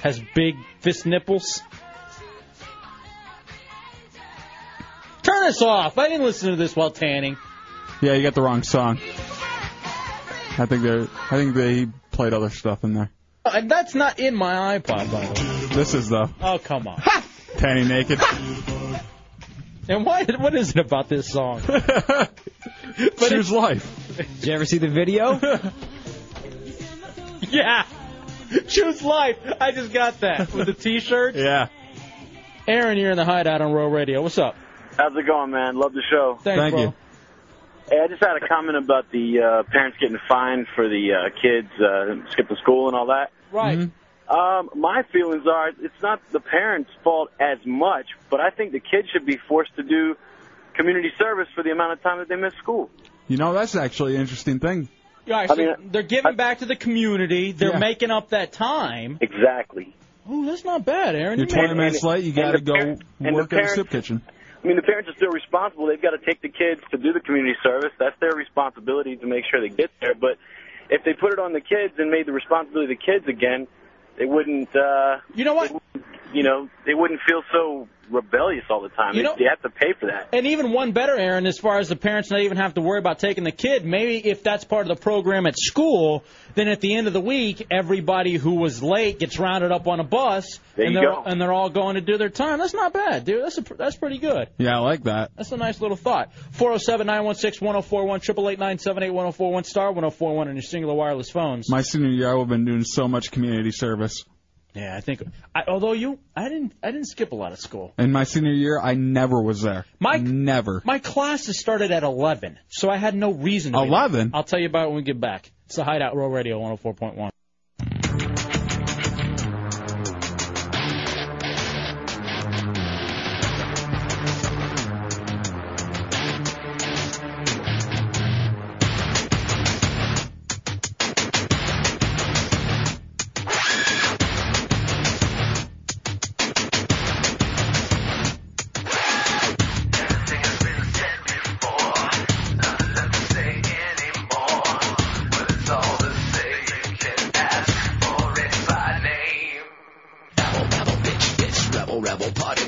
S3: has big fist nipples. Turn this off. I didn't listen to this while tanning.
S2: Yeah, you got the wrong song. I think they I think they played other stuff in there.
S3: Uh, that's not in my iPod, by the way.
S2: This is the
S3: Oh, come on.
S2: tanning naked.
S3: And why? What is it about this song?
S2: Choose life.
S51: Did you ever see the video?
S3: Yeah. Choose life. I just got that with the T-shirt.
S2: Yeah.
S3: Aaron, you're in the hideout on Royal Radio. What's up?
S13: How's it going, man? Love the show.
S3: Thanks, Thank bro. you.
S13: Hey, I just had a comment about the uh, parents getting fined for the uh, kids uh, skip to school and all that.
S3: Right.
S13: Um, my feelings are it's not the parents' fault as much, but I think the kids should be forced to do community service for the amount of time that they miss school.
S2: You know, that's actually an interesting thing.
S3: Yeah, so they're giving back to the community. They're
S2: Yeah.
S3: making up that time.
S13: Exactly.
S3: Oh, that's not bad, Aaron.
S2: You're
S3: You made
S2: 20 minutes
S3: it.
S2: late. You got to go
S13: and
S2: work
S13: the
S2: in the
S13: parents-
S2: soup kitchen.
S13: I mean, the parents are still responsible. They've got to take the kids to do the community service. That's their responsibility to make sure they get there. But if they put it on the kids and made the responsibility of the kids again, they wouldn't. Uh,
S3: you know what?
S13: You know, they wouldn't feel so rebellious all the time.
S3: You
S13: they,
S3: know-
S13: they have to pay for that.
S3: And even one better, Aaron, as far as the parents not even have to worry about taking the kid. Maybe if that's part of the program at school, then at the end of the week, everybody who was late gets rounded up on a bus,
S2: There
S3: and
S2: you
S3: they're
S2: go.
S3: and they're all going to do their time. That's not bad, dude. That's a, pr- that's pretty good.
S2: Yeah, I like that.
S3: That's a nice little thought. 407 916 1041, 888 978 1041, star 1041 on your singular wireless phones.
S2: My senior year, I would have been doing so much community service.
S3: Yeah, I think. I, although you, I didn't, I didn't skip a lot of school.
S2: In my senior year, I never was there. Mike, never.
S3: My classes started at 11, so I had no reason. to be there.
S2: 11?
S3: I'll tell you about it when we get back. It's the Hideout Row Radio 104.1.
S5: Rebel, rebel, bitch, bitch, rebel, rebel, party